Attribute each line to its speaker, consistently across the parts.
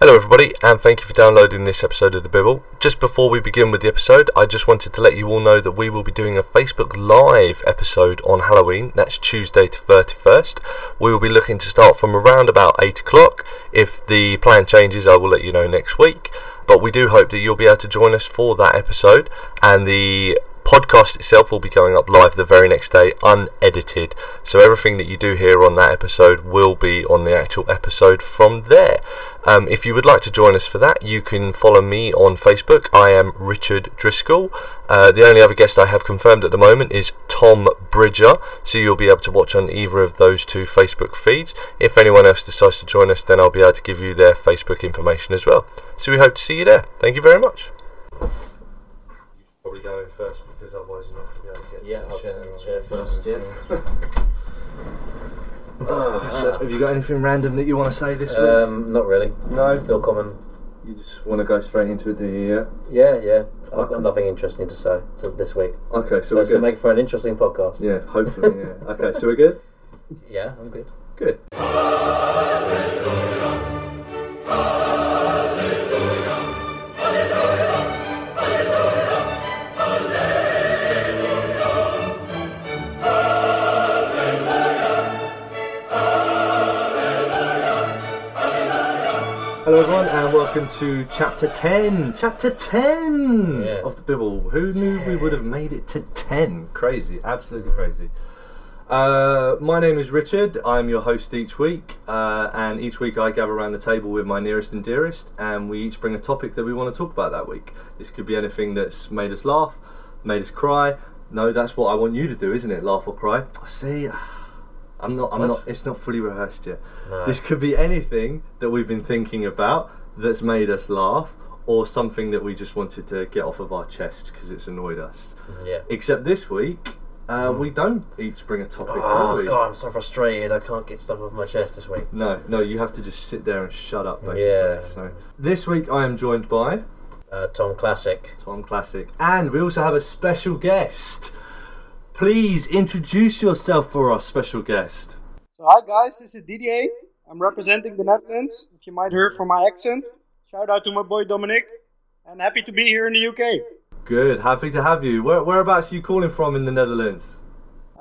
Speaker 1: Hello, everybody, and thank you for downloading this episode of The Bibble. Just before we begin with the episode, I just wanted to let you all know that we will be doing a Facebook Live episode on Halloween. That's Tuesday to 31st. We will be looking to start from around about 8 o'clock. If the plan changes, I will let you know next week. But we do hope that you'll be able to join us for that episode, and the podcast itself will be going up live the very next day, unedited. So everything that you do here on that episode will be on the actual episode from there. Um, if you would like to join us for that, you can follow me on Facebook. I am Richard Driscoll. Uh, the only other guest I have confirmed at the moment is Tom Bridger, so you'll be able to watch on either of those two Facebook feeds. If anyone else decides to join us, then I'll be able to give you their Facebook information as well. So we hope to see you there. Thank you very much probably go in first because otherwise you're not going to be able to get.
Speaker 2: Yeah, I'll share, share first, yeah.
Speaker 1: So, have you got anything random that you want to say this
Speaker 2: Uh, Um, not really.
Speaker 1: No.
Speaker 2: Feel common.
Speaker 1: You just want to go straight into it, do you? Yeah.
Speaker 2: Yeah, yeah. I've got nothing interesting to say for this week.
Speaker 1: Okay, so
Speaker 2: Let's
Speaker 1: we're good.
Speaker 2: make for an interesting podcast.
Speaker 1: yeah, hopefully. Yeah. Okay, so we're good.
Speaker 2: Yeah, I'm good.
Speaker 1: Good. Hello, everyone, and welcome to chapter 10. Chapter 10
Speaker 2: Yeah.
Speaker 1: of the Bibble. Who knew we would have made it to 10? Crazy, absolutely crazy. Uh, my name is Richard. I'm your host each week, uh, and each week I gather around the table with my nearest and dearest, and we each bring a topic that we want to talk about that week. This could be anything that's made us laugh, made us cry. No, that's what I want you to do, isn't it? Laugh or cry. See, I'm not. I'm
Speaker 2: What?
Speaker 1: not. It's not fully rehearsed yet.
Speaker 2: No.
Speaker 1: This could be anything that we've been thinking about that's made us laugh, or something that we just wanted to get off of our chests because it's annoyed us.
Speaker 2: Yeah.
Speaker 1: Except this week, uh, we don't each bring a topic. do
Speaker 2: Hmm. Oh,
Speaker 1: we?
Speaker 2: God, I'm so frustrated. I can't get stuff off my chest this week.
Speaker 1: No, no, you have to just sit there and shut up, basically.
Speaker 2: Yeah.
Speaker 1: So this week I am joined by
Speaker 2: Uh, Tom Classic.
Speaker 1: Tom Classic, and we also have a special guest. Please introduce yourself for our special guest.
Speaker 3: So hi guys, this is Didier. I'm representing the Netherlands. If you might hear from my accent, shout out to my boy Dominic, and happy to be here in the UK.
Speaker 1: Good, happy to have you. Where, whereabouts are you calling from in the Netherlands?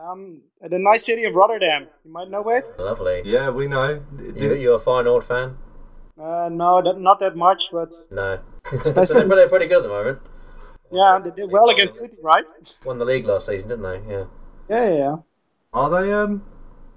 Speaker 3: Um, at the nice city of Rotterdam. You might know it.
Speaker 2: Lovely.
Speaker 1: Yeah, we know. Th-
Speaker 2: You,
Speaker 1: th-
Speaker 2: you're a fine old fan?
Speaker 3: Uh, no, that, not that much, but
Speaker 2: No. so they're pretty, pretty good at the moment.
Speaker 3: yeah, they did well against City, right?
Speaker 2: Won the league last season, didn't they? Yeah.
Speaker 3: Yeah, yeah, yeah.
Speaker 1: Are they um?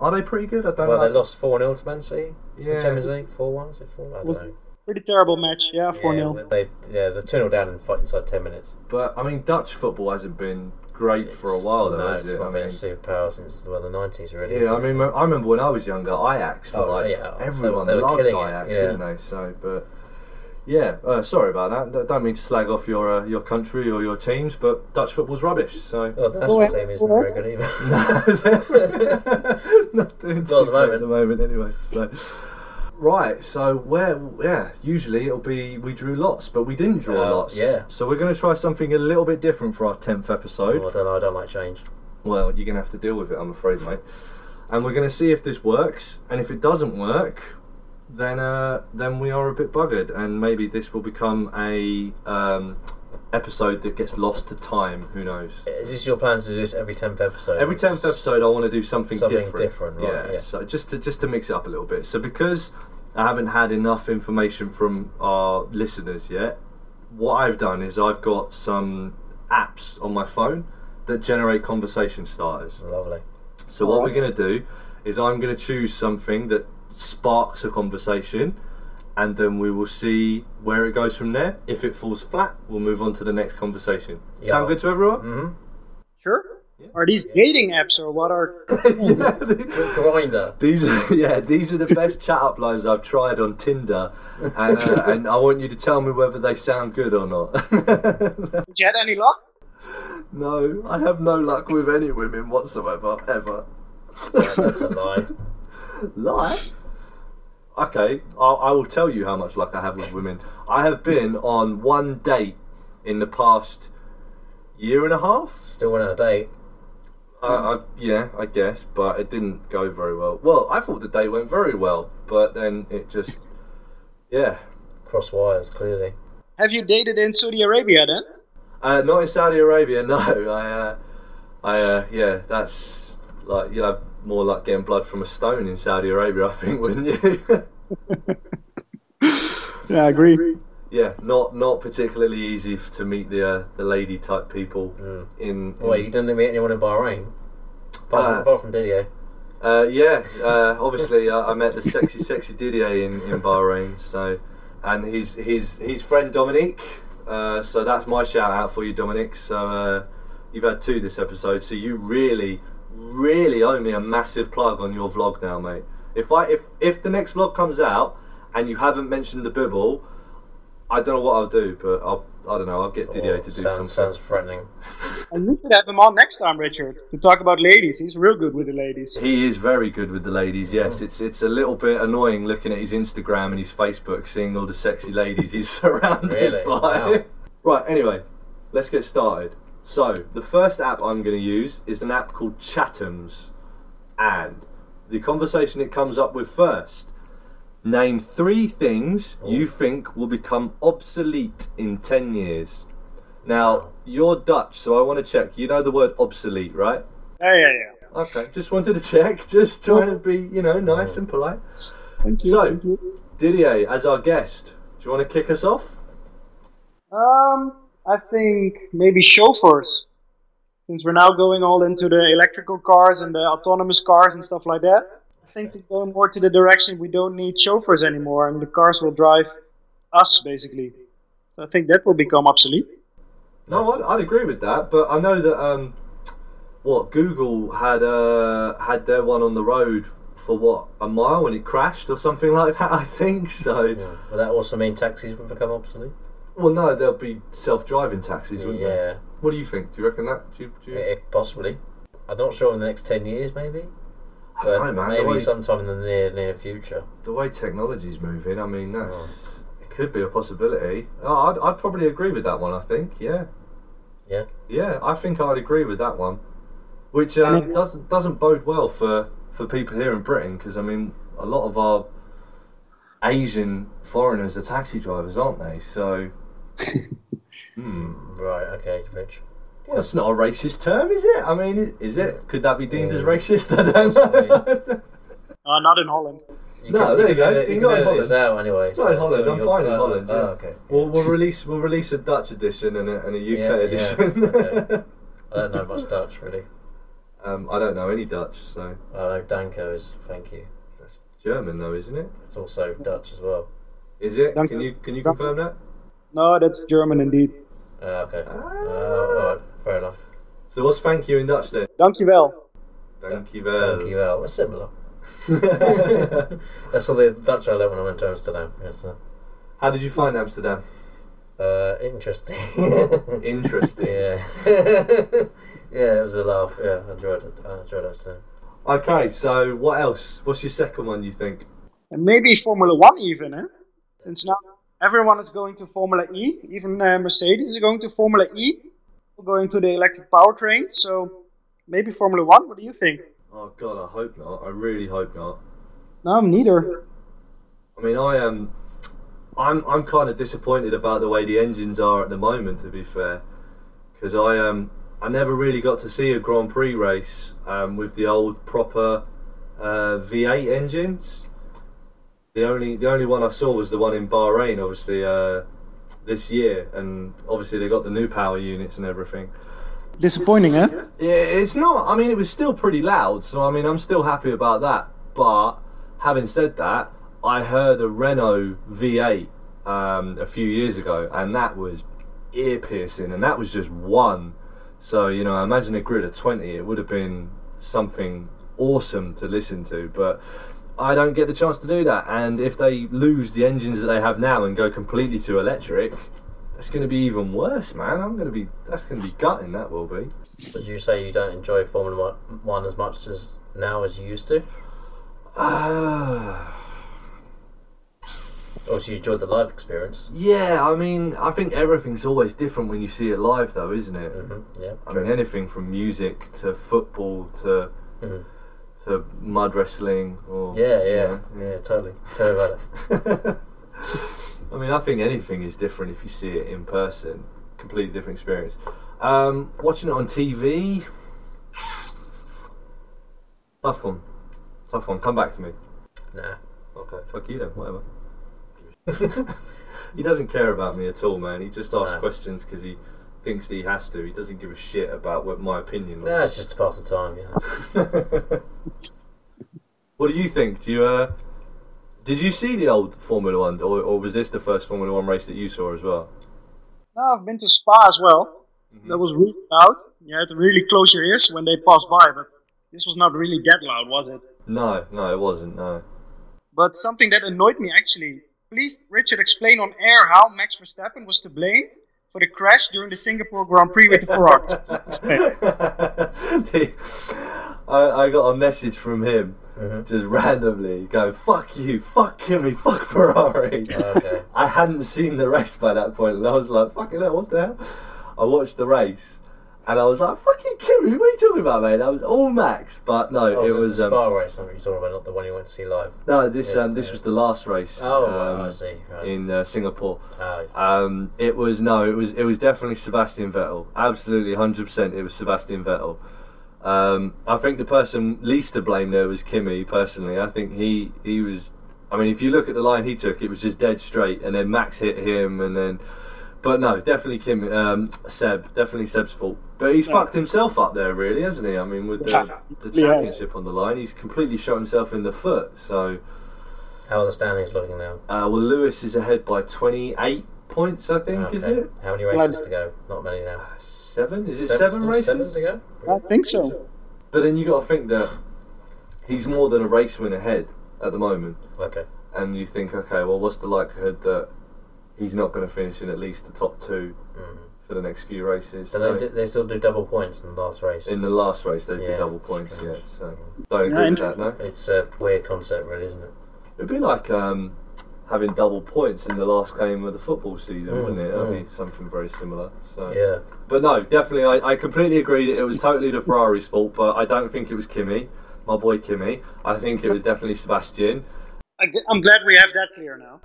Speaker 1: Are they pretty good? I don't
Speaker 2: Well,
Speaker 1: know.
Speaker 2: they lost 4 0 to Man City.
Speaker 1: Yeah.
Speaker 2: The Champions League 4 1. Is it 4 I don't
Speaker 3: Was
Speaker 2: know.
Speaker 3: pretty terrible match. Yeah, four 0
Speaker 2: Yeah, they, yeah, they're 2 0 down in fight inside 10 minutes.
Speaker 1: But I mean, Dutch football hasn't been great for a
Speaker 2: It's-
Speaker 1: while, though,
Speaker 2: no,
Speaker 1: has
Speaker 2: it's
Speaker 1: it?
Speaker 2: not
Speaker 1: I
Speaker 2: been
Speaker 1: mean,
Speaker 2: a superpower since well, the 90s, really. is
Speaker 1: Yeah, I
Speaker 2: it?
Speaker 1: mean, I remember when I was younger, Ajax were
Speaker 2: Oh,
Speaker 1: like
Speaker 2: yeah, they-
Speaker 1: everyone
Speaker 2: they were
Speaker 1: loved
Speaker 2: killing it,
Speaker 1: Ajax,
Speaker 2: yeah.
Speaker 1: didn't they? So, but yeah, uh, sorry about that. I don't mean to slag off your uh, your country or your teams, but Dutch football's rubbish. So,
Speaker 2: Well, Oh, the national
Speaker 3: Well,
Speaker 2: team isn't
Speaker 3: well.
Speaker 2: very good either.
Speaker 1: not doing
Speaker 2: Well, at the
Speaker 1: too great
Speaker 2: moment.
Speaker 1: at the moment, anyway. So, right, so where? Yeah, usually it'll be we drew lots, but we didn't draw
Speaker 2: Uh,
Speaker 1: lots.
Speaker 2: yeah.
Speaker 1: So we're going to try something a little bit different for our tenth episode.
Speaker 2: Well, I don't know. I don't like change.
Speaker 1: Well, you're going to have to deal with it, I'm afraid, mate. And we're going to see if this works. And if it doesn't work, then uh, then we are a bit buggered. And maybe this will become a um, episode that gets lost to time. Who knows?
Speaker 2: Is this your plan to do this every tenth episode?
Speaker 1: Every tenth episode, I want to do something,
Speaker 2: Something
Speaker 1: different.
Speaker 2: different, right, yeah.
Speaker 1: So just to just to mix it up a little bit. So because I haven't had enough information from our listeners yet, what I've done is I've got some apps on my phone that generate conversation starters.
Speaker 2: Lovely.
Speaker 1: So what we're going to do is I'm going to choose something that sparks a conversation, and then we will see where it goes from there. If it falls flat, we'll move on to the next conversation.
Speaker 2: Yeah.
Speaker 1: Sound good to everyone?
Speaker 2: Mm-hmm.
Speaker 3: Sure. Are these dating apps or what are?
Speaker 2: Grinder.
Speaker 1: These, are- yeah, these are the best chat up lines I've tried on Tinder, and, uh, and I want you to tell me whether they sound good or not.
Speaker 3: Did you had any luck?
Speaker 1: no, I have no luck with any women whatsoever, ever.
Speaker 2: That's a lie.
Speaker 1: Lie? Okay, I, I will tell you how much luck I have with women. I have been on one date in the past year and a half.
Speaker 2: Still went on a date.
Speaker 1: I, I, yeah, I guess, but it didn't go very well. Well, I thought the date went very well, but then it just, yeah,
Speaker 2: cross wires, clearly.
Speaker 3: Have you dated in Saudi Arabia then?
Speaker 1: Uh, not in Saudi Arabia, no. I, uh, I, uh, yeah, that's like you'll have more like getting blood from a stone in Saudi Arabia, I think, wouldn't you?
Speaker 3: Yeah, I agree.
Speaker 1: yeah, not not particularly easy f- to meet the uh, the lady type people in. in
Speaker 2: Mm. Wait, you didn't meet anyone in Bahrain? Apart, from,
Speaker 1: Uh,
Speaker 2: apart from Didier.
Speaker 1: Uh, yeah, uh, obviously I, I met the sexy, sexy Didier in, in Bahrain. So, and his his his friend Dominique. Uh, so that's my shout out for you, Dominique. So uh, you've had two this episode. So you really, really owe me a massive plug on your vlog now, mate. If I if if the next vlog comes out and you haven't mentioned the Bibble, I don't know what I'll do, but I'll. I don't know. I'll get Didier
Speaker 2: Oh,
Speaker 1: to do something.
Speaker 2: sounds, sounds threatening.
Speaker 3: And you should have him on next time, Richard, to talk about ladies. He's real good with the ladies.
Speaker 1: He is very good with the ladies. Yes, it's it's a little bit annoying looking at his Instagram and his Facebook, seeing all the sexy ladies he's surrounded
Speaker 2: Really?
Speaker 1: by.
Speaker 2: Wow.
Speaker 1: Right. Anyway, let's get started. So the first app I'm going to use is an app called Chatham's, and the conversation it comes up with first. Name three things you think will become obsolete in ten years. Now you're Dutch, so I want to check. You know the word obsolete, right?
Speaker 3: Yeah, yeah, yeah.
Speaker 1: Okay, just wanted to check. Just trying to be, you know, nice and polite.
Speaker 3: Thank you.
Speaker 1: So-
Speaker 3: thank you.
Speaker 1: Didier, as our guest, do you want to kick us off?
Speaker 3: Um, I think maybe chauffeurs, since we're now going all into the electrical cars and the autonomous cars and stuff like that. I think to go more to the direction we don't need chauffeurs anymore, and the cars will drive us basically. So I think that will become obsolete.
Speaker 1: No, I'd, I'd agree with that, but I know that um, what Google had uh, had their one on the road for what a mile and it crashed or something like that. I think so.
Speaker 2: Yeah. Would that also mean taxis would become obsolete?
Speaker 1: Well, no, there'll be self-driving taxis, wouldn't there?
Speaker 2: Yeah,
Speaker 1: What do you think? Do you reckon that? Do you, do you...
Speaker 2: yeah, possibly. I'm not sure in the next 10 years, maybe.
Speaker 1: I
Speaker 2: But
Speaker 1: don't know, man. the,
Speaker 2: maybe
Speaker 1: way,
Speaker 2: sometime in the near near future.
Speaker 1: the way technology's moving, I mean, that's
Speaker 2: Oh.
Speaker 1: it could be a possibility. Oh, I'd, I'd probably agree with that one. I think, yeah.
Speaker 2: Yeah.
Speaker 1: Yeah, I think I'd agree with that one, which uh,
Speaker 3: And it-
Speaker 1: doesn't doesn't bode well for for people here in Britain because I mean a lot of our Asian foreigners are taxi drivers, aren't they? So
Speaker 2: Right. Okay, Rich.
Speaker 1: well, it's not a racist term, is it? I mean, i- is it? Could that be deemed as racist? I don't know.
Speaker 3: Uh, not in Holland.
Speaker 2: You
Speaker 1: No, there you go.
Speaker 2: edit-
Speaker 1: See, not in
Speaker 2: edit this
Speaker 1: Holland.
Speaker 2: out anyway.
Speaker 1: It's not in Holland. I'm
Speaker 2: you're-
Speaker 1: fine in
Speaker 2: oh,
Speaker 1: Holland.
Speaker 2: oh,
Speaker 1: yeah.
Speaker 2: okay.
Speaker 1: We'll, we'll release we'll release a Dutch edition and a, and a UK
Speaker 2: Yeah, yeah,
Speaker 1: edition.
Speaker 2: okay. I don't know much Dutch really.
Speaker 1: um, I don't know any Dutch, so
Speaker 2: I know Danko is thank you.
Speaker 1: that's German though, isn't it?
Speaker 2: It's also Dutch as well.
Speaker 1: Is it?
Speaker 3: Danke.
Speaker 1: Can you can you
Speaker 3: Danke.
Speaker 1: confirm that?
Speaker 3: No, that's German indeed.
Speaker 2: Uh, okay. Uh, all right. Fair enough.
Speaker 1: So what's thank you in Dutch then?
Speaker 3: Dankjewel.
Speaker 1: Thank you
Speaker 2: Thank you. Well, it's similar. That's all the Dutch I learned when I went to Amsterdam. Yes. sir.
Speaker 1: How did you find Amsterdam?
Speaker 2: Uh, interesting.
Speaker 1: Interesting.
Speaker 2: yeah. yeah, it was a laugh. Yeah, I enjoyed it. I enjoyed Amsterdam.
Speaker 1: Okay, so what else? What's your second one you think?
Speaker 3: And maybe Formula One even, eh? Since now everyone is going to Formula E, even uh, Mercedes is going to Formula E, going to the electric powertrain. So maybe Formula One. What do you think?
Speaker 1: Oh god, I hope not. I really hope not.
Speaker 3: No, neither.
Speaker 1: I mean I am I'm I'm kind of disappointed about the way the engines are at the moment to be fair. Cuz I um I never really got to see a Grand Prix race um, with the old proper uh, V8 engines. The only the only one I saw was the one in Bahrain, obviously uh, this year, and obviously they got the new power units and everything.
Speaker 3: Disappointing, eh?
Speaker 1: Yeah, it's not. I mean, it was still pretty loud, so I mean, I'm still happy about that. But having said that, I heard a Renault V8 um, a few years ago, and that was ear piercing, and that was just one. So you know, I imagine a grid of 20, it would have been something awesome to listen to, but. I don't get the chance to do that, and if they lose the engines that they have now and go completely to electric, that's going to be even worse, man. I'm going to be that's going to be gutting. That will be.
Speaker 2: Did you say you don't enjoy Formula One- One as much as now as you used to?
Speaker 1: Ah,
Speaker 2: Obviously, you enjoyed the live experience.
Speaker 1: yeah, I mean, I think everything's always different when you see it live, though, isn't it?
Speaker 2: Mm-hmm. Yeah.
Speaker 1: I mean, anything from music to football to to mud wrestling or
Speaker 2: Yeah, yeah,
Speaker 1: you
Speaker 2: yeah, totally. Tell me about it.
Speaker 1: know. I mean, mean, I think anything is different if you see it in person. Completely different experience. Um, watching it on TV, tough one. Tough one. Come back to me.
Speaker 4: Nah.
Speaker 1: Okay, fuck you then. Whatever. he doesn't care about me at all, man. He just asks
Speaker 2: No.
Speaker 1: questions because he thinks that he has to. He doesn't give a shit about what my opinion.
Speaker 2: No, it's just to pass the time, you know.
Speaker 1: what do you think? Do you uh, did you see the old Formula One, or, or was this the first Formula One race that you saw as well?
Speaker 3: No, I've been to Spa as well. That was really loud. You had to really close your ears when they passed by, but this was not really that loud, was it?
Speaker 1: No, no, it wasn't. No.
Speaker 3: But something that annoyed me actually. Please, Richard, explain on air how Max Verstappen was to blame for the crash during the Singapore Grand Prix with the Ferrari.
Speaker 1: The- I, I got a message from him just randomly going, fuck you, fuck Kimmy, fuck Ferrari.
Speaker 2: Oh, Okay.
Speaker 1: I hadn't seen the race by that point, and I was like, fucking hell, what the hell? I watched the race, and I was like, fucking Kimmy, what are you talking about, mate? That was all Max, but no,
Speaker 2: Oh,
Speaker 1: it was.
Speaker 2: the
Speaker 1: Um,
Speaker 2: Spa race. I what you're talking about, not the one you went to see live.
Speaker 1: no, this
Speaker 2: Yeah,
Speaker 1: um, this
Speaker 2: yeah.
Speaker 1: was the last race
Speaker 2: Oh,
Speaker 1: um,
Speaker 2: I see. Right.
Speaker 1: in uh, Singapore.
Speaker 2: Oh,
Speaker 1: Um, it was no, it was it was definitely Sebastian Vettel. Absolutely, hundred percent, it was Sebastian Vettel. Um, I think the person least to blame there was Kimi. Personally, I think he he was. I mean, if you look at the line he took, it was just dead straight, and then Max hit him, and then. But no, definitely Kim, um, Seb, definitely Seb's fault. But he's fucked himself up there, really, hasn't he? I mean, with the, the
Speaker 3: He has.
Speaker 1: championship on the line, he's completely shot himself in the foot. So,
Speaker 2: how are the standings looking now?
Speaker 1: uh, well, Lewis is ahead by 28 points, I think, is
Speaker 2: Ah, Okay.
Speaker 1: it?
Speaker 2: How many
Speaker 3: Well,
Speaker 2: races to go? Not many now.
Speaker 1: Seven? Is it
Speaker 2: Seven-
Speaker 1: seven,
Speaker 2: still
Speaker 1: races?
Speaker 2: Seven to go.
Speaker 3: I think so.
Speaker 1: But then you got to think that he's more than a race win ahead at the moment,
Speaker 2: Okay.
Speaker 1: and you think, okay, well, what's the likelihood that he's not going to finish in at least the top two for the next few races?
Speaker 2: Do
Speaker 1: So
Speaker 2: they, do, they still do double points in the last race.
Speaker 1: in the last race, they did
Speaker 2: Yeah,
Speaker 1: double points.
Speaker 2: strange.
Speaker 1: Yeah, so don't
Speaker 3: Yeah,
Speaker 1: agree with that. No,
Speaker 2: it's a weird concept, really, isn't it?
Speaker 1: it'd be like um, having double points in the last game of the football season, wouldn't it? That'd be something very similar. So
Speaker 2: Yeah.
Speaker 1: But no, definitely, I, I completely agree that it was totally the Ferrari's fault, but I don't think it was Kimi, my boy Kimi. I think it was definitely Sebastian.
Speaker 3: I g- I'm glad we have that clear now.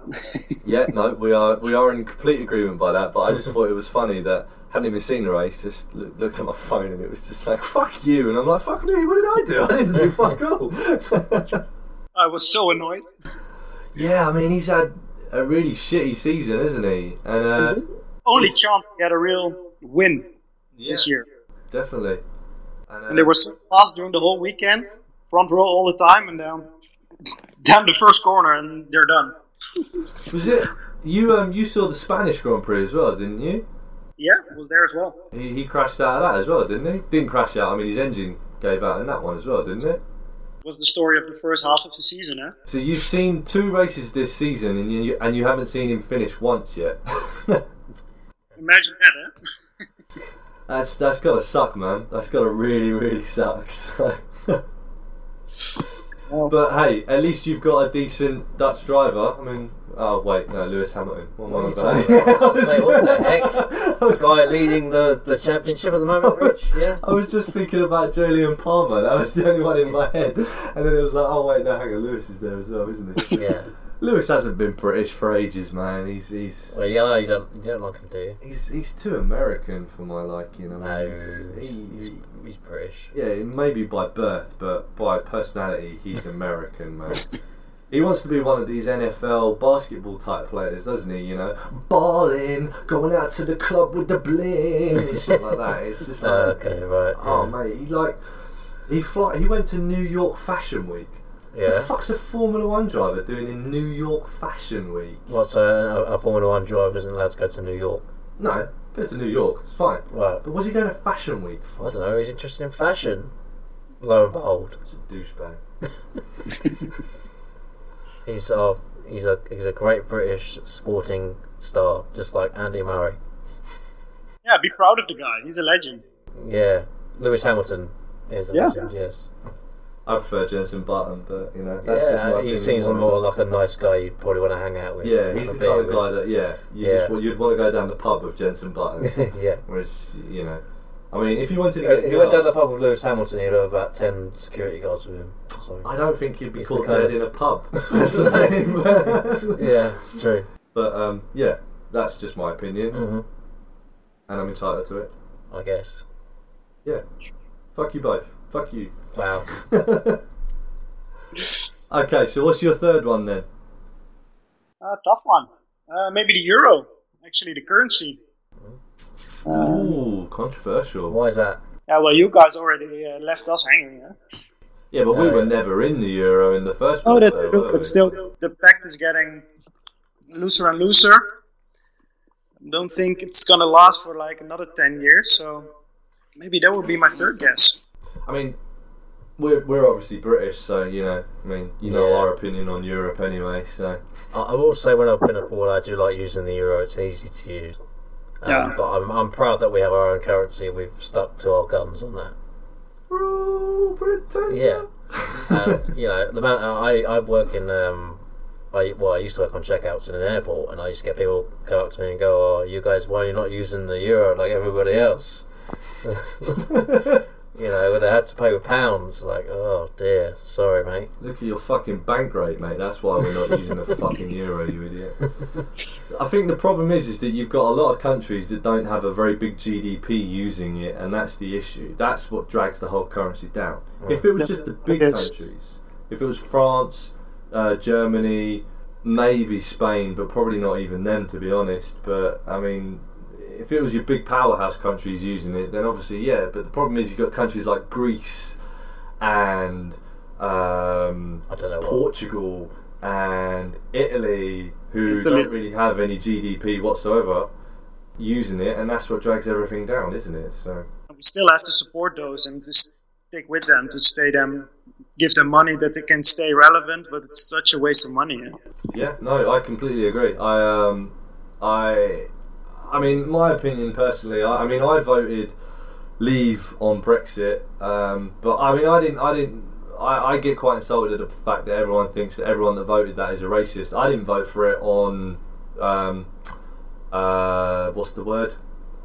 Speaker 1: Yeah, no, we are we are in complete agreement by that. But I just thought it was funny that hadn't even seen the race, just loo- looked at my phone and it was just like "fuck you," and I'm like "fuck me," what did I do? I didn't do fuck all.
Speaker 3: I was so annoyed.
Speaker 1: yeah, I mean he's had a really shitty season, isn't he? And uh,
Speaker 3: Only chance he had a real win
Speaker 1: yeah,
Speaker 3: this year.
Speaker 1: definitely. uh,
Speaker 3: And they were so fast during the whole weekend, front row all the time, and down, down the first corner, and they're done.
Speaker 1: was it you? Um, you saw the Spanish Grand Prix as well, didn't you?
Speaker 3: Yeah, was there as well.
Speaker 1: He, he crashed out of that as well, didn't he? Didn't crash out. I mean, his engine gave out in that one as well, didn't it?
Speaker 3: Was the story of the first half of the season, eh?
Speaker 1: So you've seen two races this season, and you and you haven't seen him finish once yet.
Speaker 3: Imagine that, eh?
Speaker 1: that's that's gotta suck, man. That's gotta really really suck. So. but hey, at least you've got a decent Dutch driver. I mean, oh wait, no, Lewis Hamilton. What am I
Speaker 2: What are
Speaker 1: on
Speaker 2: you
Speaker 1: about?
Speaker 2: talking about? Say, what the heck?
Speaker 1: I was-
Speaker 2: Guy leading the, the championship at the moment, Rich. Yeah.
Speaker 1: I was just thinking about Julian Palmer. That was the only one in my head. And then it was like, oh wait, no, hang on, Lewis is there as well, isn't he?
Speaker 2: Yeah.
Speaker 1: Lewis hasn't been British for ages, man. He's he's
Speaker 2: Well, yeah, no, you don't you don't like him, do you?
Speaker 1: he's, he's too American for my liking. I mean,
Speaker 2: No,
Speaker 1: he's,
Speaker 2: he's,
Speaker 1: he-
Speaker 2: he's, he's British.
Speaker 1: yeah, maybe by birth, but by personality, he's American, man. He wants to be one of these NFL basketball type players, doesn't he? You know, balling, going out to the club with the bling, and shit like that. It's just like,
Speaker 2: Oh, okay, right. Yeah.
Speaker 1: oh mate, he like he fly, he went to New York Fashion Week. What the
Speaker 2: yeah.
Speaker 1: fuck's a Formula One driver doing in New York Fashion Week?
Speaker 2: What? So a, a Formula One driver isn't allowed to go to New York.
Speaker 1: No, go to New York. It's fine.
Speaker 2: Right.
Speaker 1: But was he going to Fashion Week?
Speaker 2: I
Speaker 1: Fuck,
Speaker 2: don't know. He's interested in fashion. Lo and behold,
Speaker 1: it's a douchebag.
Speaker 2: he's a he's a he's a great British sporting star, just like Andy Murray.
Speaker 3: Yeah, be proud of the guy. He's a legend.
Speaker 2: Yeah, Lewis Hamilton is a
Speaker 3: Yeah.
Speaker 2: legend. Yes.
Speaker 1: I prefer Jensen Button, but you know. That's just my
Speaker 2: Yeah, he
Speaker 1: opinion.
Speaker 2: seems more like a nice guy you probably want to hang out with.
Speaker 1: Yeah, he's
Speaker 2: Have
Speaker 1: the
Speaker 2: a
Speaker 1: kind of
Speaker 2: beer
Speaker 1: guy that yeah, you
Speaker 2: Yeah.
Speaker 1: just want, you'd want to go down the pub with Jensen Button.
Speaker 2: with. yeah.
Speaker 1: Whereas you know, I mean, if you wanted to get
Speaker 2: If you went down the
Speaker 1: girls,
Speaker 2: pub with Lewis Hamilton, he'd have about ten security guards with him. So.
Speaker 1: I don't think you'd be
Speaker 2: He's the
Speaker 1: caught
Speaker 2: kind
Speaker 1: dead
Speaker 2: of-
Speaker 1: in a pub. That's the thing.
Speaker 2: Yeah, true.
Speaker 1: But um, yeah, that's just my opinion,
Speaker 2: hmm
Speaker 1: and I'm entitled to it.
Speaker 2: I guess.
Speaker 1: Yeah. Fuck you both. Fuck you.
Speaker 2: Wow.
Speaker 1: okay, so what's your third one then?
Speaker 3: Uh, tough one. Uh, maybe the euro, actually, the currency. Uh,
Speaker 1: Ooh, controversial.
Speaker 2: Why is that?
Speaker 3: yeah, well, you guys already uh, left us hanging. Huh?
Speaker 1: Yeah, but we
Speaker 2: No.
Speaker 1: were never in the euro in the first
Speaker 3: Oh,
Speaker 1: place,
Speaker 3: that's
Speaker 1: though,
Speaker 3: true,
Speaker 1: were we?
Speaker 3: but still, the pact is getting looser and looser. Don't think it's gonna last for like another ten years. So maybe that would be my third guess.
Speaker 1: I mean, we're we're obviously British, so you know, I mean, you know
Speaker 2: Yeah.
Speaker 1: our opinion on Europe anyway. So
Speaker 2: I, I will say when I've been abroad, I do like using the euro. It's easy to use. Um,
Speaker 3: Yeah.
Speaker 2: But I'm, I'm proud that we have our own currency. We've stuck to our guns on that.
Speaker 1: rule Britain.
Speaker 2: Yeah. And, you know, the man I, I work in, um, I well, I used to work on checkouts in an airport, and I used to get people come up to me and go, "Oh, you guys, why are you not using the euro like everybody else?" You know, when they had to pay with pounds, like, oh dear, sorry, mate.
Speaker 1: Look at your fucking bank rate, mate. That's why we're not using the fucking euro, you idiot. I think the problem is, is that you've got a lot of countries that don't have a very big GDP using it, and that's the issue. That's what drags the whole currency down. If it was just the big
Speaker 3: Yes.
Speaker 1: countries, if it was France, uh, Germany, maybe Spain, but probably not even them, to be honest. But I mean, if it was your big powerhouse countries using it, then obviously, yeah. But the problem is, you've got countries like Greece and um,
Speaker 2: I don't know what.
Speaker 1: Portugal and Italy, who
Speaker 3: Italy.
Speaker 1: don't really have any GDP whatsoever, using it, and that's what drags everything down, isn't it? So
Speaker 3: We still have to support those and to stick with them to stay them, give them money that they can stay relevant. But it's such a waste of money. Huh?
Speaker 1: yeah, no, I completely agree. I um, I, I mean, my opinion personally, I, I mean, I voted leave on Brexit, um, but I mean, I didn't, I didn't. I, I get quite insulted at the fact that everyone thinks that everyone that voted that is a racist. I didn't vote for it on, um, uh, what's the word?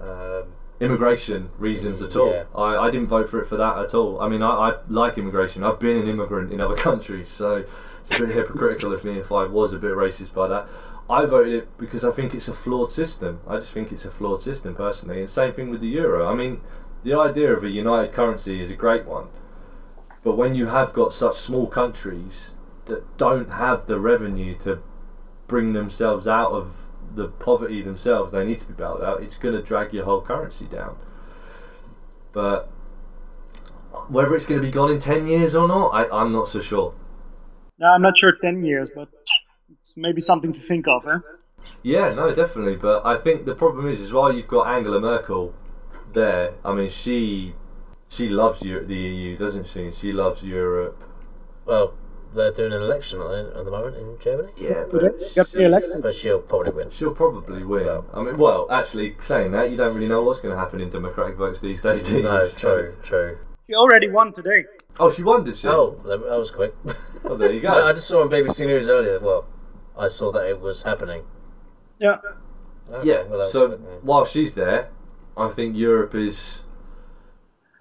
Speaker 1: Um, immigration reasons at all.
Speaker 2: Yeah.
Speaker 1: I, I didn't vote for it for that at all. I mean, I, I like immigration. I've been an immigrant in other countries, so it's a bit hypocritical of me if I was a bit racist by that. I voted it because I think it's a flawed system. I just think it's a flawed system personally. And same thing with the euro. I mean, the idea of a united currency is a great one, but when you have got such small countries that don't have the revenue to bring themselves out of the poverty themselves, they need to be bailed out. It's going to drag your whole currency down. But whether it's going to be gone in 10 years or not, I, I'm not so sure.
Speaker 3: No, I'm not sure ten years, but it's maybe something to think of. Huh?
Speaker 1: Yeah, no, definitely. But I think the problem is, is while you've got Angela Merkel there, I mean, she she loves Eu- the EU, doesn't she? She loves Europe.
Speaker 2: Well, they're doing an election at the at the moment in Germany,
Speaker 1: Yeah,
Speaker 3: Got the
Speaker 1: but
Speaker 3: election.
Speaker 2: but she'll probably win.
Speaker 1: she'll probably win. I mean, well, actually, saying that, you don't really know what's going to happen in democratic votes these days, do you?
Speaker 2: No,
Speaker 1: So-
Speaker 2: true, true.
Speaker 3: You already won today.
Speaker 1: Oh, she won, did she?
Speaker 2: Oh, that that was quick.
Speaker 1: Oh, there you go.
Speaker 2: I I just saw on BBC News earlier. Well, I saw that it was happening.
Speaker 3: Yeah.
Speaker 2: Okay,
Speaker 1: Yeah.
Speaker 2: well, that's-
Speaker 1: so
Speaker 2: yeah.
Speaker 1: while she's there, I think Europe is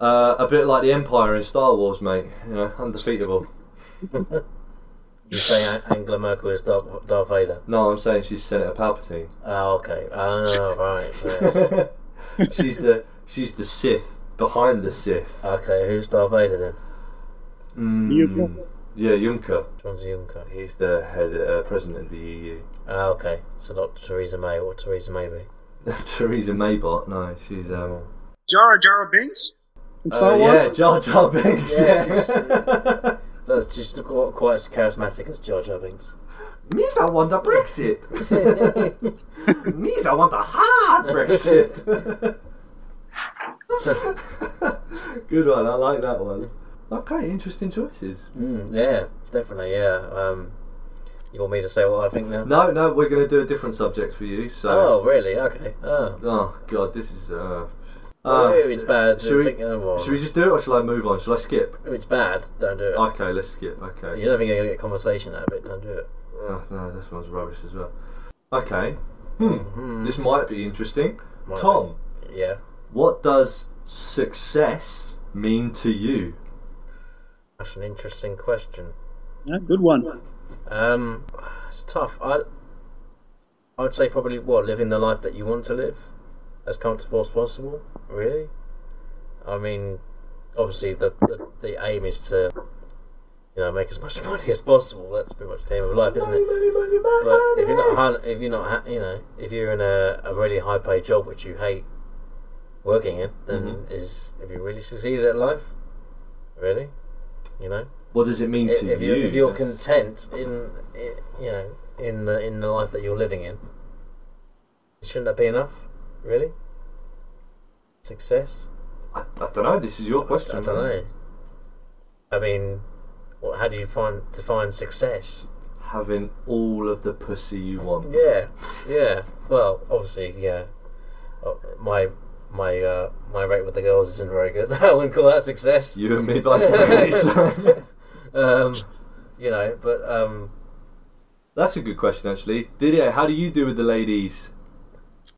Speaker 1: uh, a bit like the Empire in Star Wars, mate. You know, undefeatable.
Speaker 2: you say An- Angela Merkel is Darth, Darth Vader?
Speaker 1: No, I'm saying she's Senator Palpatine.
Speaker 2: Oh, okay. Oh, right. yes.
Speaker 1: she's the she's the Sith behind the Sith.
Speaker 2: okay, who's Darth Vader then?
Speaker 1: Mm,
Speaker 3: You-
Speaker 1: yeah, Juncker.
Speaker 2: John's Juncker.
Speaker 1: He's the head uh, president of the EU.
Speaker 2: Ah, okay. So not Theresa May. What would Theresa May be?
Speaker 1: Theresa Maybot. No, she's um.
Speaker 3: Jar Jar Binks.
Speaker 1: uh,
Speaker 3: Star Wars?
Speaker 1: yeah, Jar Jar Binks.
Speaker 2: Yes,
Speaker 1: yeah.
Speaker 2: That's just qu- quite as charismatic as Jar Jar Binks.
Speaker 1: Means I want a Brexit.
Speaker 2: Hmm,
Speaker 1: Means I want a hard Brexit. Good one. I like that one. Okay, interesting choices.
Speaker 2: Mm, yeah, definitely. Yeah. Um, you want me to say what I think now?
Speaker 1: No, no, we're going to do a different subject for you.
Speaker 2: Oh,
Speaker 1: So,
Speaker 2: really? Okay. Oh.
Speaker 1: oh god, this is. Uh,
Speaker 2: Oh, it's bad.
Speaker 1: Should we,
Speaker 2: Think- oh, well.
Speaker 1: should we just do it, or shall I move on? Shall I skip?
Speaker 2: If it's bad, don't do it.
Speaker 1: Okay, let's skip. Okay.
Speaker 2: You're never going to get conversation out of it. Don't do it.
Speaker 1: Oh, no, this one's rubbish as well. Okay.
Speaker 2: Mm-hmm.
Speaker 1: Hmm. This might be interesting. Tom.
Speaker 2: Yeah.
Speaker 1: What does success mean to you?
Speaker 2: That's an interesting question.
Speaker 3: Yeah, good one.
Speaker 2: Um, it's tough. I I'd say probably what living the life that you want to live, as comfortable as possible. Really, I mean, obviously the the, the aim is to, you know, make as much money as possible. That's pretty much the aim of life, isn't it? But if you're not, hun- if you're not, ha- you know, if you're in a, a really high paid job which you hate working in, then is have you really succeeded at life? Really, you know,
Speaker 1: What does it mean
Speaker 2: if,
Speaker 1: to
Speaker 2: if
Speaker 1: you?
Speaker 2: you're, if you're
Speaker 1: That's-
Speaker 2: content in, i you know, in the in the life that you're living in, shouldn't that be enough? Really, success.
Speaker 1: I, don't know. This is your question.
Speaker 2: I don't know. I mean, what, how do you find define success?
Speaker 1: Having all of the pussy you want.
Speaker 2: Yeah, yeah. Well, obviously, yeah. Uh, My my uh, my rate with the girls isn't very good. I wouldn't call that success.
Speaker 1: You and me both. really, so-
Speaker 2: Um, you know, but um,
Speaker 1: That's a good question, actually. Didier, how do you do with the ladies?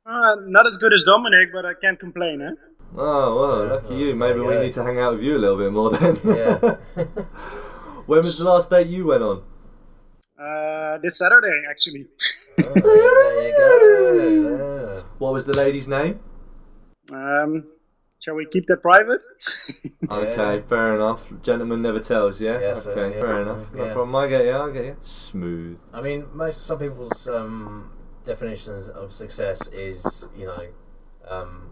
Speaker 3: Uh, not as good as Dominic, but I can't complain, eh?
Speaker 1: Oh well, lucky you. Maybe
Speaker 2: there you
Speaker 1: we
Speaker 2: go.
Speaker 1: need to hang out with you a little bit more then.
Speaker 2: yeah,
Speaker 1: when was the last date you went on?
Speaker 3: Uh, this Saturday, actually.
Speaker 2: Oh, there you go. Yeah.
Speaker 1: What was the lady's name?
Speaker 3: Um, shall we keep that private?
Speaker 1: Okay, fair enough. Gentleman never tells, yeah.
Speaker 2: Yes, sir,
Speaker 1: okay,
Speaker 2: yeah.
Speaker 1: fair enough. No
Speaker 2: Yeah.
Speaker 1: problem. I get you. I get you. Smooth.
Speaker 2: I mean, most some people's um, definitions of success is you know, um,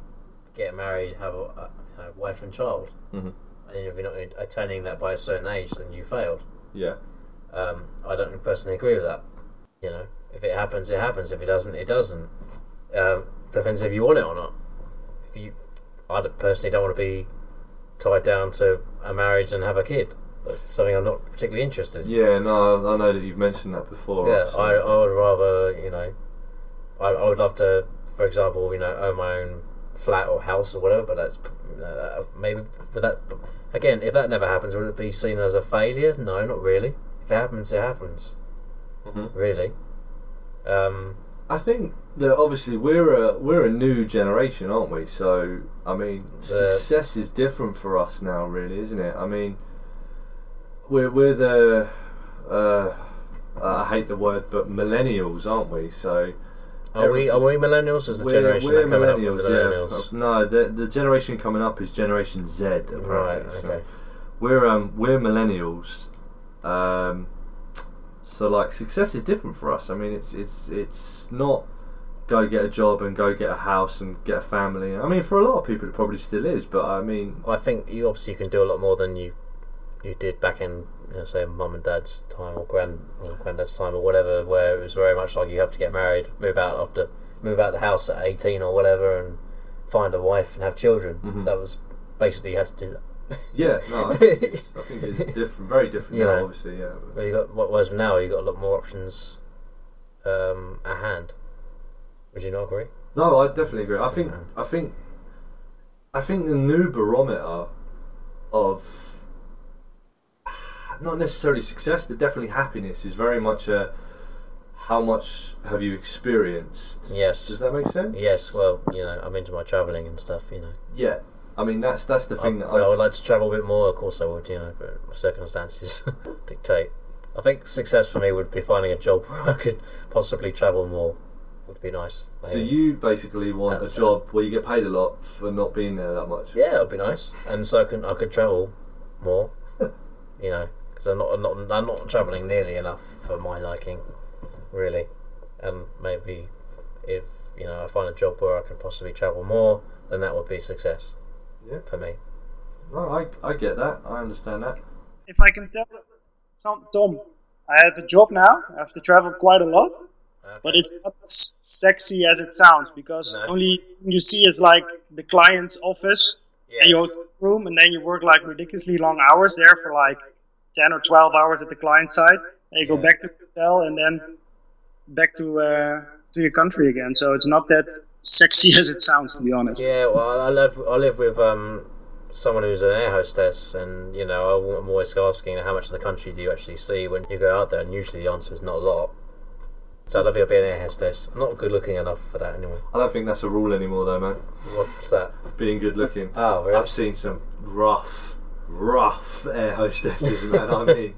Speaker 2: get married, have a, a, a wife and child,
Speaker 1: Mhm.
Speaker 2: and if you're not attaining that by a certain age, then you failed.
Speaker 1: Yeah.
Speaker 2: Um, I don't personally agree with that. You know, if it happens, it happens. If it doesn't, it doesn't. Um, depends if you want it or not. If you, I d- personally don't want to be tied down to a marriage and have a kid. That's something I'm not particularly interested. in.
Speaker 1: Yeah. No, I- I know that you've mentioned that before.
Speaker 2: Yeah,
Speaker 1: so-
Speaker 2: I, I would rather you know, I, I would love to, for example, you know, own my own flat or house or whatever. But that's uh, maybe for that. Again, if that never happens, would it be seen as a failure? No, not really. If it happens, it happens.
Speaker 1: Mhm.
Speaker 2: Really. Um,
Speaker 1: I think that obviously we're a we're a new generation, aren't we? So I mean,
Speaker 2: The-
Speaker 1: success is different for us now, really, isn't it? I mean, we're we're the uh, I hate the word, but millennials, aren't we? So Oh,
Speaker 2: are we are we millennials? Is the generation that coming up with millennials?
Speaker 1: yeah. No, the the generation coming up is Generation Z, apparently.
Speaker 2: Right.
Speaker 1: So
Speaker 2: Okay.
Speaker 1: we're um we're millennials um so like success is different for us i mean it's it's it's not go get a job and go get a house and get a family i mean for a lot of people it probably still is but i mean
Speaker 2: I think you obviously can do a lot more than you you did back in you know, say mum and dad's time or grand or granddad's time or whatever, where it was very much like you have to get married, move out after move out the house at eighteen or whatever, and find a wife and have children. That was basically you had to do that.
Speaker 1: yeah no i think it's, I think it's different very different
Speaker 2: Yeah.
Speaker 1: now obviously yeah
Speaker 2: Well, you got what was now you got a lot more options um, at hand. Would you not agree?
Speaker 1: No, I definitely agree. I think I think I think the new barometer of not necessarily success, but definitely happiness is very much a how much have you experienced?
Speaker 2: Yes.
Speaker 1: Does that make sense?
Speaker 2: Yes. Well, you know, I'm into my travelling and stuff. You know,
Speaker 1: Yeah. I mean, that's that's the thing that
Speaker 2: Well, I
Speaker 1: I
Speaker 2: would like to travel a bit more, of course I would, you know, but circumstances dictate. I think success for me would be finding a job where I could possibly travel more. Would be nice.
Speaker 1: So
Speaker 2: Maybe.
Speaker 1: you basically want a
Speaker 2: That's-
Speaker 1: job where you get paid a lot for not being there that much.
Speaker 2: yeah, it'd be nice, and so I can I could travel more. you know, because I'm not I'm not I'm not traveling nearly enough for my liking, really. And maybe if you know I find a job where I can possibly travel more, then that would be success.
Speaker 1: Yeah.
Speaker 2: For me.
Speaker 1: No, I, I get that. I understand that.
Speaker 3: If I can tell Tom, Tom, I have a job now. I have to travel quite a lot, but it's not as sexy as it sounds because
Speaker 2: No.
Speaker 3: only thing you see is like the client's office
Speaker 2: Yes.
Speaker 3: and your hotel room, and then you work like ridiculously long hours there for like ten or twelve hours at the client side, and you go
Speaker 2: Yeah.
Speaker 3: back to the hotel and then back to uh, to your country again. So it's not that sexy as it sounds, to be honest.
Speaker 2: Yeah, well, I live I live with um, someone who's an air hostess, and you know I- I'm always asking how much of the country do you actually see when you go out there, and usually the answer is not a lot. So I love you being an air hostess. I'm not good looking enough for that anyway.
Speaker 1: I don't think that's a rule anymore, though, man.
Speaker 2: What's that?
Speaker 1: Being good looking.
Speaker 2: Oh, really?
Speaker 1: I've seen some rough, rough air hostesses, man. I mean,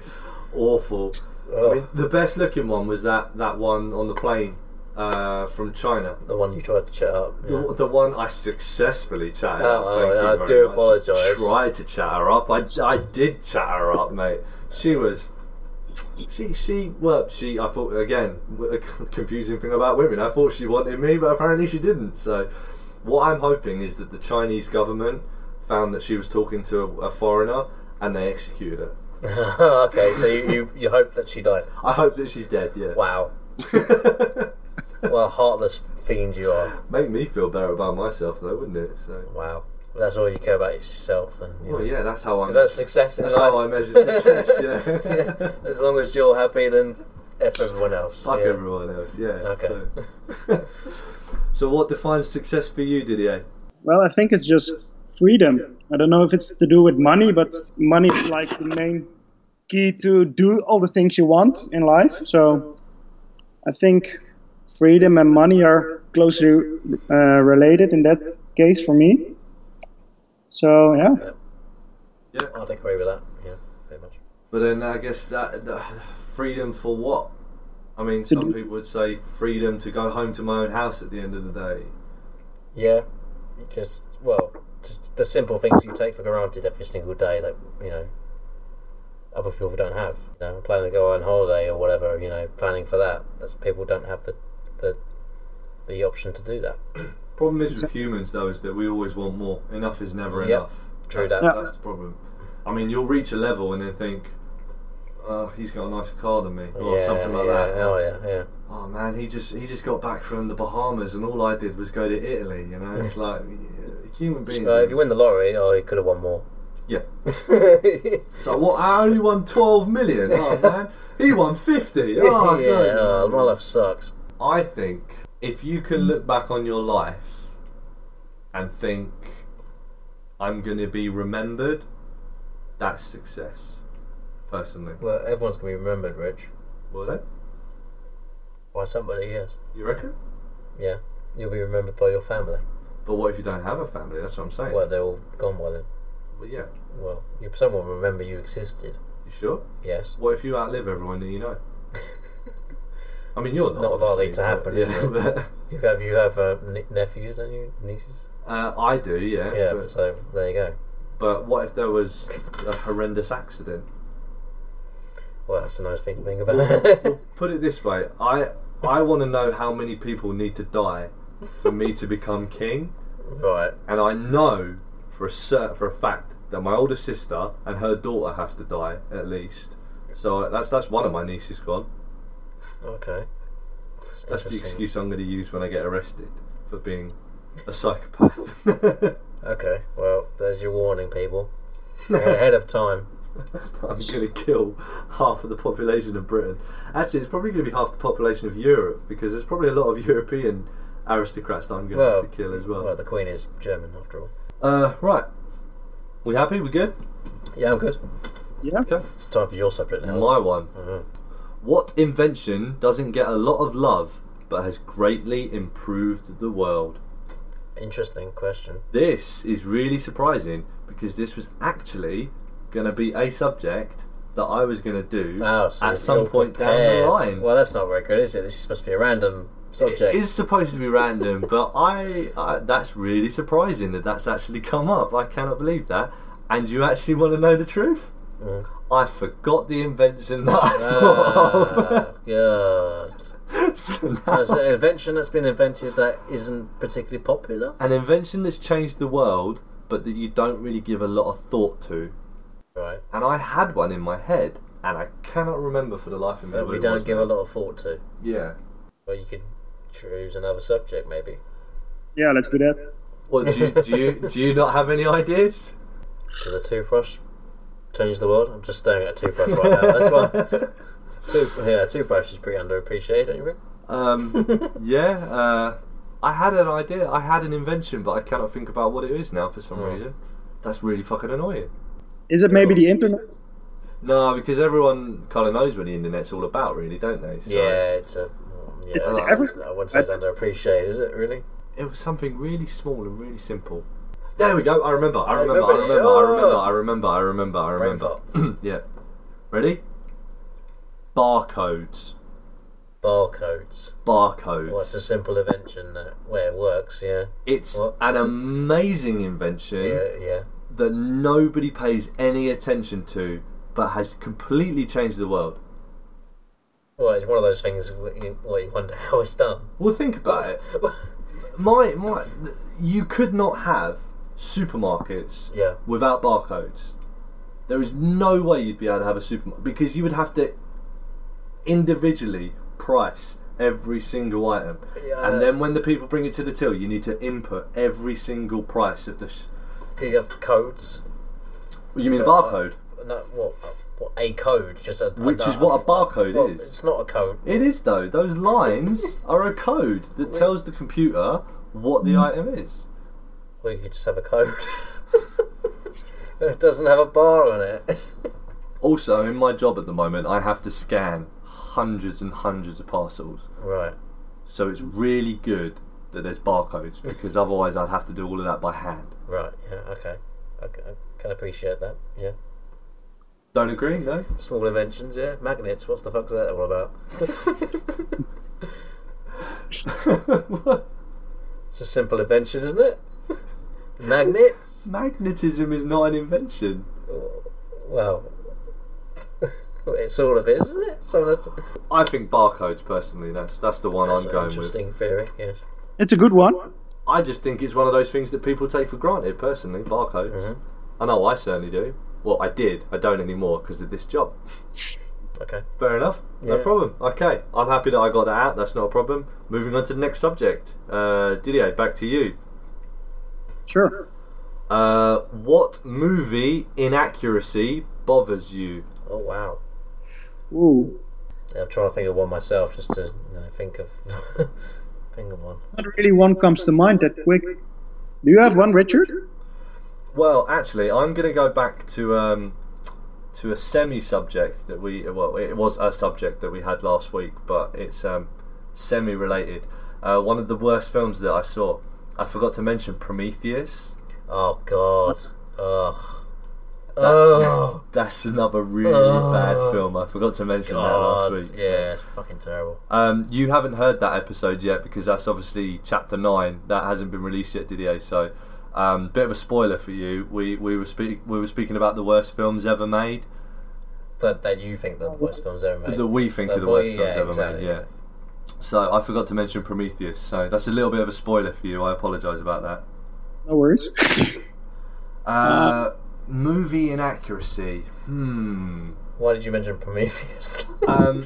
Speaker 1: awful. I mean, the best looking one was that that one on the plane uh, from China.
Speaker 2: The one you tried to chat up. Yeah.
Speaker 1: The, the one I successfully chatted
Speaker 2: Oh,
Speaker 1: up.
Speaker 2: oh,
Speaker 1: thank you
Speaker 2: I
Speaker 1: very
Speaker 2: do
Speaker 1: much.
Speaker 2: apologise.
Speaker 1: Tried to chat her up. I, I did chat her up, mate. She was. She she well she I thought again w- a confusing thing about women. I thought she wanted me, but apparently she didn't. So, what I'm hoping is that the Chinese government found that she was talking to a, a foreigner and they executed her.
Speaker 2: okay, so you, you, you hope that she died.
Speaker 1: I hope that she's dead. Yeah.
Speaker 2: Wow. What a heartless fiend you are.
Speaker 1: Make me feel better about myself though, wouldn't it? So.
Speaker 2: Wow. That's all you care about is yourself. And, you know.
Speaker 1: Well, yeah, that's how I.
Speaker 2: Is that success in
Speaker 1: That's
Speaker 2: life?
Speaker 1: how Oh, I measure success. Yeah.
Speaker 2: as long as you're happy, then F everyone else.
Speaker 1: Fuck
Speaker 2: yeah.
Speaker 1: everyone else. Yeah.
Speaker 2: Okay.
Speaker 1: So. So what defines success for you, Didier?
Speaker 3: Well, I think it's just freedom. I don't know if it's to do with money, but money is like the main key to do all the things you want in life. So I think freedom and money are closely uh, related in that case for me. So, yeah.
Speaker 2: I'd agree with that. Yeah, pretty much.
Speaker 1: But then I guess that, that freedom for what? I mean,
Speaker 3: To
Speaker 1: some
Speaker 3: do-
Speaker 1: people would say freedom to go home to my own house at the end of the day.
Speaker 2: Yeah, just well, t- the simple things you take for granted every single day that you know other people don't have. You know, planning to go on holiday or whatever. You know, planning for that. That's people don't have the the the option to do that.
Speaker 1: Problem is with humans though is that we always want more. Enough is never
Speaker 2: Yep.
Speaker 1: enough.
Speaker 2: True
Speaker 1: that's,
Speaker 3: that.
Speaker 1: That's the problem. I mean, you'll reach a level and then think, "Oh, he's got a nicer car than me," or
Speaker 2: yeah,
Speaker 1: something like
Speaker 2: yeah,
Speaker 1: that.
Speaker 2: Oh yeah, yeah.
Speaker 1: oh man, he just he just got back from the Bahamas, and all I did was go to Italy. You know, it's like yeah, human beings.
Speaker 2: Well,
Speaker 1: are-
Speaker 2: if you win the lottery, oh, you could have won more.
Speaker 1: yeah. Oh, So what? I only won twelve million. Oh man, he won fifty. Oh,
Speaker 2: yeah,
Speaker 1: God.
Speaker 2: oh, my life sucks.
Speaker 1: I think if you can look back on your life and think, I'm going to be remembered, that's success. Personally,
Speaker 2: Well, everyone's gonna be remembered, Rich.
Speaker 1: will they?
Speaker 2: By somebody, yes.
Speaker 1: You reckon?
Speaker 2: Yeah, you'll be remembered by your family.
Speaker 1: But what if you don't have a family? That's what I'm saying.
Speaker 2: Well, they're all gone by then.
Speaker 1: Well, yeah.
Speaker 2: Well, you, someone will remember you existed.
Speaker 1: You sure?
Speaker 2: Yes.
Speaker 1: What if you outlive everyone that you know? I mean, you're
Speaker 2: It's not likely to happen, is it? You have you have uh, ne- nephews and you nieces.
Speaker 1: uh, I do, yeah.
Speaker 2: Yeah.
Speaker 1: but,
Speaker 2: So there you go.
Speaker 1: but what if there was a horrendous accident?
Speaker 2: Well, that's a nice thing to think about.
Speaker 1: Put it this way: I I want to know how many people need to die for me to become king,
Speaker 2: right.
Speaker 1: and I know for a cert, for a fact that my older sister and her daughter have to die at least. So that's that's one of my nieces gone.
Speaker 2: Okay.
Speaker 1: That's the
Speaker 2: Interesting.
Speaker 1: excuse I'm going to use when I get arrested for being a psychopath.
Speaker 2: Okay. Well, there's your warning, people. Ahead of time.
Speaker 1: I'm going to kill half of the population of Britain. Actually, it's probably going to be half the population of Europe because there's probably a lot of European aristocrats that I'm going to
Speaker 2: Well,
Speaker 1: have to kill as well.
Speaker 2: Well, the Queen is German after all.
Speaker 1: Uh, right. We happy? We good?
Speaker 2: Yeah, I'm good.
Speaker 1: Okay.
Speaker 2: It's time for your subject now. isn't
Speaker 1: My one. What invention doesn't get a lot of love but has greatly improved the world?
Speaker 2: it? Interesting question.
Speaker 1: This is really surprising because this was actually going to be a subject that I was going to do
Speaker 2: Oh, so
Speaker 1: at some
Speaker 2: you're
Speaker 1: point down
Speaker 2: prepared.
Speaker 1: the line.
Speaker 2: Well, that's not very good, is it? This is supposed to be a random
Speaker 1: it
Speaker 2: subject.
Speaker 1: is supposed to be random, but I, I that's really surprising that that's actually come up. I cannot believe that. And you actually want to know the truth?
Speaker 2: Mm.
Speaker 1: I forgot the invention that I thought of.
Speaker 2: Ah, God.
Speaker 1: So
Speaker 2: So
Speaker 1: now-
Speaker 2: it's an invention that's been invented that isn't particularly popular.
Speaker 1: an invention that's changed the world, but that you don't really give a lot of thought to.
Speaker 2: Right.
Speaker 1: And I had one in my head, and I cannot remember for the life of me.
Speaker 2: That
Speaker 1: what
Speaker 2: we
Speaker 1: it
Speaker 2: don't
Speaker 1: was
Speaker 2: give
Speaker 1: now.
Speaker 2: a lot of thought to.
Speaker 1: Yeah.
Speaker 2: Well, you could choose another subject, maybe.
Speaker 3: Yeah, let's do that.
Speaker 1: Well, do you, do you do you not have any ideas?
Speaker 2: Did the toothbrush change the world? I'm just staring at a toothbrush right now. That's one. Tooth, yeah, toothbrush is pretty underappreciated, don't you think?
Speaker 1: Um, yeah, uh, I had an idea. I had an invention, but I cannot think about what it is now for some reason. That's really fucking annoying.
Speaker 3: Is it maybe the internet?
Speaker 1: No, because everyone kind of knows what the internet's all about, really, don't they? So
Speaker 2: Yeah, it's a. mm, Yeah,
Speaker 3: It's
Speaker 2: I-
Speaker 3: every-
Speaker 2: I wouldn't say it's underappreciated, is it really?
Speaker 1: It was something really small and really simple. There we go. I remember. I remember. I
Speaker 2: everybody-
Speaker 1: remember. I
Speaker 2: oh.
Speaker 1: remember. I remember. I remember. I
Speaker 2: Brain
Speaker 1: remember. yeah. Ready? Barcodes.
Speaker 2: barcodes.
Speaker 1: barcodes.
Speaker 2: Well, it's a simple invention that where it works. Yeah,
Speaker 1: It's
Speaker 2: What?
Speaker 1: an amazing invention
Speaker 2: yeah, yeah.
Speaker 1: that nobody pays any attention to, but has completely changed the world.
Speaker 2: Well, it's one of those things. where you- Well, you wonder how it's done.
Speaker 1: Well, think about it. My, my, th- you could not have supermarkets
Speaker 2: Yeah.
Speaker 1: without barcodes. There is no way you'd be able to have a supermarket because you would have to individually price every single item,
Speaker 2: Yeah.
Speaker 1: and then when the people bring it to the till, you need to input every single price of the. Sh-
Speaker 2: Could you have codes?
Speaker 1: you mean a
Speaker 2: For, uh,
Speaker 1: barcode?
Speaker 2: No, what? What a code? Just a
Speaker 1: Which is what a barcode
Speaker 2: well,
Speaker 1: is.
Speaker 2: It's not a code.
Speaker 1: It is though. Those lines are a code that tells the computer what
Speaker 2: Hmm.
Speaker 1: the item is.
Speaker 2: Well, you could just have a code. it doesn't have a bar on it.
Speaker 1: Also, in my job at the moment, I have to scan hundreds and hundreds of parcels.
Speaker 2: right.
Speaker 1: So it's really good that there's barcodes because otherwise I'd have to do all of that by hand.
Speaker 2: Right. Yeah. Okay. I, c- I can appreciate that. Yeah.
Speaker 1: Don't agree? No.
Speaker 2: Small inventions. Yeah. Magnets. What's the fuck's that all about? It's a simple invention, isn't it? Magnets.
Speaker 1: Magnetism is not an invention.
Speaker 2: Well, it's all of it, isn't it? So that's,
Speaker 1: I think barcodes personally. That's that's the one
Speaker 2: that's
Speaker 1: I'm
Speaker 2: an
Speaker 1: going with.
Speaker 2: interesting theory. Yes.
Speaker 3: It's a good one.
Speaker 1: I just think it's one of those things that people take for granted personally. Barcodes.
Speaker 2: Mm-hmm.
Speaker 1: I know I certainly do. Well, I did. I don't anymore because of this job.
Speaker 2: Okay.
Speaker 1: Fair enough. No
Speaker 2: Yeah.
Speaker 1: problem. Okay. I'm happy that I got that out. That's not a problem. Moving on to the next subject. Uh, Didier, back to you.
Speaker 3: Sure.
Speaker 1: Uh, what movie inaccuracy bothers you?
Speaker 2: Oh wow.
Speaker 3: Ooh.
Speaker 2: I'm trying to think of one myself, just to you know, think of think of one.
Speaker 3: Not really one comes to mind that quick. Do you have one, Richard?
Speaker 1: Well, actually, I'm going to go back to um, to a semi subject that we well, it was a subject that we had last week, but it's um, semi related. Uh, one of the worst films that I saw. I forgot to mention Prometheus.
Speaker 2: Oh god. Ugh. Oh
Speaker 1: That's another really bad film. I forgot to mention that
Speaker 2: god.
Speaker 1: last week.
Speaker 2: Yeah, it's fucking terrible.
Speaker 1: Um, you haven't heard that episode yet because that's obviously chapter nine that hasn't been released yet, Didier. So, um, bit of a spoiler for you. We we were speak we were speaking about the worst films ever made
Speaker 2: That that you think that the worst films ever made.
Speaker 1: that we think
Speaker 2: The
Speaker 1: are the
Speaker 2: boy-
Speaker 1: worst
Speaker 2: yeah,
Speaker 1: films ever
Speaker 2: exactly.
Speaker 1: made. Yeah. So I forgot to mention Prometheus. So that's a little bit of a spoiler for you. I apologise about that.
Speaker 3: No worries.
Speaker 1: Uh, movie inaccuracy. Hmm.
Speaker 2: Why did you mention Prometheus?
Speaker 1: Um,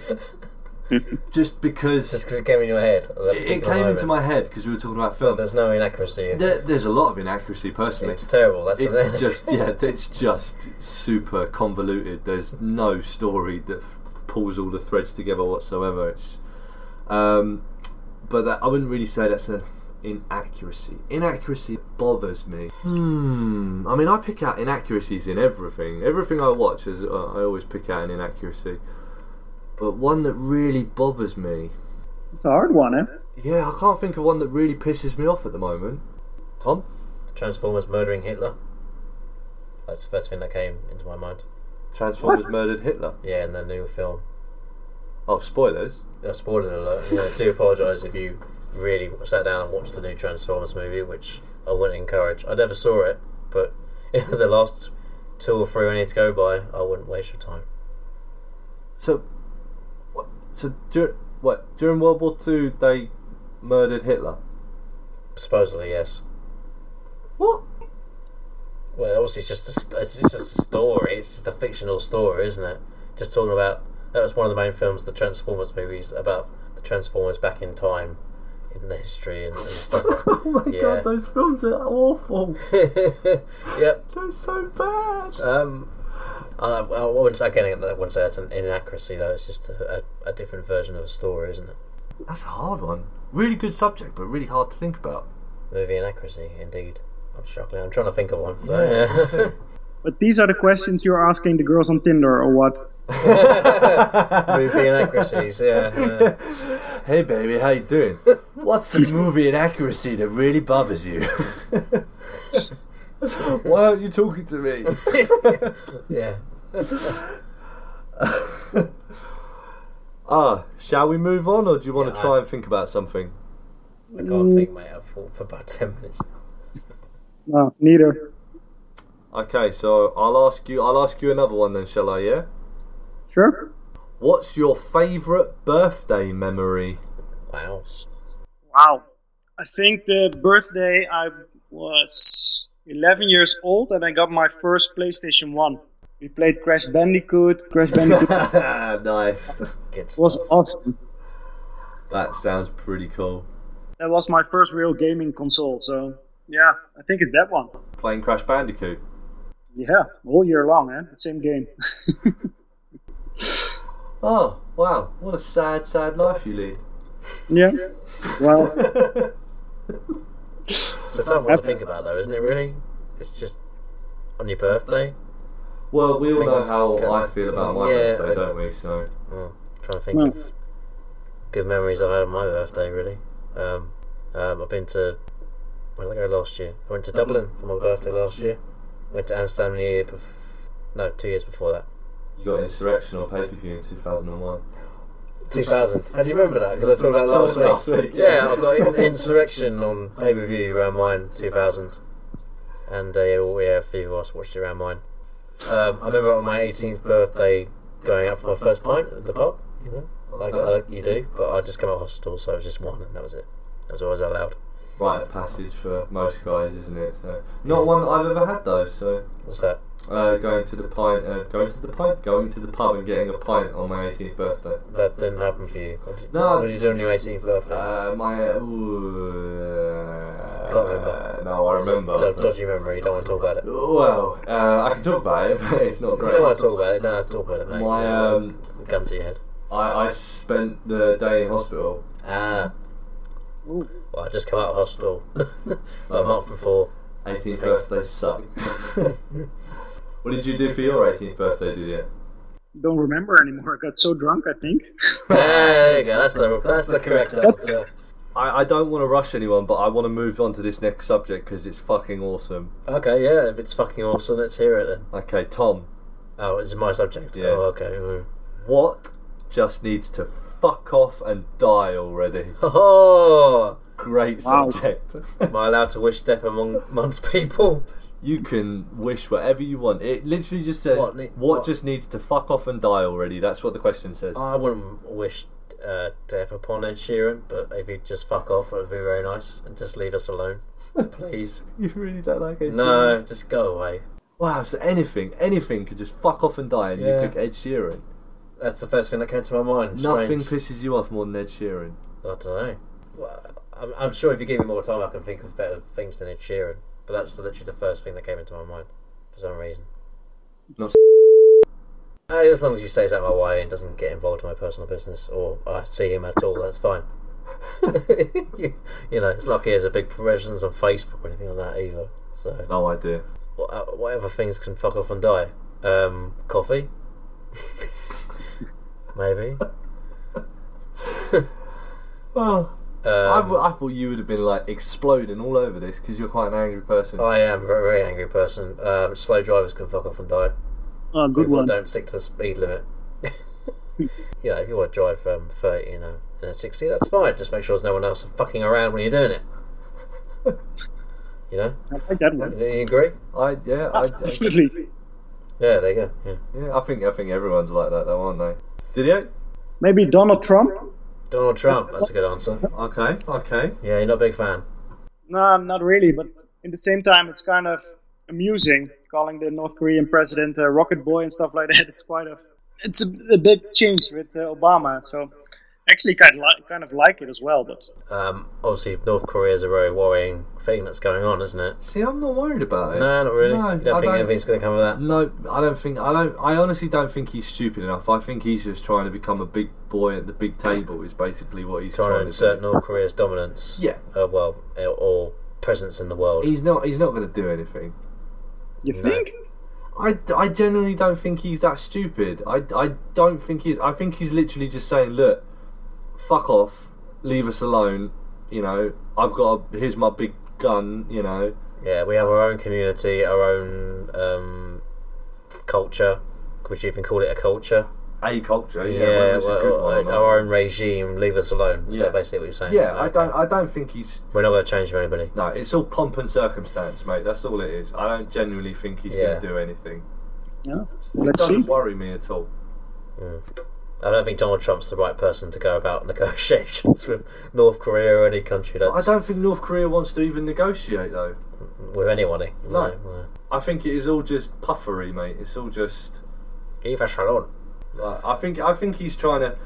Speaker 1: just because
Speaker 2: just because it came in your head. at that
Speaker 1: it, it
Speaker 2: particular
Speaker 1: came into
Speaker 2: moment.
Speaker 1: my head because we were talking about films.
Speaker 2: There's no inaccuracy. In it.
Speaker 1: There, there's a lot of inaccuracy personally.
Speaker 2: It's terrible. That's the
Speaker 1: It's
Speaker 2: thing.
Speaker 1: just yeah, it's just super convoluted. There's no story that f- pulls all the threads together whatsoever. It's, um, but that, I wouldn't really say that's a inaccuracy. Inaccuracy bothers me. Hmm. I mean, I pick out inaccuracies in everything. Everything I watch is uh, I always pick out an inaccuracy. But one that really bothers me.
Speaker 3: It's a hard one, eh?
Speaker 1: Yeah, I can't think of one that really pisses me off at the moment. Tom.
Speaker 2: Transformers murdering Hitler. That's the first thing that came into my mind.
Speaker 1: Transformers murdered Hitler.
Speaker 2: Yeah, in the new film.
Speaker 1: Oh, spoilers.
Speaker 2: Uh, spoiler alert. Yeah, I do apologise if you really sat down and watched the new Transformers movie, which I wouldn't encourage. I never saw it, but the last two or three I need to go by, I wouldn't waste your time.
Speaker 1: So, what, so dur- what during World War Two they murdered Hitler?
Speaker 2: Supposedly, yes.
Speaker 1: What?
Speaker 2: Well, obviously, it's just a, st- it's just a story. It's just a fictional story, isn't it? Just talking about that was one of the main films, the Transformers movies, about the Transformers back in time, in the history and, and stuff.
Speaker 1: Oh my
Speaker 2: Yeah.
Speaker 1: god, those films are awful.
Speaker 2: yep.
Speaker 1: They're so bad.
Speaker 2: Um, I, I wouldn't say again. I wouldn't say that's an inaccuracy though. It's just a, a, a different version of a story, isn't it?
Speaker 1: That's a hard one. Really good subject, but really hard to think about.
Speaker 2: Movie inaccuracy, indeed. I'm struggling. I'm trying to think of one. But, yeah.
Speaker 3: But these are the questions you're asking the girls on Tinder, or what?
Speaker 2: movie inaccuracies. Yeah. uh, yeah.
Speaker 1: Hey baby, how you doing? What's a movie inaccuracy that really bothers you? Why aren't you talking to me?
Speaker 2: yeah.
Speaker 1: Ah, shall we move on, or do you want
Speaker 2: Yeah,
Speaker 1: to try
Speaker 2: I-
Speaker 1: and think about something?
Speaker 2: I
Speaker 1: Mm.
Speaker 2: can't think, mate. I've thought for about 10 minutes.
Speaker 3: No, neither.
Speaker 1: Okay, so I'll ask you. I'll ask you another one then, shall I? Yeah.
Speaker 3: Sure.
Speaker 1: What's your favourite birthday memory?
Speaker 2: Wow.
Speaker 3: Wow. I think the birthday I was 11 years old and I got my first PlayStation 1. We played Crash Bandicoot. Crash Bandicoot
Speaker 1: nice.
Speaker 2: Good stuff.
Speaker 3: was awesome.
Speaker 1: That sounds pretty cool.
Speaker 3: That was my first real gaming console, so yeah, I think it's that one.
Speaker 1: Playing Crash Bandicoot.
Speaker 3: Yeah, all year long, eh? The same game.
Speaker 1: Oh wow! What a sad, sad life you lead.
Speaker 3: yeah. Well,
Speaker 2: It's a tough one to think about, though, isn't it, really? It's just on your birthday.
Speaker 1: Well, we all know
Speaker 2: Things
Speaker 1: how
Speaker 2: go-
Speaker 1: I feel about my
Speaker 2: Yeah,
Speaker 1: birthday,
Speaker 2: I-
Speaker 1: don't we? So
Speaker 2: Mm, trying to think of good memories I've had of my birthday, really. Um, um, I've been to. Where did I go last year? I went to Dublin for my birthday last year. Went to Amsterdam the year before. No, two years before that.
Speaker 1: you got insurrection on pay per view in two thousand and one.
Speaker 2: 2000. How do you remember that? Because I talked about it
Speaker 1: That was
Speaker 2: last week.
Speaker 1: last week, yeah.
Speaker 2: yeah, I've got in- Insurrection on pay per view around mine, 2000. And uh, yeah, well, yeah, a few of us watched it around mine. Um, I remember on my 18th birthday going out for my first pint at the pub, you know, like,
Speaker 1: Uh-huh.
Speaker 2: like you do, but I just came out of hospital, so it was just one, and that was it. That was always allowed.
Speaker 1: Rite of passage for most guys, isn't it? So not one that I've ever had though. So
Speaker 2: What's that?
Speaker 1: uh, going to the pint, uh, going to the pint, going to the pub and getting a pint on my 18th birthday.
Speaker 2: That didn't happen for you. What did you,
Speaker 1: No.
Speaker 2: what did you do on your 18th birthday?
Speaker 1: Uh, my ooh, uh,
Speaker 2: Can't remember.
Speaker 1: No, I remember.
Speaker 2: Dod- Dodgy memory, you don't want to talk about it.
Speaker 1: Well, uh, I can talk about it, but it's not
Speaker 2: You don't
Speaker 1: great.
Speaker 2: want to talk about it, no, talk about it, mate.
Speaker 1: My um,
Speaker 2: Gun to your head.
Speaker 1: I, I spent the day in hospital.
Speaker 2: Ah.
Speaker 3: Ooh.
Speaker 2: Well, I just come out of hospital
Speaker 1: Uh-huh.
Speaker 2: a month before.
Speaker 1: 18th birthday sucked. what did you do for your 18th birthday, did you?
Speaker 3: don't remember anymore. I got so drunk, I think.
Speaker 2: There you go. That's the that's the correct answer.
Speaker 1: I, I don't want to rush anyone, but I want to move on to this next subject because it's fucking awesome.
Speaker 2: Okay, yeah. If it's fucking awesome, let's hear it then.
Speaker 1: Okay, Tom,
Speaker 2: Oh, it's my subject.
Speaker 1: Yeah.
Speaker 2: Oh, okay. mm.
Speaker 1: what just needs to fuck off and die already?
Speaker 2: Oh,
Speaker 1: Great
Speaker 3: Wow.
Speaker 1: subject.
Speaker 2: am I allowed to wish death among amongst people?
Speaker 1: you can wish whatever you want. It literally just says what,
Speaker 2: What ne- what- Oh.
Speaker 1: just needs to fuck off and die already. That's what the question says.
Speaker 2: I wouldn't wish uh, death upon Ed Sheeran, but if he'd just fuck off, it would be very nice and just leave us alone, please.
Speaker 1: you really don't like Ed Sheeran?
Speaker 2: No, just go away.
Speaker 1: Wow, so anything, anything could just fuck off and die, and
Speaker 2: Yeah.
Speaker 1: you pick Ed Sheeran.
Speaker 2: That's the first thing that came to my mind.
Speaker 1: Nothing
Speaker 2: Strange.
Speaker 1: pisses you off more than Ed Sheeran.
Speaker 2: I don't know. Well, I'm, I'm sure if you give me more time, I can think of better things than Ed Sheeran. But that's literally the first thing that came into my mind for some reason.
Speaker 1: Not
Speaker 2: Uh, As long as he stays out of my way and doesn't get involved in my personal business, or I see him at all, that's fine. you, you know, it's not like he has a big presence on Facebook or anything like that either. So,
Speaker 1: No idea.
Speaker 2: wha- uh, whatever things can fuck off and die. Um, coffee, maybe.
Speaker 1: Oh, I,
Speaker 2: Um,
Speaker 1: w- I thought you would have been like exploding all over this because you're quite an angry person.
Speaker 2: I am a very angry person. Um, slow drivers can fuck off and die.
Speaker 3: Oh, good
Speaker 2: People
Speaker 3: one.
Speaker 2: don't stick to the speed limit. you know, if you want to drive um, 30 you know, and 60, that's fine. Just make sure there's no one else fucking around when you're doing it. you know?
Speaker 3: I like that one.
Speaker 2: You, you agree?
Speaker 1: I yeah, I, I-
Speaker 3: Absolutely.
Speaker 2: Yeah, there you go. Yeah.
Speaker 1: yeah, I think I think everyone's like that though, aren't they? Did you?
Speaker 3: Maybe Donald Trump?
Speaker 2: Donald Trump, that's a good answer.
Speaker 1: Okay, okay.
Speaker 2: Yeah, you're not a big fan.
Speaker 3: No, not really, but in the same time, it's kind of amusing calling the North Korean president uh, Rocket Boy and stuff like that. It's quite a, it's a, a big change with uh, Obama. So actually, kind of, li- kind of like it as well. But
Speaker 2: Um, obviously, North Korea is a very worrying thing that's going on, isn't it?
Speaker 1: See, I'm not worried about it.
Speaker 2: No, not really.
Speaker 1: No,
Speaker 2: you don't
Speaker 1: I don't-
Speaker 2: think
Speaker 1: Mm.
Speaker 2: anything's going to come of that?
Speaker 1: No, I don't think I don't. I honestly don't think he's stupid enough. I think he's just trying to become a big boy at the big table. Is basically what he's
Speaker 2: Trying to
Speaker 1: do.
Speaker 2: insert North Korea's dominance.
Speaker 1: Yeah.
Speaker 2: Of, well, or presence in the world.
Speaker 1: He's not. He's not going to do anything.
Speaker 3: you
Speaker 2: No.
Speaker 3: think?
Speaker 1: I, I genuinely don't think he's that stupid. I, I don't think he's. I think he's literally just saying, look, fuck off, leave us alone. You know, I've got. A, here's my big gun. You know,
Speaker 2: Yeah, we have our own community, our own um, culture. Would you even call it a culture?
Speaker 1: a culture. Yeah,
Speaker 2: Yeah,
Speaker 1: whether it's
Speaker 2: well,
Speaker 1: a good one or not.
Speaker 2: our own regime, leave us alone. Is
Speaker 1: Yeah.
Speaker 2: that basically what you're saying?
Speaker 1: yeah, I
Speaker 2: Okay.
Speaker 1: don't. I don't think he's.
Speaker 2: We're not going to change for anybody.
Speaker 1: No, it's all pomp and circumstance, mate. That's all it is. I don't genuinely think he's
Speaker 2: Yeah.
Speaker 1: going to do anything.
Speaker 3: Yeah.
Speaker 1: It
Speaker 3: Let's
Speaker 1: doesn't
Speaker 3: see.
Speaker 1: worry me at all.
Speaker 2: I don't think Donald Trump's the right person to go about negotiations with North Korea or any country
Speaker 1: I
Speaker 2: that's
Speaker 1: don't think North Korea wants to even negotiate, though.
Speaker 2: with anybody.
Speaker 1: No.
Speaker 2: no.
Speaker 1: I think it is all just puffery, mate. It's all just.
Speaker 2: Eva Sharon.
Speaker 1: Like, I think. I think he's trying to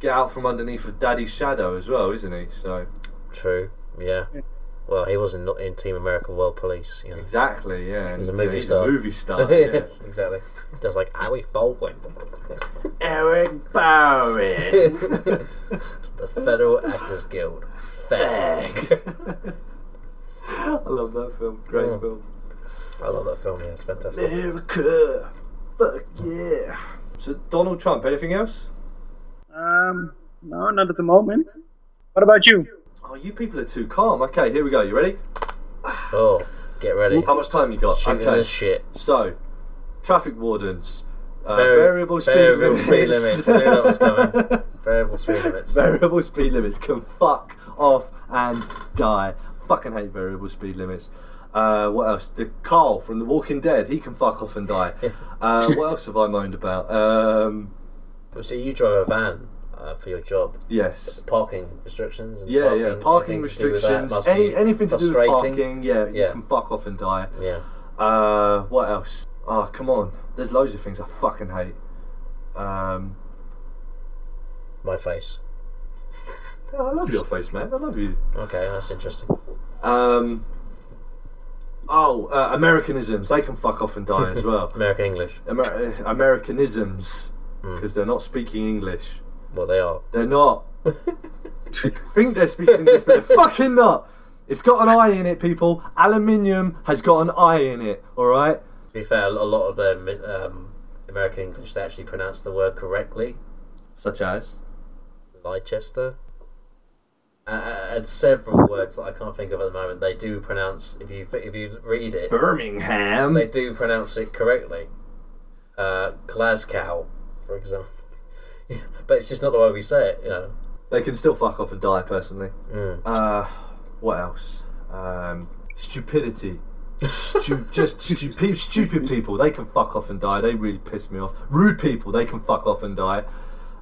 Speaker 1: get out from underneath of Daddy's shadow as well, isn't he? So
Speaker 2: True. Yeah.
Speaker 3: Yeah.
Speaker 2: Well, he was in, in Team America World Police. You know.
Speaker 1: exactly, yeah. and
Speaker 2: He's a movie
Speaker 1: he's
Speaker 2: star.
Speaker 1: A movie star. Oh, yeah.
Speaker 2: exactly. Just like Alec Baldwin,
Speaker 1: Eric Bowie.
Speaker 2: the Federal Actors Guild. Fag.
Speaker 1: I love that film. Great
Speaker 2: Yeah.
Speaker 1: film.
Speaker 2: I love that film. Yeah, it's fantastic.
Speaker 1: America. Fuck yeah. So Donald Trump. Anything else?
Speaker 3: Um, no, not at the moment. What about you?
Speaker 1: Oh, you people are too calm. Okay, here we go. You ready?
Speaker 2: Oh, get ready.
Speaker 1: How much time you got?
Speaker 2: Shooting
Speaker 1: okay.
Speaker 2: this shit.
Speaker 1: So, traffic wardens. Uh,
Speaker 2: Vari-
Speaker 1: variable speed
Speaker 2: variable
Speaker 1: limits.
Speaker 2: speed limits. I knew that was coming. Variable speed limits.
Speaker 1: variable speed limits can fuck off and die. Fucking hate variable speed limits. Uh, what else? The Carl from The Walking Dead. He can fuck off and die. Uh, what else have I moaned about? Um,
Speaker 2: So you drive a van uh, for your job.
Speaker 1: yes.
Speaker 2: Parking restrictions. And
Speaker 1: Yeah,
Speaker 2: parking,
Speaker 1: yeah. Parking
Speaker 2: things to do with that
Speaker 1: restrictions.
Speaker 2: must
Speaker 1: Any,
Speaker 2: be
Speaker 1: anything to do with
Speaker 2: frustrating.
Speaker 1: parking. Yeah, you
Speaker 2: Yeah.
Speaker 1: can fuck off and die.
Speaker 2: Yeah.
Speaker 1: Uh, what else? Oh, come on. There's loads of things I fucking hate. Um,
Speaker 2: My face.
Speaker 1: I love your face, man. I love you.
Speaker 2: Okay, that's interesting.
Speaker 1: Um, oh, uh, Americanisms. They can fuck off and die as well.
Speaker 2: American English.
Speaker 1: Amer- uh, Americanisms. Because they're not speaking English.
Speaker 2: Well, they are.
Speaker 1: They're not. they think they're speaking English, but they're fucking not. It's got an I in it, people. Aluminium has got an I in it, alright?
Speaker 2: To be fair, a lot of um, um, American English they actually pronounce the word correctly.
Speaker 1: Such as.
Speaker 2: Leicester. Uh, and several words that I can't think of at the moment, they do pronounce if you if you read it,
Speaker 1: Birmingham.
Speaker 2: they do pronounce it correctly. Uh, Glasgow, for example. Yeah, but it's just not the way we say it, you know.
Speaker 1: They can still fuck off and die, personally.
Speaker 2: Mm.
Speaker 1: Uh, what else? Um, stupidity. Stu- just stupid, stupid people. They can fuck off and die. They really piss me off. Rude people. They can fuck off and die.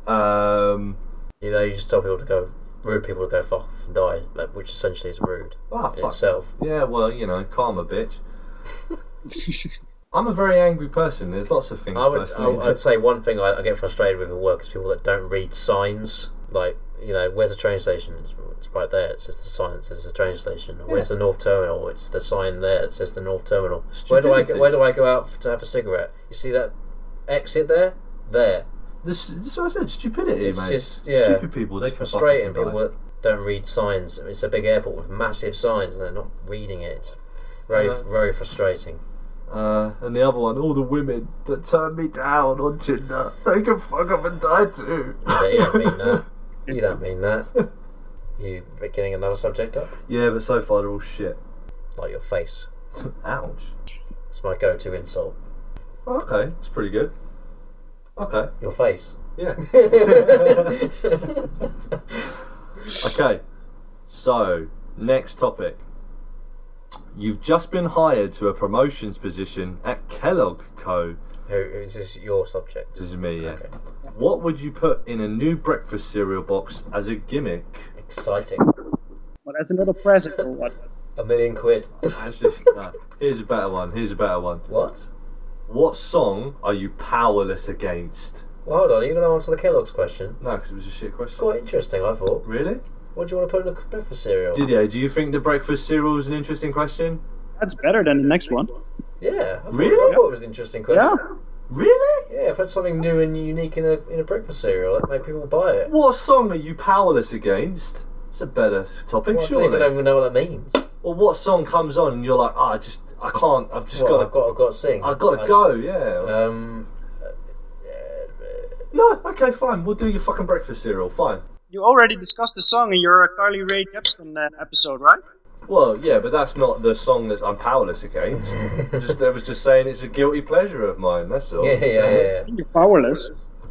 Speaker 1: Um,
Speaker 2: You know, you just tell people to go rude people to go fuck off and die, like, which essentially is rude
Speaker 1: ah,
Speaker 2: in
Speaker 1: fuck.
Speaker 2: itself.
Speaker 1: Yeah, well, you know, karma, bitch. I'm a very angry person. There's lots of things.
Speaker 2: I would, I,
Speaker 1: personally.
Speaker 2: would- I'd say one thing I, I get frustrated with at work is people that don't read signs. Like, you know, where's the train station? It's, it's right there. It says the sign. It says the train station. Or Where's the North Terminal? It's the sign there. It says the North Terminal. Where do I go,
Speaker 1: Stupidity.
Speaker 2: Where do I go out to have a cigarette? You see that exit there? There.
Speaker 1: this, this is what I said. Stupidity,
Speaker 2: It's
Speaker 1: mate.
Speaker 2: just yeah.
Speaker 1: Stupid people. They
Speaker 2: It's
Speaker 1: can
Speaker 2: frustrating
Speaker 1: fuck off and
Speaker 2: people
Speaker 1: die.
Speaker 2: that don't read signs. It's a big airport with massive signs, and they're not reading it. It's very,
Speaker 1: I know.
Speaker 2: very frustrating.
Speaker 1: Uh, and the other one, all the women that turned me down on Tinder, they can fuck off and die too.
Speaker 2: But you don't mean that. You don't mean that. You getting another subject up?
Speaker 1: yeah, but so far they're all shit.
Speaker 2: like your face.
Speaker 1: Ouch.
Speaker 2: It's my go-to insult.
Speaker 1: Okay, that's pretty good. Okay,
Speaker 2: Your face.
Speaker 1: yeah. okay, so next topic. You've just been hired to a promotions position at Kellogg Co.
Speaker 2: Who is this? Your subject?
Speaker 1: This is me, yeah.
Speaker 2: Okay.
Speaker 1: What would you put in a new breakfast cereal box as a gimmick?
Speaker 2: Exciting.
Speaker 3: Well, that's a little present or what?
Speaker 2: A million quid.
Speaker 1: Actually, no, here's a better one. Here's a better one.
Speaker 2: what?
Speaker 1: What song are you powerless against?
Speaker 2: Well, hold on. Are you going to answer the Kellogg's question?
Speaker 1: No, because it was a shit
Speaker 2: It's
Speaker 1: question.
Speaker 2: quite interesting. I thought.
Speaker 1: Really?
Speaker 2: What do you want to put in a breakfast cereal?
Speaker 1: Didier, do you think the breakfast cereal is an interesting question?
Speaker 3: That's better than the next one.
Speaker 2: yeah. I thought,
Speaker 1: Really?
Speaker 2: I thought it was an interesting
Speaker 3: Yeah.
Speaker 2: question.
Speaker 1: Really?
Speaker 2: Yeah. If I had something new and unique in a in a breakfast cereal that made people buy it.
Speaker 1: What song are you powerless against? It's a better topic,
Speaker 2: Well, I don't
Speaker 1: surely.
Speaker 2: even, don't even know what that means.
Speaker 1: Well, what song comes on and you're like, oh, I just, I can't, I've just
Speaker 2: What,
Speaker 1: got to,
Speaker 2: I've got I've got to sing.
Speaker 1: I've got to
Speaker 2: I-
Speaker 1: go, yeah.
Speaker 2: Um.
Speaker 1: no, okay, fine, we'll do your fucking breakfast cereal, fine.
Speaker 3: You already discussed the song in your uh, Carly Rae Jepsen uh, episode, right?
Speaker 1: Well, yeah, but that's not the song that I'm powerless against. just, I was just saying it's a guilty pleasure of mine, that's all.
Speaker 2: Yeah, yeah, yeah. yeah.
Speaker 3: You're powerless.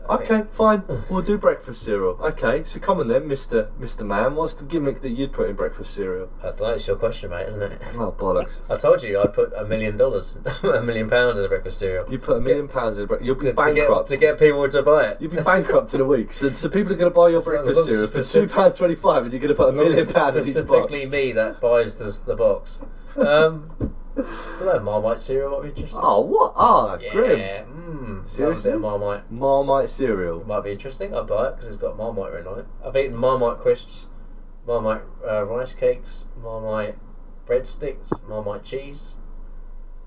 Speaker 1: Okay, fine. We'll do breakfast cereal. Okay, so come on then, Mister Mister Man. What's the gimmick that you'd put in breakfast cereal?
Speaker 2: I don't know, it's your question, mate, isn't it?
Speaker 1: Oh bollocks!
Speaker 2: I told you I'd put a million dollars, a million pounds in a breakfast cereal.
Speaker 1: You put a million pounds in breakfast. You'll be
Speaker 2: to, to get,
Speaker 1: bankrupt.
Speaker 2: to get people to buy it.
Speaker 1: You'll be bankrupt in a week. So, so people are going to buy your
Speaker 2: That's not
Speaker 1: breakfast
Speaker 2: the
Speaker 1: cereal for two
Speaker 2: specific-
Speaker 1: pound twenty five, and you're going to put a million
Speaker 2: It's
Speaker 1: pound in each box.
Speaker 2: specifically me that buys the, the box. Um, don't know, Marmite cereal might be interesting.
Speaker 1: Oh what? Ah,
Speaker 2: yeah,
Speaker 1: grim.
Speaker 2: mm,
Speaker 1: Seriously?
Speaker 2: love a bit of Marmite.
Speaker 1: Marmite cereal.
Speaker 2: Might be interesting. I'd buy it because it's got Marmite written on it. I've eaten Marmite crisps, Marmite uh, rice cakes, Marmite breadsticks, Marmite cheese.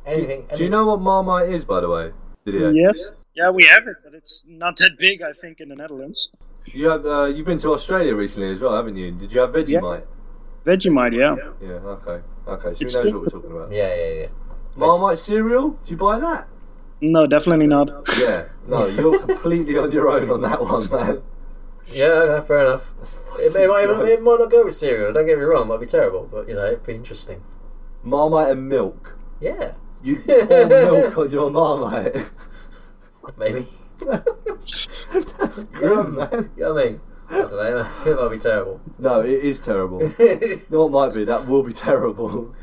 Speaker 2: Anything.
Speaker 1: Do you know what Marmite is, by the way? Didier?
Speaker 3: Yes. Yeah, we have it, but it's not that big, I think, in the Netherlands.
Speaker 1: You have, uh, you've been to Australia recently as well, haven't you? Did you have Vegemite?
Speaker 3: Vegemite, yeah.
Speaker 1: Yeah. okay. Okay, so
Speaker 3: It's
Speaker 1: he knows
Speaker 3: still-
Speaker 1: what we're talking about.
Speaker 2: Yeah, yeah, yeah.
Speaker 1: Marmite cereal? Do you buy that?
Speaker 3: No, definitely not.
Speaker 1: Yeah. No, you're completely on your own on that one, man.
Speaker 2: Yeah, okay, fair enough. It, may- it, might, it might not go with cereal, don't get me wrong, it might be terrible, but you know, it'd be interesting.
Speaker 1: Marmite and milk.
Speaker 2: Yeah,
Speaker 1: You pour milk on your Marmite.
Speaker 2: maybe.
Speaker 1: Grim, man.
Speaker 2: You know what I mean? I don't know, it might be terrible.
Speaker 1: No, it is terrible. No, it might be. That will be terrible.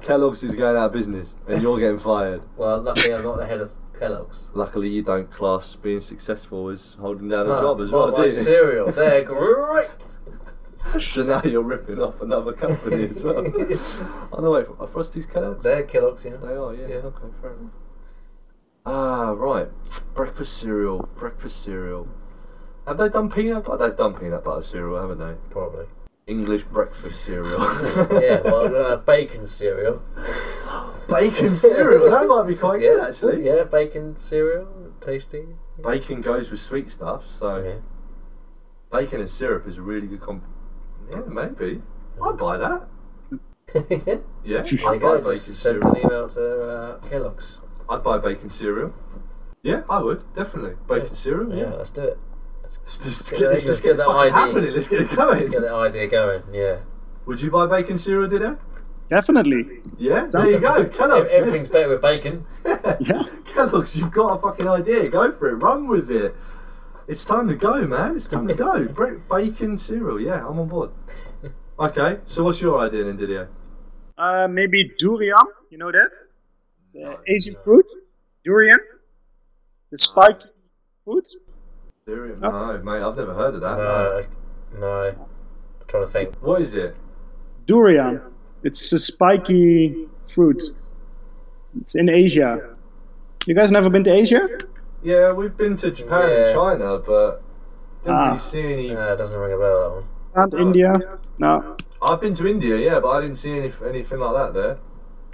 Speaker 1: Kellogg's is going out of business, and you're getting fired.
Speaker 2: well, luckily I'm not the head of Kellogg's.
Speaker 1: Luckily, you don't class being successful as holding down a
Speaker 2: Ah,
Speaker 1: job as well, do
Speaker 2: Marmite
Speaker 1: you?
Speaker 2: cereal, they're great!
Speaker 1: So now you're ripping off another company as well. oh no, wait, are Frosties Kellogg's?
Speaker 2: They're Kellogg's, you know.
Speaker 1: They are, yeah.
Speaker 2: Yeah.
Speaker 1: Okay, fair enough. Ah, right. Breakfast cereal. Breakfast cereal. Have they done peanut butter? They've done peanut butter cereal, haven't they?
Speaker 2: Probably.
Speaker 1: English breakfast cereal.
Speaker 2: Yeah, well, uh, bacon cereal.
Speaker 1: bacon cereal. That might be quite good, actually.
Speaker 2: Yeah, bacon cereal, tasty.
Speaker 1: Bacon goes with sweet stuff, so
Speaker 2: Yeah.
Speaker 1: bacon and syrup is a really good comp. Yeah, maybe. I'd buy that.
Speaker 2: there
Speaker 1: Yeah,
Speaker 2: you
Speaker 1: I'd buy
Speaker 2: go,
Speaker 1: bacon
Speaker 2: just send
Speaker 1: cereal.
Speaker 2: an email to uh, Kellogg's.
Speaker 1: I'd buy bacon cereal. Yeah, I would definitely bacon cereal.
Speaker 2: Yeah,
Speaker 1: Yeah,
Speaker 2: let's do it.
Speaker 1: let's just
Speaker 2: Get
Speaker 1: get,
Speaker 2: that-
Speaker 1: this,
Speaker 2: let's
Speaker 1: let's
Speaker 2: get
Speaker 1: get
Speaker 2: that
Speaker 1: fucking
Speaker 2: ID.
Speaker 1: happening. Let's get it going.
Speaker 2: Let's get that idea going, yeah.
Speaker 1: Would you buy bacon cereal, did I?
Speaker 3: Definitely.
Speaker 1: Yeah, there you go, Kellogg's.
Speaker 2: Everything's better with bacon.
Speaker 3: Yeah.
Speaker 1: Kellogg's, you've got a fucking idea. Go for it. Run with it. It's time to go, man. It's time to go. Bre- bacon cereal. Yeah, I'm on board. Okay, so what's your idea then, Didier?
Speaker 3: Uh, maybe durian. You know that? The Asian fruit. Durian. The spiky fruit.
Speaker 1: Cereal? No, mate, I've never heard of that.
Speaker 2: No, no. I'm trying to think.
Speaker 1: What is it?
Speaker 3: Durian. It's a spiky fruit. It's in Asia. You guys never been to Asia?
Speaker 1: Yeah, we've been to Japan
Speaker 2: Yeah.
Speaker 1: and China, but didn't
Speaker 3: Ah.
Speaker 1: really see any.
Speaker 2: No, it doesn't ring a bell, that one.
Speaker 3: And India? No.
Speaker 1: I've been to India, yeah, but I didn't see any, anything like that there.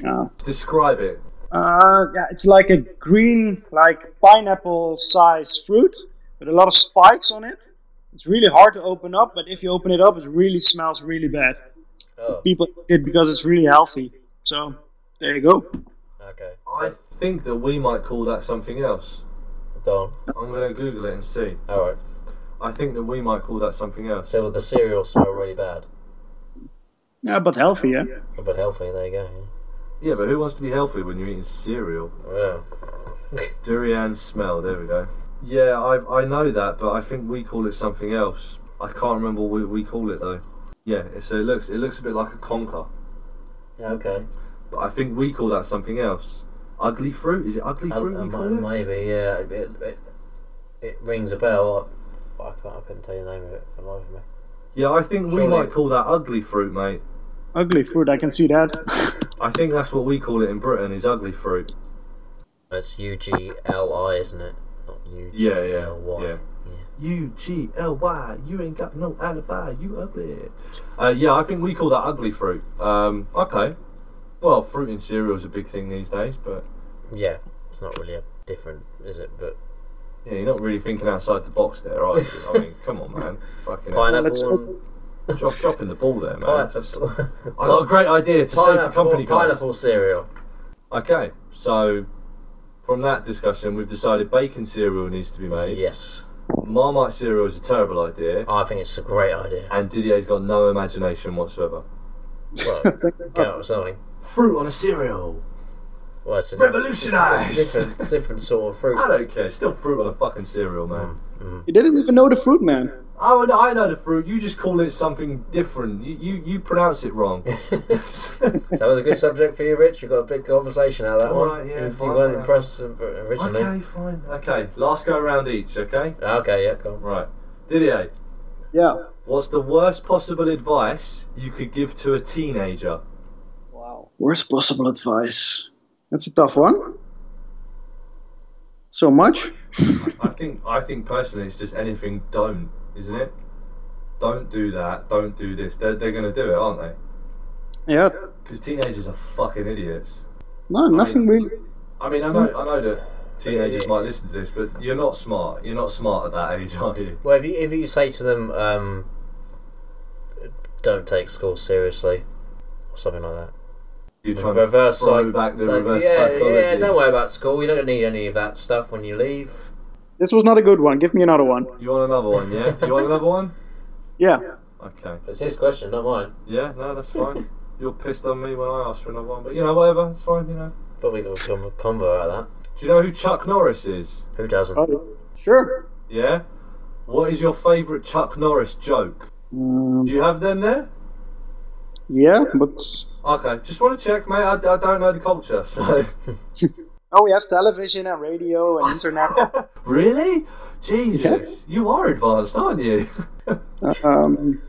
Speaker 3: No.
Speaker 1: Describe it.
Speaker 3: Uh, yeah, it's like a green, like pineapple size fruit with a lot of spikes on it. It's really hard to open up, but if you open it up, it really smells really bad.
Speaker 2: Oh,
Speaker 3: People eat it because it's really healthy. So there you go.
Speaker 2: okay.
Speaker 1: I think that we might call that something else.
Speaker 2: Go on.
Speaker 1: I'm going to Google it and see.
Speaker 2: Alright.
Speaker 1: I think that we might call that something else.
Speaker 2: So the cereal smell really bad,
Speaker 3: Yeah, but healthy, yeah.
Speaker 2: but healthy. There you go.
Speaker 1: Yeah, but who wants to be healthy when you're eating cereal?
Speaker 2: Yeah.
Speaker 1: Durian smell, there we go. Yeah, I I know that, but I think we call it something else. I can't remember what we, we call it though. Yeah, so it looks it looks a bit like a conker,
Speaker 2: Yeah, Okay.
Speaker 1: but I think we call that something else. Ugly fruit? Is it ugly
Speaker 2: Uh,
Speaker 1: fruit
Speaker 2: uh,
Speaker 1: we
Speaker 2: mi-
Speaker 1: call it?
Speaker 2: maybe. Yeah. It, it, it, it rings a bell. I, I, can't, I couldn't tell you the name of it for the life of me.
Speaker 1: Yeah, I think we
Speaker 2: Surely-
Speaker 1: might call that ugly fruit, mate.
Speaker 3: Ugly fruit, I can see that.
Speaker 1: I think that's what we call it in Britain is ugly fruit.
Speaker 2: It's U G L I, isn't it? Not U G
Speaker 1: Yeah, yeah,
Speaker 2: L Y.
Speaker 1: yeah. U G L Y. You ain't got no alibi. You ugly. Uh, yeah, I think we call that ugly fruit. Um, okay. Well, fruit and cereal is a big thing these days, but
Speaker 2: Yeah. It's not really a different, is it? But
Speaker 1: yeah, you're not really thinking outside the box there, are you? I mean, come on, man. Fucking hell.
Speaker 3: let's-
Speaker 2: pineapple. and
Speaker 1: Drop, dropping the ball there, man. Just-
Speaker 2: pineapple,
Speaker 1: I got a great idea to save the company,
Speaker 2: pineapple,
Speaker 1: guys.
Speaker 2: pineapple cereal.
Speaker 1: Okay, so from that discussion, we've decided bacon cereal needs to be made.
Speaker 2: Yes.
Speaker 1: Marmite cereal is a terrible idea,
Speaker 2: I think it's a great idea.
Speaker 1: and Didier's got no imagination whatsoever.
Speaker 2: Well, get out of something.
Speaker 1: Fruit on a cereal.
Speaker 2: Well, it's a
Speaker 1: Revolutionised!
Speaker 2: It's, a different, different sort of fruit.
Speaker 1: I don't care. It's still fruit on a fucking cereal, man.
Speaker 3: You didn't even know the Fruit Man.
Speaker 1: I would, I know the fruit. You just call it something different. You you, you pronounce it wrong.
Speaker 2: That was a good subject for you, Rich. You got a big conversation out of that
Speaker 1: All
Speaker 2: one.
Speaker 1: right, yeah,
Speaker 2: you, you
Speaker 1: fine,
Speaker 2: weren't
Speaker 1: whatever.
Speaker 2: impressed originally.
Speaker 1: okay, fine. Okay, last go around each. Okay,
Speaker 2: Ah, okay yeah, cool.
Speaker 1: right. Didier,
Speaker 3: Yeah.
Speaker 1: what's the worst possible advice you could give to a teenager?
Speaker 3: Wow. Worst possible advice. That's a tough one. So much.
Speaker 1: I think I think personally, it's just anything. Don't, isn't it? Don't do that. Don't do this. They're they're gonna do it, aren't they?
Speaker 3: Yeah.
Speaker 1: Because teenagers are fucking idiots.
Speaker 3: No, nothing really.
Speaker 1: I mean, I know I know that teenagers might listen to this, but you're not smart. You're not smart at that age, are you?
Speaker 2: Well, if you, if you say to them, um, don't take school seriously, or something like that.
Speaker 1: You're trying to
Speaker 2: Reverse
Speaker 1: throw
Speaker 2: psych-
Speaker 1: back the
Speaker 2: psych-
Speaker 1: reverse
Speaker 2: yeah,
Speaker 1: psychology.
Speaker 2: Yeah, don't worry about school. You don't need any of that stuff when you leave.
Speaker 3: This was not a good one. Give me another one.
Speaker 1: You want another one, yeah? You want another one?
Speaker 3: Yeah.
Speaker 1: Okay.
Speaker 2: It's his question, not mine.
Speaker 1: Yeah, no, that's fine. You're pissed on me when I asked for another one, but you know, whatever, it's fine, you know.
Speaker 2: But we got a com- combo out of
Speaker 1: Do you know who Chuck Norris is?
Speaker 2: that. Who doesn't?
Speaker 3: Oh, Sure.
Speaker 1: Yeah? What is your favourite Chuck Norris joke?
Speaker 3: Um,
Speaker 1: Do you have them there?
Speaker 3: yeah, but
Speaker 1: Okay, just want to check, mate. I, I don't know the culture, so.
Speaker 3: oh, we have television and radio and internet.
Speaker 1: really? Jesus, you are advanced, aren't you?
Speaker 3: Um,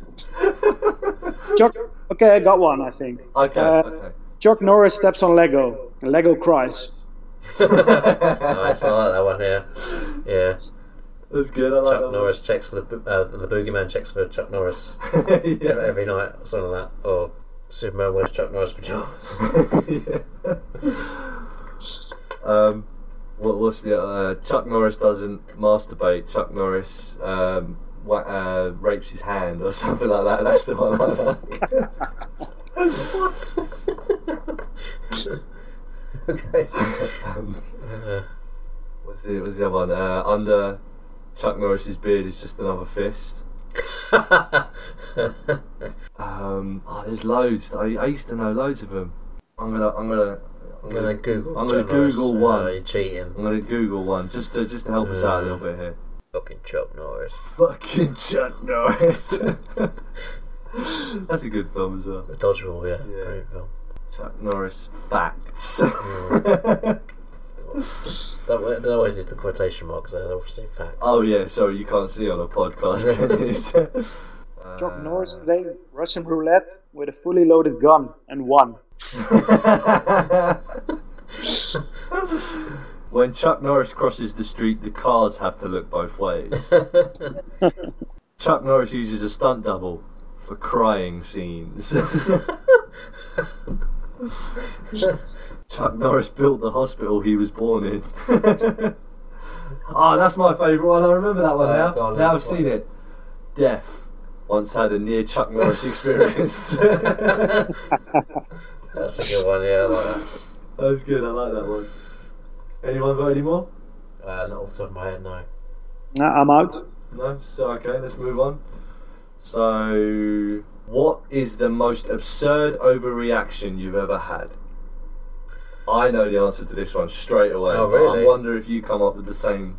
Speaker 3: Chuck. Okay, I got one. I think.
Speaker 1: okay,
Speaker 3: Uh, Chuck Norris steps on Lego. and Lego cries.
Speaker 2: nice, I
Speaker 1: okay.
Speaker 2: like that one, yeah. Yeah.
Speaker 1: that's good, I like
Speaker 2: Chuck Norris checks for the, bo- uh, the boogeyman checks for Chuck Norris
Speaker 1: Norris. yeah.
Speaker 2: every night, or something like that. Or Superman wears Chuck Norris pajamas.
Speaker 1: um, what was the uh, Chuck Norris doesn't masturbate? Chuck Norris um, wa- uh, rapes his hand or something like that. That's the one I like.
Speaker 2: what? okay.
Speaker 1: um,
Speaker 2: Uh,
Speaker 1: what's the what's the other one? Uh, under Chuck Norris's beard is just another fist. Um, oh, there's loads. I, I used to know loads of them. I'm gonna I'm gonna I'm
Speaker 2: I'm gonna Google.
Speaker 1: I'm gonna
Speaker 2: Chuck Norris.
Speaker 1: Google
Speaker 2: Oh,
Speaker 1: one.
Speaker 2: you're cheating.
Speaker 1: I'm gonna Google one just to just to help us out a little bit here.
Speaker 2: Fucking Chuck Norris.
Speaker 1: Fucking Chuck Norris. That's a good film as well.
Speaker 2: Dodgeball, yeah.
Speaker 1: Yeah.
Speaker 2: Brilliant film.
Speaker 1: Chuck Norris facts.
Speaker 2: That way, that way I did the quotation marks there. They're obviously facts.
Speaker 1: oh yeah, sorry you can't see on a podcast. can you?
Speaker 3: Chuck
Speaker 1: Uh,
Speaker 3: Norris played Russian roulette with a fully loaded gun and won.
Speaker 1: when Chuck Norris crosses the street, the cars have to look both ways. Chuck Norris uses a stunt double for crying scenes. Chuck Norris built the hospital he was born in. oh, that's my favourite one. I remember that one
Speaker 2: Oh,
Speaker 1: now.
Speaker 2: go on,
Speaker 1: now
Speaker 2: then.
Speaker 1: I've seen it. Deaf once had a near Chuck Norris experience.
Speaker 2: That's a good one, yeah. I like that.
Speaker 1: That was good. I like that one. Anyone got any more?
Speaker 2: Uh, not off the top of my head, no.
Speaker 3: Nah, I'm out.
Speaker 1: No. So okay, let's move on. So, what is the most absurd overreaction you've ever had? I know the answer to this one straight away.
Speaker 2: Oh,
Speaker 1: but
Speaker 2: really?
Speaker 1: I wonder if you come up with the same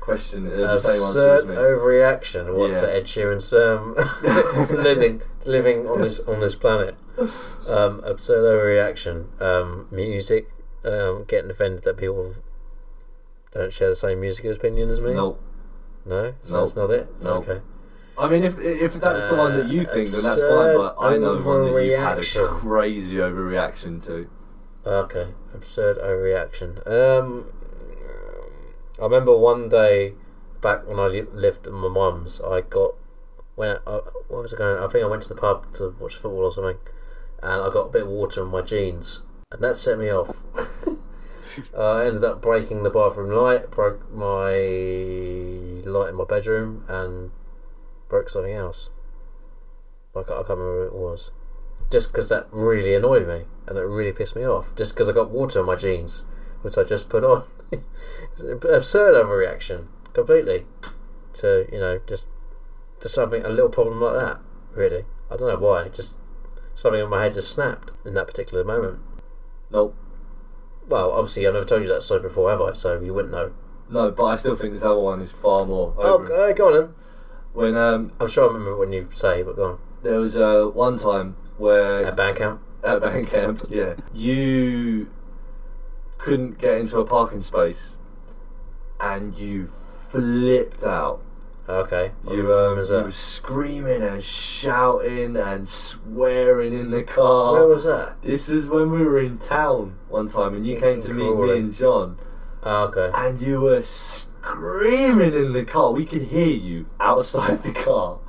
Speaker 1: question, uh, the same answer as
Speaker 2: Absurd
Speaker 1: me.
Speaker 2: overreaction. What's
Speaker 1: Yeah.
Speaker 2: Ed Sheeran's um, living living on this on this planet? Um, absurd overreaction. Um, music. Um, getting offended that people don't share the same music opinion as me.
Speaker 1: Nope.
Speaker 2: No, so
Speaker 1: Nope.
Speaker 2: that's not it.
Speaker 1: Nope.
Speaker 2: Okay.
Speaker 1: I mean, if if that's the one that you
Speaker 2: Uh,
Speaker 1: think, then that's fine.
Speaker 2: absurd
Speaker 1: But I know one that you've had a
Speaker 2: overreaction.
Speaker 1: crazy overreaction to.
Speaker 2: Okay, absurd overreaction. Um, I remember one day back when I li- lived at my mum's, I got when I, what was I going? I think I went to the pub to watch football or something, and I got a bit of water on my jeans, and that set me off. uh, I ended up breaking the bathroom light, broke my light in my bedroom, and broke something else. I can't, I can't remember what it was just because that really annoyed me and that really pissed me off. Just because I got water on my jeans, which I just put on. It's an absurd overreaction, completely. To you know, just to something a little problem like that. Really, I don't know why. Just something in my head just snapped in that particular moment.
Speaker 1: Nope.
Speaker 2: Well, obviously, I never told you that story before, have I? So you wouldn't know.
Speaker 1: No, but I still think this other one is far more.
Speaker 2: Oh,
Speaker 1: Over
Speaker 2: uh, go on then.
Speaker 1: When um,
Speaker 2: I'm sure I remember it when you say, but go
Speaker 1: there was uh, one time
Speaker 2: on.
Speaker 1: where
Speaker 2: At Bandcamp.
Speaker 1: at Bandcamp, yeah, you couldn't get into a parking space, and you flipped out.
Speaker 2: Okay. I
Speaker 1: You,
Speaker 2: remember
Speaker 1: um,
Speaker 2: as
Speaker 1: you
Speaker 2: that.
Speaker 1: were screaming and shouting and swearing in the car.
Speaker 2: Where was that?
Speaker 1: This was when we were in town one time, and you came to meet me
Speaker 2: Crawling.
Speaker 1: and John,
Speaker 2: Oh, okay.
Speaker 1: and you were screaming in the car. We could hear you outside the car.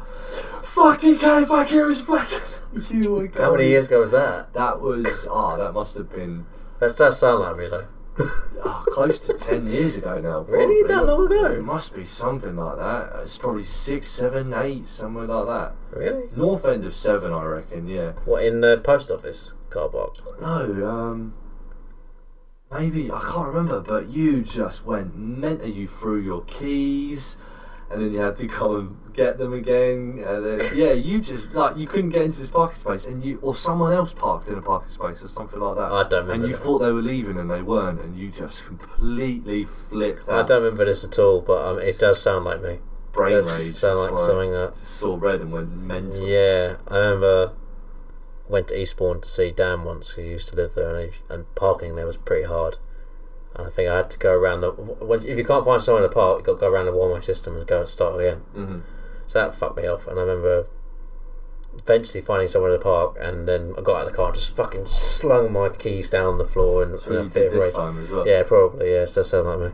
Speaker 1: Fucking gay, fuck you, it's fucking. You were
Speaker 2: How many
Speaker 1: going-
Speaker 2: years ago was that?
Speaker 1: That was ah, that must have been
Speaker 2: That does sound like me, though.
Speaker 1: ah, close to ten years ago now.
Speaker 2: Really?
Speaker 1: probably.
Speaker 2: That long ago?
Speaker 1: It must be something like that. It's probably six, seven, eight, somewhere like that.
Speaker 2: Really?
Speaker 1: North end of seven, I reckon. Yeah.
Speaker 2: What, in the post office car park?
Speaker 1: No, um, maybe I can't remember, but you just went mental. You threw your keys, and then you had to come and get them again. And then, yeah, you just like you couldn't get into this parking space, and you or someone else parked in a parking space or something like that.
Speaker 2: I don't remember
Speaker 1: And you
Speaker 2: that.
Speaker 1: thought they were leaving, and they weren't, and you just completely flipped
Speaker 2: I
Speaker 1: out.
Speaker 2: don't remember this at all, but um, it does sound like me. It
Speaker 1: brain
Speaker 2: does
Speaker 1: rage.
Speaker 2: sound like
Speaker 1: just
Speaker 2: something that.
Speaker 1: Just saw red and went mental.
Speaker 2: Yeah, I remember went to Eastbourne to see Dan once. He used to live there, and, he, and parking there was pretty hard. And I think I had to go around the. When, if you can't find somewhere to park, you got to go around the one-way system and go and start again.
Speaker 1: Mhm.
Speaker 2: So that fucked me off. And I remember eventually finding somewhere to park, and then I got out of the car and just fucking slung my keys down on the floor and
Speaker 1: That's what you
Speaker 2: a fit
Speaker 1: did
Speaker 2: of
Speaker 1: this
Speaker 2: rage.
Speaker 1: time as well.
Speaker 2: Yeah, probably. Yeah, it does sound like me.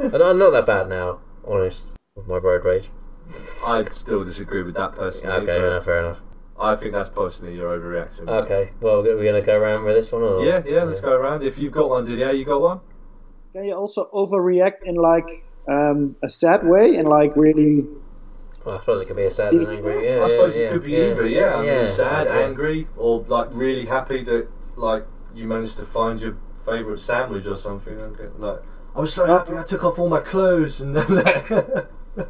Speaker 2: and I'm not that bad now, honest. With my road rage.
Speaker 1: I still disagree with that person.
Speaker 2: Okay, fair enough. Fair enough.
Speaker 1: I think that's personally your overreaction.
Speaker 2: Okay, well, we're going to go around with this one, or
Speaker 1: Yeah, yeah, let's go around. If you've got one, Didier, you got one?
Speaker 3: Can you also overreact in like um, a sad way and like really?
Speaker 2: Well, I suppose it could be a sad and angry. Yeah,
Speaker 1: I suppose
Speaker 2: yeah,
Speaker 1: it could be
Speaker 2: yeah,
Speaker 1: either, yeah. I mean,
Speaker 2: yeah,
Speaker 1: sad,
Speaker 2: yeah.
Speaker 1: angry, or like really happy that like you managed to find your favourite sandwich or something. I get, Like, I was so happy I took off all my clothes and then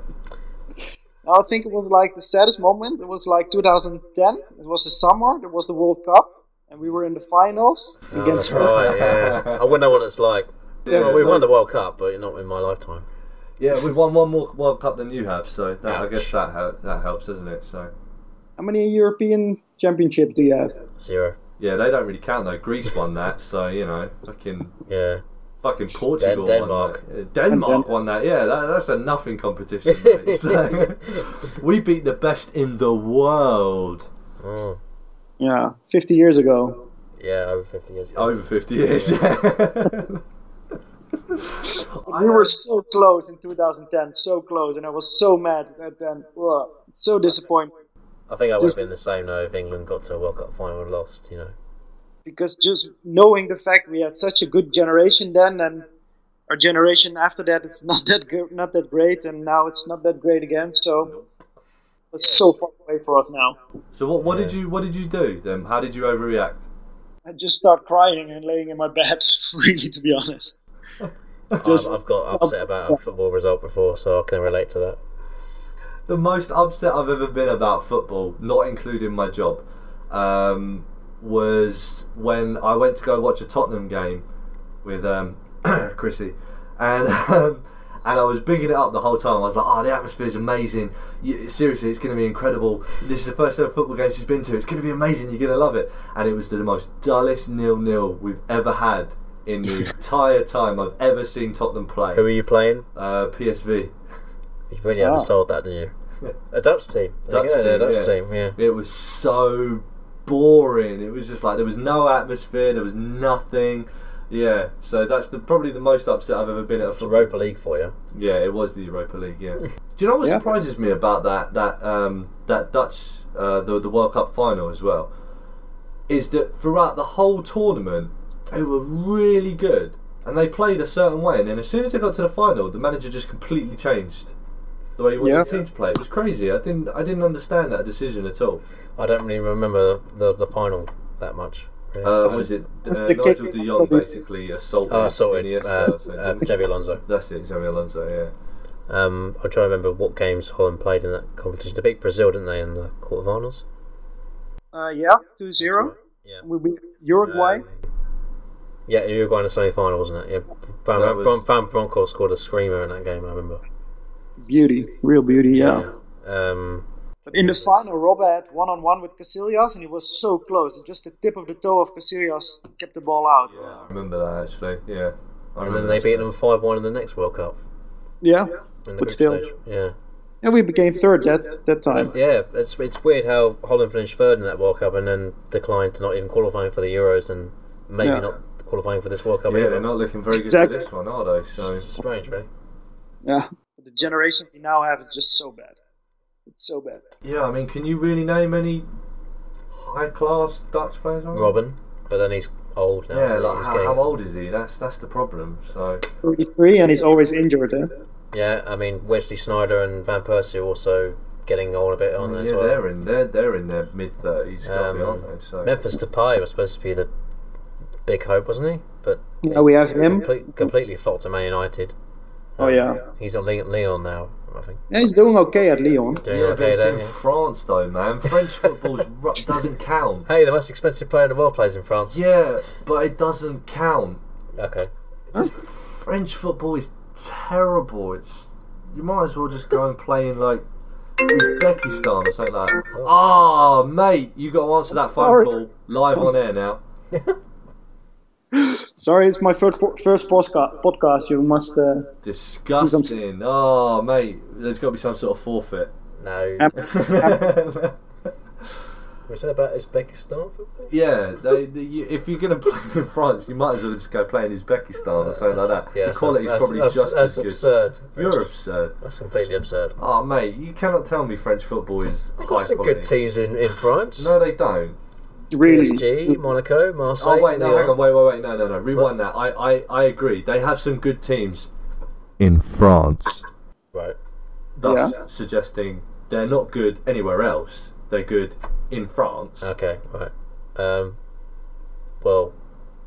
Speaker 3: I think it was like the saddest moment. It was like 2010. It was the summer. There was the World Cup, and we were in the finals
Speaker 2: Oh,
Speaker 3: against.
Speaker 2: that's right, yeah. I wouldn't know what it's like.
Speaker 1: Yeah,
Speaker 2: well, we won the
Speaker 1: thanks.
Speaker 2: World Cup, but not in my lifetime.
Speaker 1: Yeah, we've won one more World Cup than you have, so that, I guess
Speaker 2: Ouch.
Speaker 1: that hel- that helps, doesn't it? So
Speaker 3: How many European championships do you have?
Speaker 2: Zero.
Speaker 1: yeah, they don't really count though. Greece won that, so you know, fucking
Speaker 2: Yeah.
Speaker 1: Fucking Portugal,
Speaker 2: Den-
Speaker 1: Denmark,
Speaker 2: Denmark.
Speaker 1: won that. Uh, Denmark won that. Yeah, that, that's a nothing competition. Mate. So, we beat the best in the world
Speaker 2: Mm.
Speaker 3: Yeah, 50 years ago.
Speaker 2: Yeah, over 50 years ago.
Speaker 1: over fifty years. Yeah.
Speaker 3: We were so close in 2010, so close, and I was so mad at then. Ugh, so disappointed
Speaker 2: I think I would have
Speaker 3: Just-
Speaker 2: been the same, though, if England got to a World Cup final and lost, you know.
Speaker 3: because just knowing the fact we had such a good generation then, and our generation after that, it's not that good, not that great, and now it's not that great again. So it's so far away for us now.
Speaker 1: so what? What did you? What did you do? Then how did you overreact?
Speaker 3: I just start crying and laying in my bed, really, to be honest. Just- um,
Speaker 2: I've, I've got upset about a football result before, so I can relate to that.
Speaker 1: The most upset I've ever been about football, not including my job, um, was when I went to go watch a Tottenham game with um, Chrissy, and um, and I was bigging it up the whole time. I was like, "Oh, the atmosphere's amazing! You, seriously, it's going to be incredible. This is the first ever football game she's been to. It's going to be amazing. You're going to love it." And it was the most dullest nil-nil we've ever had in the entire time I've ever seen Tottenham play.
Speaker 2: Who are you playing?
Speaker 1: Uh, PSV.
Speaker 2: You really
Speaker 3: Ah.
Speaker 2: haven't sold that, didn't you? A Dutch team. There
Speaker 1: Dutch
Speaker 2: you go, they're a
Speaker 1: team,
Speaker 2: Dutch
Speaker 1: yeah.
Speaker 2: team, yeah.
Speaker 1: It was so boring. It was just like there was no atmosphere. There was nothing. Yeah, so that's the probably the most upset I've ever been at. a
Speaker 2: It's
Speaker 1: football-
Speaker 2: Europa League for you.
Speaker 1: Yeah, it was the Europa League. Yeah. Do you know what
Speaker 3: Yeah.
Speaker 1: surprises me about that that um, that Dutch uh, the the World Cup final as well is that throughout the whole tournament they were really good and they played a certain way, and then as soon as they got to the final, the manager just completely changed. The way he wanted
Speaker 3: Yeah.
Speaker 1: the team to play, it was crazy. I didn't, I didn't understand that decision at all.
Speaker 2: I don't really remember the, the final that much. really.
Speaker 1: Uh, was it uh,
Speaker 3: the
Speaker 1: Nigel
Speaker 3: kick-
Speaker 1: de Jong basically assaulted
Speaker 2: Oh, sorry, uh,
Speaker 1: Iniesta?
Speaker 2: uh, Javi Alonso.
Speaker 1: That's it, Xabi Alonso, yeah.
Speaker 2: Um, I'm trying to remember what games Holland played in that competition. They beat Brazil, didn't they, in the quarterfinals?
Speaker 3: Uh, yeah, 2 0.
Speaker 2: Yeah.
Speaker 3: We beat Uruguay.
Speaker 2: Um, Yeah, Uruguay in the semi final, wasn't it? Yeah, Van,
Speaker 1: That
Speaker 2: Van,
Speaker 1: was-
Speaker 2: Bron- Van Bronckhorst scored a screamer in that game. I remember.
Speaker 3: Beauty, real beauty, yeah.
Speaker 2: Um,
Speaker 3: But in the final, Robba had one on one with Casillas, and he was so close. Just the tip of the toe of Casillas kept the ball out.
Speaker 1: I remember that actually. Yeah. I
Speaker 2: and then
Speaker 1: remember
Speaker 2: they
Speaker 1: that.
Speaker 2: beat them five one in the next World Cup.
Speaker 3: Yeah,
Speaker 2: In the
Speaker 3: But
Speaker 2: group
Speaker 3: still.
Speaker 2: stage. yeah,
Speaker 3: and we became third that that time.
Speaker 2: yeah. It's it's weird how Holland finished third in that World Cup and then declined to not even qualifying for the Euros and maybe
Speaker 3: Yeah.
Speaker 2: not qualifying for this World Cup.
Speaker 1: Yeah,
Speaker 2: either.
Speaker 1: they're not looking very
Speaker 3: Exactly.
Speaker 1: good for this one, are they? So
Speaker 2: It's strange, really.
Speaker 3: Yeah, but the generation we now have is just so bad. It's so bad.
Speaker 1: yeah, I mean, can you really name any high class Dutch players? on?
Speaker 2: Robin, but then he's old now.
Speaker 1: Yeah,
Speaker 2: so
Speaker 1: like
Speaker 2: he's
Speaker 1: how,
Speaker 2: getting-
Speaker 1: how old is he? That's that's the problem. So
Speaker 3: 33, and he's always injured. Eh?
Speaker 2: Yeah, I mean Wesley Snyder and Van Persie are also getting on a bit on
Speaker 1: yeah,
Speaker 2: as well.
Speaker 1: they're in they're they're in their mid thirties,
Speaker 2: Um,
Speaker 1: aren't they? So
Speaker 2: Memphis Depay was supposed to be the big hope, wasn't he? But
Speaker 3: Now we have him.
Speaker 2: complete, completely flopped to Man United.
Speaker 3: Oh yeah,
Speaker 2: He's on Le- Leon now, I think.
Speaker 3: yeah he's doing okay at Lyon.
Speaker 2: Doing
Speaker 1: yeah, but
Speaker 2: okay
Speaker 1: it's
Speaker 2: there.
Speaker 1: in
Speaker 2: yeah.
Speaker 1: France though, man. French football is ru- doesn't count.
Speaker 2: Hey, the most expensive player in the world plays in France.
Speaker 1: Yeah, but it doesn't count.
Speaker 2: Okay.
Speaker 1: French football is terrible. It's you might as well just go and play in like Uzbekistan or something like. that. Ah, mate, you got to answer that phone
Speaker 3: Sorry.
Speaker 1: call live on air now.
Speaker 3: Sorry, it's my first po- first postca- podcast. You must. Uh,
Speaker 1: Disgusting. Oh, mate, there's got to be some sort of forfeit.
Speaker 2: No.
Speaker 3: Um,
Speaker 2: We said about Uzbekistan football?
Speaker 1: yeah, they, they, you, if you're going to play in France, you might as well just go play in Uzbekistan or something like that.
Speaker 2: Yeah,
Speaker 1: the
Speaker 2: that's-
Speaker 1: quality's
Speaker 2: that's-
Speaker 1: probably
Speaker 2: that's,
Speaker 1: just
Speaker 2: that's
Speaker 1: as good.
Speaker 2: absurd.
Speaker 1: You're absurd.
Speaker 2: That's completely absurd.
Speaker 1: Oh, mate, you cannot tell me French football is
Speaker 2: They've
Speaker 1: high
Speaker 2: got some
Speaker 1: quality.
Speaker 2: good teams in, in France.
Speaker 1: No, they don't.
Speaker 3: really,
Speaker 2: PSG, Monaco, Marseille.
Speaker 1: Oh wait, no,
Speaker 2: Lyon.
Speaker 1: hang on, wait, wait, wait, no, no, no, rewind that. I, I, I agree. They have some good teams in France.
Speaker 2: Right.
Speaker 1: Thus
Speaker 3: Yeah.
Speaker 1: suggesting they're not good anywhere else. They're good in France.
Speaker 2: Okay, right. Um, well,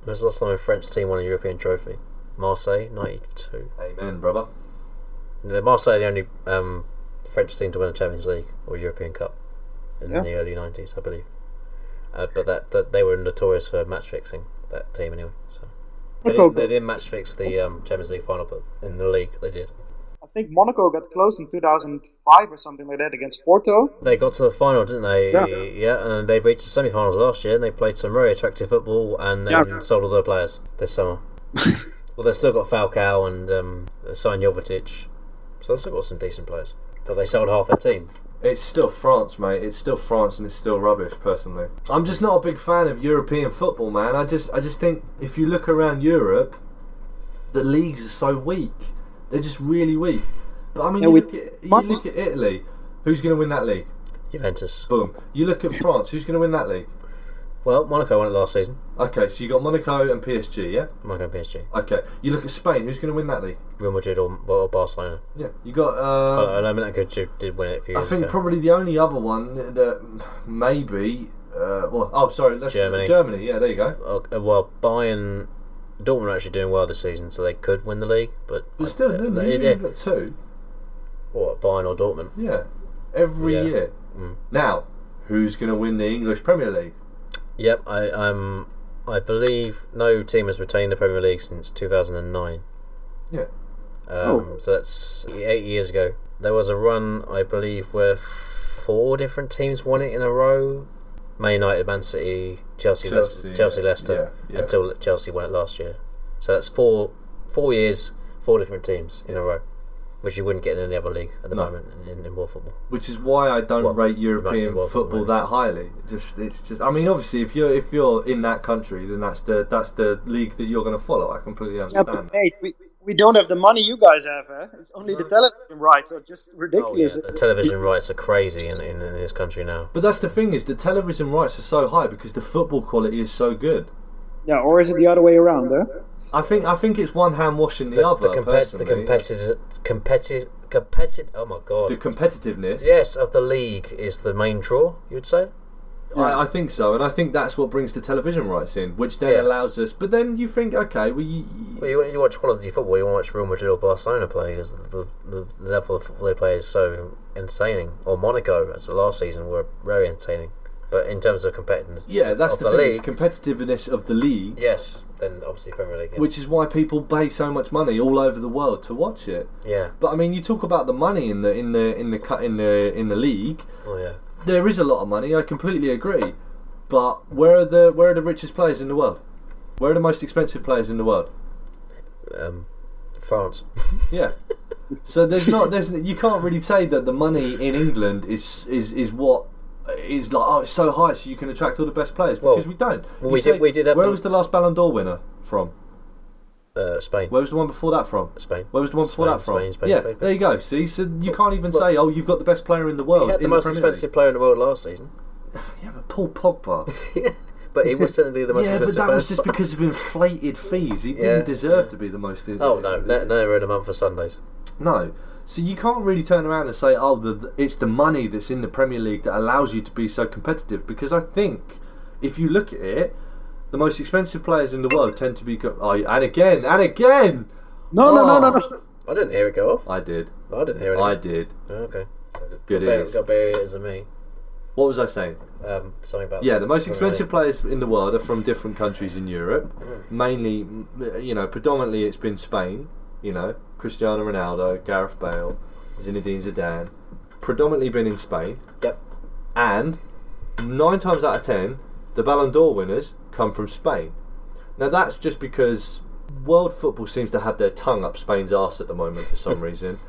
Speaker 2: when was the last time a French team won a European trophy? Marseille, 92.
Speaker 1: Amen, brother.
Speaker 2: The Marseille are the only um, French team to win a Champions League or European Cup in
Speaker 3: Yeah.
Speaker 2: the early 90s, I believe. Uh, but that, that they were notorious for match fixing, that team anyway. So They
Speaker 3: Monaco
Speaker 2: didn't,
Speaker 3: got-
Speaker 2: they didn't match fix the um, Champions League final, but in the league they did.
Speaker 3: I think Monaco got close in 2005 or something like that against Porto.
Speaker 2: They got to the final, didn't they?
Speaker 3: Yeah.
Speaker 2: and then they reached the semi-finals last year, and they played some very attractive football, and then
Speaker 3: Yeah.
Speaker 2: sold all their players this summer. well, they've still got Falcao and um, signed Jovetic, so they've still got some decent players. But they sold half their team.
Speaker 1: It's still France, mate. It's still France, and it's still rubbish. Personally, I'm just not a big fan of European football, man. I just, I just think if you look around Europe, the leagues are so weak. They're just really weak. But I mean,
Speaker 3: Yeah,
Speaker 1: you,
Speaker 3: we-
Speaker 1: look at, you look at Italy. Who's going to win that league?
Speaker 2: Juventus.
Speaker 1: Boom. You look at France. Who's going to win that league?
Speaker 2: Well, Monaco won it last season.
Speaker 1: Okay, so you got Monaco and PSG, yeah.
Speaker 2: Monaco and PSG.
Speaker 1: Okay, you look at Spain. Who's going to win that league?
Speaker 2: Real Madrid or, or Barcelona.
Speaker 1: Yeah, you got.
Speaker 2: I
Speaker 1: Uh,
Speaker 2: I know Monaco did- did win it a few
Speaker 1: I
Speaker 2: years
Speaker 1: think
Speaker 2: ago.
Speaker 1: probably the only other one that maybe. Uh, well, oh, sorry, let's
Speaker 2: Germany.
Speaker 1: Germany. Yeah, there you go.
Speaker 2: Uh, well, Bayern, Dortmund are actually doing well this season, so they could win the league. But,
Speaker 1: But still, no,
Speaker 2: they-
Speaker 1: you
Speaker 2: they-
Speaker 1: got two.
Speaker 2: what Bayern or Dortmund?
Speaker 1: Yeah, every
Speaker 2: Yeah.
Speaker 1: year.
Speaker 2: Mm.
Speaker 1: Now, who's going to win the English Premier League?
Speaker 2: Yep, I um, I believe no team has retained the Premier League since 2009.
Speaker 1: Yeah.
Speaker 2: Um,
Speaker 3: Oh.
Speaker 2: So that's eight years ago. There was a run, I believe, where four different teams won it in a row. Man United, Man City, Chelsea,
Speaker 1: Chelsea,
Speaker 2: Leicester, Chelsea,
Speaker 1: yeah,
Speaker 2: Leicester,
Speaker 1: yeah, yeah.
Speaker 2: until Chelsea won it last year. So that's four four years, four different teams in a row, which you wouldn't get in any other league at the
Speaker 1: No.
Speaker 2: moment in, in, in world football.
Speaker 1: Which is why I don't
Speaker 2: Well,
Speaker 1: rate
Speaker 2: you
Speaker 1: European
Speaker 2: might be welcome,
Speaker 1: football
Speaker 2: really.
Speaker 1: that highly. Just it's just. I mean, obviously, if you're if you're in that country, then that's the that's the league that you're going to follow. I completely
Speaker 3: Yeah,
Speaker 1: understand.
Speaker 3: but
Speaker 1: that.
Speaker 3: mate, we, we don't have the money you guys have. Eh? It's only the television rights are just
Speaker 2: Oh, yeah,
Speaker 3: ridiculous.
Speaker 2: the television rights are crazy in, in, in this country now.
Speaker 1: But that's the thing is the television rights are so high because the football quality is so good.
Speaker 3: Yeah, or is it the other way around? Eh?
Speaker 1: I think I think it's one hand washing the, other.
Speaker 2: the, compet- the
Speaker 1: personally.
Speaker 2: competitive, competitive, competitive. Oh my
Speaker 1: The
Speaker 2: god!
Speaker 1: competitiveness.
Speaker 2: yes, of the league is the main draw. You would say.
Speaker 1: I, I think so, and I think that's what brings the television rights in, which then
Speaker 2: Yeah.
Speaker 1: allows us. But then you think, okay, well, you,
Speaker 2: Well, you, you watch quality football. You watch Real Madrid or Barcelona play because the, the, the level of football they play is so entertaining. Or Monaco, as the last season, were very entertaining. But in terms of competitiveness,
Speaker 1: Yeah, that's
Speaker 2: of
Speaker 1: the,
Speaker 2: the
Speaker 1: thing. It's
Speaker 2: league.
Speaker 1: competitiveness of the league,
Speaker 2: yes, then obviously Premier League. Yeah.
Speaker 1: which is why people pay so much money all over the world to watch it.
Speaker 2: yeah,
Speaker 1: But I mean, you talk about the money in the in the in the cu- in the in the league.
Speaker 2: oh yeah,
Speaker 1: There is a lot of money. I completely agree. But where are the where are the richest players in the world? Where are the most expensive players in the world?
Speaker 2: um, France.
Speaker 1: Yeah. So there's not there's you can't really say that the money in England is is is what is like oh it's so high so you can attract all the best players
Speaker 2: Well,
Speaker 1: because we don't. You
Speaker 2: well, we did- we did have
Speaker 1: where
Speaker 2: the-
Speaker 1: was the last Ballon d'Or winner from?
Speaker 2: Uh, Spain.
Speaker 1: Where was the one before that from?
Speaker 2: Spain.
Speaker 1: Where was the one before
Speaker 2: Spain,
Speaker 1: that from?
Speaker 2: Spain, Spain,
Speaker 1: yeah,
Speaker 2: Spain.
Speaker 1: there you go. See, so you can't even
Speaker 2: Well-
Speaker 1: say oh you've got the best player in the world
Speaker 2: He had the
Speaker 1: in
Speaker 2: most
Speaker 1: Premier
Speaker 2: expensive
Speaker 1: League.
Speaker 2: player in the world last season,
Speaker 1: Yeah, but Paul Pogba.
Speaker 2: but he was certainly the most
Speaker 1: yeah, but
Speaker 2: expensive
Speaker 1: that was
Speaker 2: player.
Speaker 1: just because of inflated fees. He
Speaker 2: Yeah,
Speaker 1: didn't deserve to be the most.
Speaker 2: Oh no, no, no, we're in a month for Sundays.
Speaker 1: No. So you can't really turn around and say, "Oh, the, it's the money that's in the Premier League that allows you to be so competitive." Because I think, if you look at it, the most expensive players in the world tend to be. Co- oh, and again, and again,
Speaker 3: No, no, no, no,
Speaker 1: Oh.
Speaker 3: no.
Speaker 2: I didn't hear it go off.
Speaker 1: I did.
Speaker 2: I didn't hear it.
Speaker 1: I did.
Speaker 2: Okay.
Speaker 1: Good
Speaker 2: Got
Speaker 1: ears.
Speaker 2: got better ears than me.
Speaker 1: What was I saying?
Speaker 2: Um, something about
Speaker 1: Yeah, the most
Speaker 2: Premier
Speaker 1: expensive
Speaker 2: League.
Speaker 1: players in the world are from different countries in Europe. Mainly, m- you know, predominantly it's been Spain. You know, Cristiano Ronaldo, Gareth Bale, Zinedine Zidane. Predominantly been in Spain,
Speaker 2: Yep.
Speaker 1: and nine times out of ten, the Ballon d'Or winners come from Spain. Now that's just because world football seems to have their tongue up Spain's arse at the moment for some reason.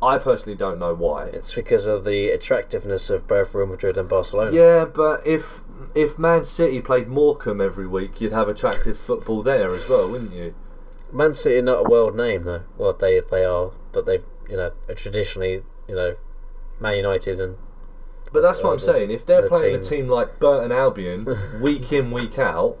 Speaker 1: I personally don't know why.
Speaker 2: It's because of the attractiveness of both Real Madrid and Barcelona.
Speaker 1: Yeah, but if if Man City played Morecambe every week, you'd have attractive football there as well, wouldn't you?
Speaker 2: Man City are not a world name though. Well, they they are, but they've you know are traditionally you know Man United and
Speaker 1: But that's what I'm
Speaker 2: Well, the-
Speaker 1: saying. If they're
Speaker 2: the
Speaker 1: playing a
Speaker 2: team-
Speaker 1: team like Burton Albion week in week out,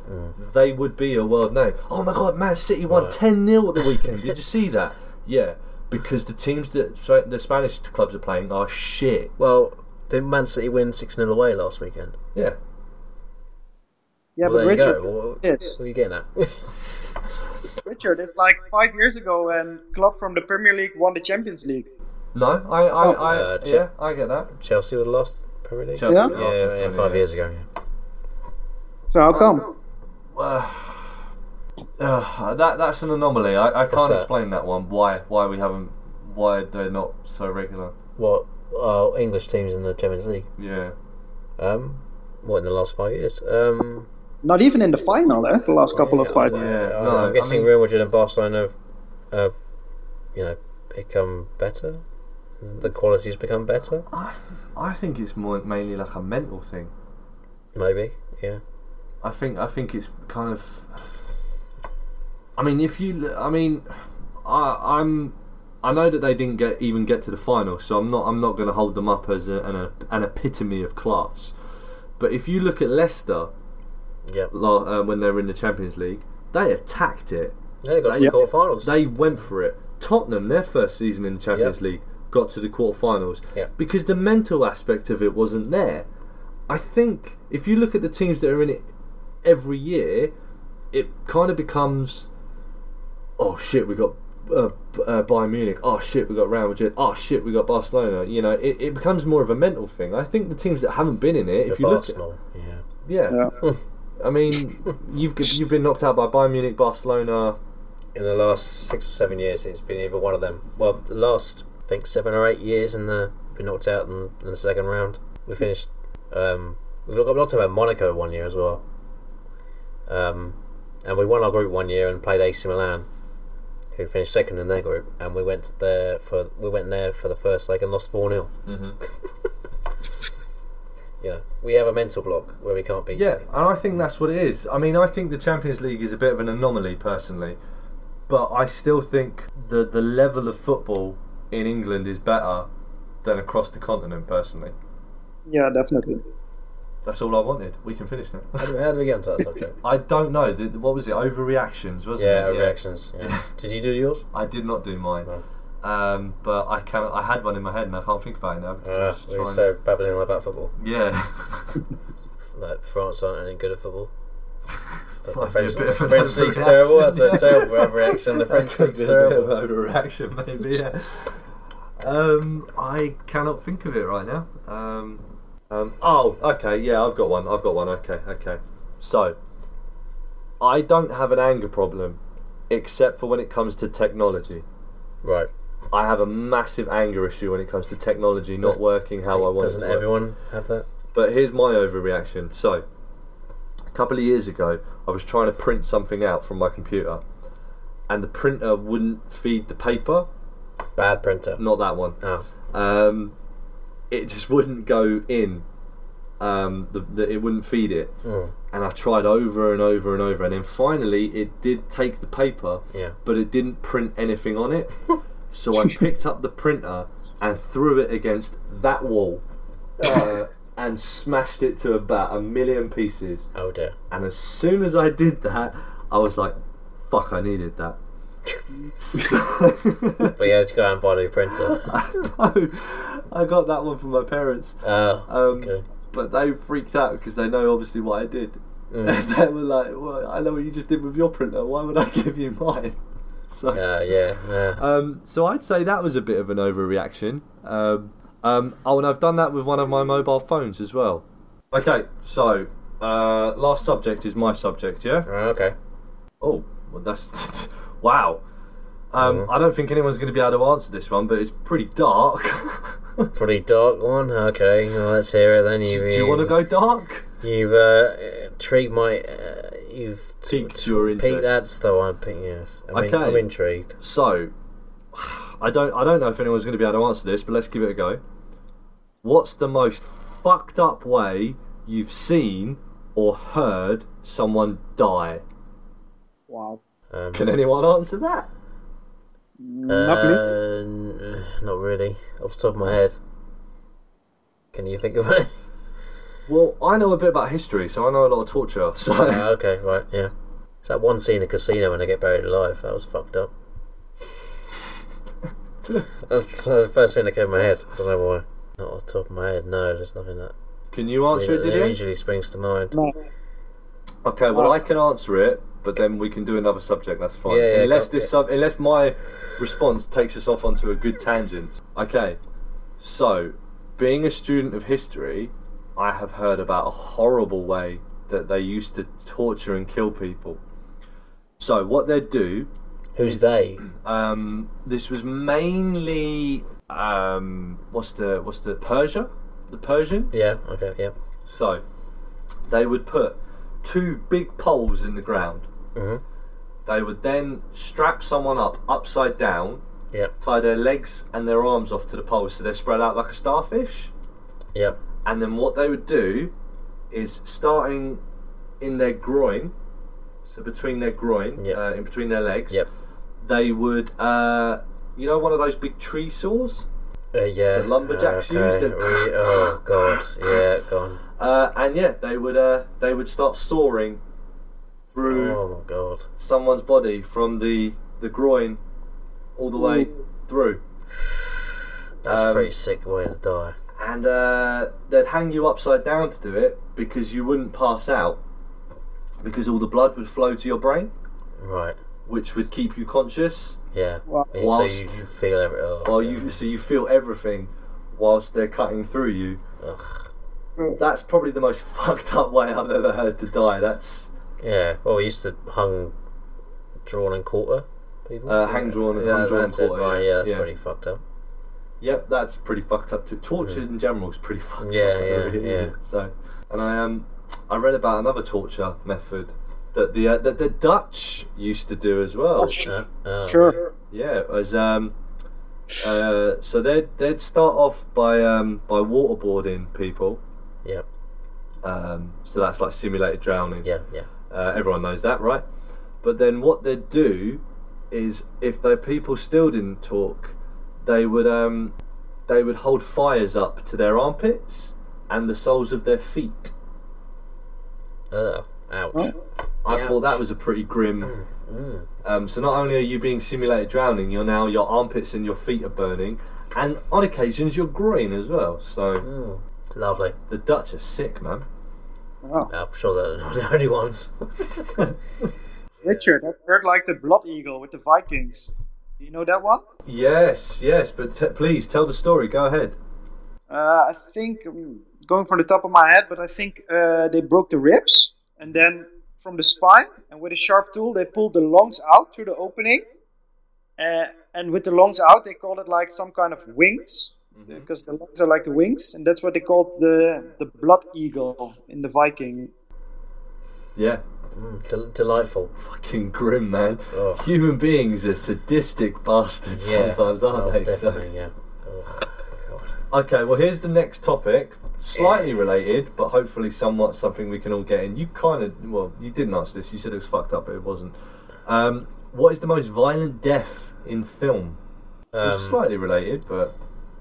Speaker 1: they would be a world name. Oh my God, Man City won
Speaker 2: Right.
Speaker 1: ten 0 at the weekend. Did you see that? Yeah, because the teams that Spa- the Spanish clubs are playing are shit.
Speaker 2: well, did Man City win six 0 away last weekend?
Speaker 1: yeah.
Speaker 3: Yeah,
Speaker 2: well,
Speaker 3: but
Speaker 2: there
Speaker 3: Richard,
Speaker 2: you go. What,
Speaker 3: yes.
Speaker 2: what are you getting at?
Speaker 3: Richard, it's like five years ago when club from the Premier League won the Champions League.
Speaker 1: No, I, I, I
Speaker 2: Uh, Che-
Speaker 1: yeah, I get that.
Speaker 2: Chelsea were the last Premier League.
Speaker 1: Chelsea
Speaker 3: Yeah?
Speaker 1: were
Speaker 2: Yeah,
Speaker 1: last
Speaker 2: yeah,
Speaker 1: last time,
Speaker 2: five
Speaker 1: yeah.
Speaker 2: years ago. Yeah.
Speaker 3: So how come?
Speaker 1: Uh, uh, that that's an anomaly. I, I can't
Speaker 2: that?
Speaker 1: explain that one. Why why we haven't why they're not so regular?
Speaker 2: What are English teams in the Champions League?
Speaker 1: Yeah.
Speaker 2: Um, what in the last five years? Um,
Speaker 3: Not even in the final, eh? The last couple of fights.
Speaker 1: Yeah,
Speaker 2: I-
Speaker 1: no, I
Speaker 2: Oh, I'm guessing
Speaker 1: mean-
Speaker 2: Real Madrid and Barcelona have, have, you know, become better. The
Speaker 1: Mm.
Speaker 2: quality's become better.
Speaker 1: I I think it's more mainly like a mental thing.
Speaker 2: Maybe, yeah.
Speaker 1: I think I think it's kind of. I mean, if you, l- I mean, I, I'm, I know that they didn't get even get to the final, so I'm not I'm not going to hold them up as a, an an epitome of class. But if you look at Leicester,
Speaker 2: Yeah.
Speaker 1: la- uh, when they were in the Champions League, they attacked it.
Speaker 2: Yeah, they got to
Speaker 1: Yeah.
Speaker 2: the quarterfinals.
Speaker 1: They went for it. Tottenham, their first season in the Champions
Speaker 2: Yep.
Speaker 1: League, got to the quarterfinals
Speaker 2: Yep.
Speaker 1: because the mental aspect of it wasn't there. I think if you look at the teams that are in it every year, it kind of becomes, oh shit, we got uh, B- uh, Bayern Munich. Oh shit, we got Real Madrid. Oh shit, we got Barcelona. You know, it, it becomes more of a mental thing. I think the teams that haven't been in it, if
Speaker 2: With
Speaker 1: you look, at,
Speaker 2: Arsenal, yeah.
Speaker 1: yeah. I mean, you've you've been knocked out by Bayern Munich, Barcelona,
Speaker 2: In the last six or seven years, it's been either one of them. Well, the last I think seven or eight years, and the been knocked out in, in the second round. We finished. Um, we got knocked out by Monaco one year as well. Um, and we won our group one year and played AC Milan, who finished second in their group. And we went there for we went there for the first leg and lost four 0 You know, we have a mental block where we can't beat.
Speaker 1: Yeah, and I think that's what it is. I mean, I think the Champions League is a bit of an anomaly personally, but I still think the the level of football in England is better than across the continent personally.
Speaker 3: Yeah, definitely.
Speaker 1: That's all I wanted. We can finish now.
Speaker 2: How do, how do we get into that subject?
Speaker 1: I don't know. The, the- what was it? Overreactions, wasn't
Speaker 2: Yeah,
Speaker 1: it?
Speaker 2: reactions. Yeah. Did you do yours?
Speaker 1: I did not do mine.
Speaker 2: No.
Speaker 1: Um, but I can. I had one in my head and I can't think about it now. because I
Speaker 2: Uh,
Speaker 1: was
Speaker 2: we
Speaker 1: trying-
Speaker 2: started babbling on about football.
Speaker 1: yeah.
Speaker 2: Like France aren't any good at football. But the
Speaker 1: Might be a
Speaker 2: French,
Speaker 1: bit of
Speaker 2: the
Speaker 1: an
Speaker 2: French league's
Speaker 1: overreaction,
Speaker 2: terrible. That's
Speaker 1: yeah.
Speaker 2: a terrible reaction. The French
Speaker 1: Could
Speaker 2: league's
Speaker 1: be a bit of
Speaker 2: terrible.
Speaker 1: overreaction, maybe. Yeah. um, I cannot think of it right now. Um, Um, oh, okay, yeah, I've got one. I've got one. Okay, okay. So, I don't have an anger problem, except for when it comes to technology.
Speaker 2: Right.
Speaker 1: I have a massive anger issue when it comes to technology not
Speaker 2: Does-
Speaker 1: working how I want it
Speaker 2: Doesn't
Speaker 1: to work.
Speaker 2: everyone have that?
Speaker 1: But here's my overreaction. So, a couple of years ago, I was trying to print something out from my computer, and the printer wouldn't feed the paper.
Speaker 2: Bad printer.
Speaker 1: Not that one.
Speaker 2: Oh.
Speaker 1: Um, it just wouldn't go in. Um, the, the, it wouldn't feed it.
Speaker 2: Mm.
Speaker 1: And I tried over and over and over, and then finally it did take the paper,
Speaker 2: Yeah.
Speaker 1: but it didn't print anything on it. so I picked up the printer and threw it against that wall uh, and smashed it to about a million pieces.
Speaker 2: Oh dear.
Speaker 1: And as soon as I did that, I was like, fuck, I needed that. So-
Speaker 2: But you had to go out and buy a new printer.
Speaker 1: no, I got that one from my parents.
Speaker 2: Oh.
Speaker 1: Um,
Speaker 2: okay.
Speaker 1: But they freaked out because they know obviously what I did.
Speaker 2: Mm.
Speaker 1: they were like, well, I know what you just did with your printer. Why would I give you mine? So,
Speaker 2: Uh, yeah. Yeah.
Speaker 1: um, so I'd say that was a bit of an overreaction. Um, um, oh, and I've done that with one of my mobile phones as well. Okay, so uh, last subject is my subject, yeah?
Speaker 2: Right, okay.
Speaker 1: Oh, well, that's wow. Um, I don't think anyone's going to be able to answer this one, but it's pretty dark.
Speaker 2: Pretty dark one. Okay. Well, let's hear it then. You've,
Speaker 1: Do you want to go dark?
Speaker 2: You've uh, intrigued my. Uh, you've
Speaker 1: Piqued your interest.
Speaker 2: Piqued, that's the one. Piqued, yes. I mean,
Speaker 1: Okay.
Speaker 2: I'm intrigued.
Speaker 1: So, I don't, I don't know if anyone's going to be able to answer this, but let's give it a go. What's the most fucked up way you've seen or heard someone die?
Speaker 3: Wow.
Speaker 2: Um,
Speaker 1: Can anyone answer that?
Speaker 3: Not me.
Speaker 2: Uh, n- not really. Off the top of my head. Can you think of it?
Speaker 1: Well, I know a bit about history, so I know a lot of torture. So,
Speaker 2: Ah, okay, right, yeah. It's that one scene in Casino when they get buried alive. That was fucked up. That's the first thing that came to my head. I don't know why. Not off the top of my head, no, there's nothing that
Speaker 1: can you answer it,
Speaker 2: that
Speaker 1: Didier?
Speaker 2: usually springs to mind.
Speaker 3: No.
Speaker 1: Okay, well, I can answer it, but then we can do another subject. That's fine.
Speaker 2: Yeah, yeah,
Speaker 1: unless
Speaker 2: go-
Speaker 1: this sub, unless my response takes us off onto a good tangent. Okay, so being a student of history, I have heard about a horrible way that they used to torture and kill people. So what they'd do
Speaker 2: Who's they?
Speaker 1: um, this was mainly um, what's the what's the Persia, the Persians.
Speaker 2: Yeah, okay, yeah.
Speaker 1: So they would put two big poles in the ground.
Speaker 2: Mhm.
Speaker 1: They would then strap someone up upside down,
Speaker 2: Yep,
Speaker 1: tie their legs and their arms off to the poles so they're spread out like a starfish.
Speaker 2: yep,
Speaker 1: And then what they would do is starting in their groin, so between their groin,
Speaker 2: Yep.
Speaker 1: uh, in between their legs,
Speaker 2: yep.
Speaker 1: they would, uh, you know, one of those big tree saws?
Speaker 2: Uh, yeah.
Speaker 1: The lumberjacks
Speaker 2: okay,
Speaker 1: used it.
Speaker 2: we- oh, God. Yeah, gone.
Speaker 1: Uh, and yeah, they would uh, they would start soaring through
Speaker 2: Oh, my God.
Speaker 1: someone's body from the the groin all the way through,
Speaker 2: That's a
Speaker 1: Um,
Speaker 2: pretty sick way to die.
Speaker 1: and uh, they'd hang you upside down to do it because you wouldn't pass out because all the blood would flow to your brain,
Speaker 2: Right,
Speaker 1: which would keep you conscious
Speaker 2: yeah.
Speaker 3: Well-
Speaker 2: so
Speaker 1: Whilst-
Speaker 2: you, you feel every. Oh,
Speaker 1: while
Speaker 2: God.
Speaker 1: you so you feel everything whilst they're cutting through you.
Speaker 2: Ugh.
Speaker 1: That's probably the most fucked up way I've ever heard to die. That's
Speaker 2: Yeah, well, we used to hung, drawn and quarter people.
Speaker 1: Uh, hang drawn-
Speaker 2: yeah,
Speaker 1: hung drawn
Speaker 2: that's it,
Speaker 1: quarter,
Speaker 2: right,
Speaker 1: yeah,
Speaker 2: yeah, that's
Speaker 1: yeah.
Speaker 2: pretty fucked up.
Speaker 1: Yep, that's pretty fucked up too. Torture in general is pretty fucked
Speaker 2: Yeah,
Speaker 1: up.
Speaker 2: yeah,
Speaker 1: really,
Speaker 2: yeah.
Speaker 1: isn't it? So, and I um, I read about another torture method that the uh, that the Dutch used to do as well.
Speaker 2: Uh, uh,
Speaker 3: Sure.
Speaker 1: Yeah, it was um, uh, so they'd they'd start off by um by waterboarding people.
Speaker 2: Yeah,
Speaker 1: Um, so that's like simulated drowning.
Speaker 2: yeah, yeah.
Speaker 1: Uh, everyone knows that, right? But then what they'd do is, if their people still didn't talk, they would um, they would hold fires up to their armpits and the soles of their feet.
Speaker 2: Ugh, ouch.
Speaker 1: I
Speaker 2: Yeah.
Speaker 1: thought that was a pretty grim. Um, so not only are you being simulated drowning, you're now your armpits and your feet are burning, and on occasions your groin as well. So
Speaker 2: Lovely.
Speaker 1: the Dutch are sick, man.
Speaker 2: I'm sure they're not the only ones.
Speaker 3: Richard, I've heard like the Blood Eagle with the Vikings. Do you know that one?
Speaker 1: Yes, yes, but t- please tell the story. Go ahead.
Speaker 3: Uh, I think um, going from the top of my head, but I think uh, they broke the ribs and then from the spine, and with a sharp tool they pulled the lungs out through the opening. Uh, and with the lungs out, they called it like some kind of wings because the lungs are like the wings, and that's what they called the the blood eagle in the Viking.
Speaker 1: Yeah.
Speaker 2: Mm, del- delightful.
Speaker 1: Fucking grim, man.
Speaker 2: Ugh.
Speaker 1: Human beings are sadistic bastards
Speaker 2: Yeah.
Speaker 1: sometimes, aren't
Speaker 2: Oh,
Speaker 1: they? So-
Speaker 2: Definitely, yeah. Oh, God.
Speaker 1: Okay, well, here's the next topic. Slightly related, but hopefully somewhat something we can all get in. You kind of, well, you didn't ask this. You said it was fucked up, but it wasn't. Um, what is the most violent death in film? So
Speaker 2: Um,
Speaker 1: slightly related, but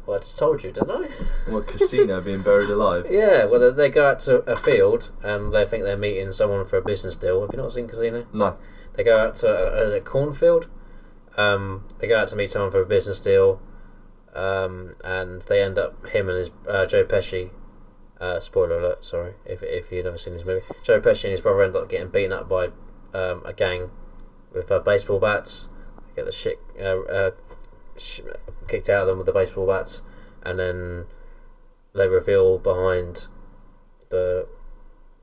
Speaker 2: Well, I just told you, didn't I?
Speaker 1: what casino being buried alive?
Speaker 2: yeah, well, they- they go out to a field and they think they're meeting someone for a business deal. Have you not seen Casino?
Speaker 1: No.
Speaker 2: They go out to a, a cornfield. Um, they go out to meet someone for a business deal, um, and they end up him and his uh, Joe Pesci. Uh, spoiler alert! Sorry, if if you've never seen this movie, Joe Pesci and his brother end up getting beaten up by um, a gang with uh, baseball bats. They get the shit uh, uh, sh- kicked out of them with the baseball bats, and then they reveal behind the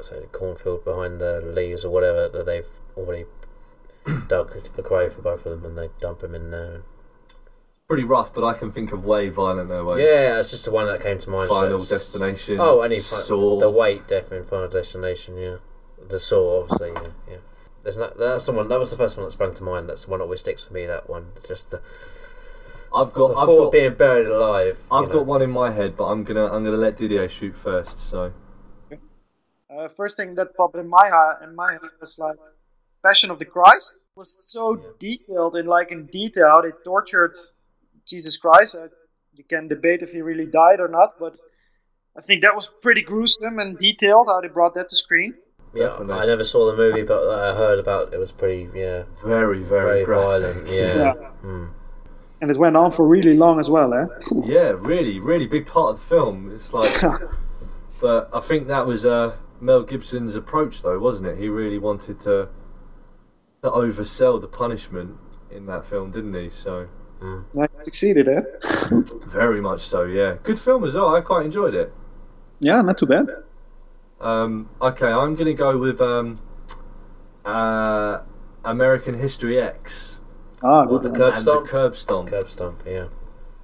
Speaker 2: so cornfield behind the leaves or whatever that they've already dug the grave for both of them and they dump him in there.
Speaker 1: Pretty rough, but I can think of way violenter ways.
Speaker 2: Yeah, that's just the one that came to mind. so
Speaker 1: Final
Speaker 2: it's-
Speaker 1: Destination.
Speaker 2: Oh, any fi-
Speaker 1: Saw.
Speaker 2: the weight definitely in Final Destination. Yeah, the saw obviously. Yeah, yeah. There's not that's the one that was the first one that sprung to mind. That's the one that always sticks with me. That one, just the,
Speaker 1: I've
Speaker 2: the
Speaker 1: got. I've
Speaker 2: thought of
Speaker 1: got.
Speaker 2: being buried alive.
Speaker 1: I've
Speaker 2: you know.
Speaker 1: got one in my head, but I'm gonna. I'm gonna let Didier shoot first. So.
Speaker 3: Uh, first thing that popped in my head, in my head was like Passion of the Christ was so detailed in like in detail how they tortured Jesus Christ. Uh, you can debate if he really died or not, but I think that was pretty gruesome and detailed how they brought that to screen.
Speaker 2: Yeah,
Speaker 1: Definitely.
Speaker 2: I never saw the movie, but I heard about it was pretty. Yeah,
Speaker 1: Very, very,
Speaker 2: very
Speaker 1: graphic.
Speaker 2: violent. Yeah. Hmm.
Speaker 3: And it went on for really long as well, eh?
Speaker 1: Yeah, really, really big part of the film. It's like, but I think that was uh, Mel Gibson's approach, though, wasn't it? He really wanted to to oversell the punishment in that film, didn't he? So
Speaker 3: And it succeeded, eh?
Speaker 1: very much so. Yeah, good film as well. I quite enjoyed it.
Speaker 3: Yeah, not too bad.
Speaker 1: Um, okay, I'm gonna go with um, uh, American History X
Speaker 3: Ah,
Speaker 2: What,
Speaker 3: good.
Speaker 2: the curb
Speaker 1: and
Speaker 2: stomp?
Speaker 1: the curb stomp,
Speaker 2: Curb stomp. Yeah.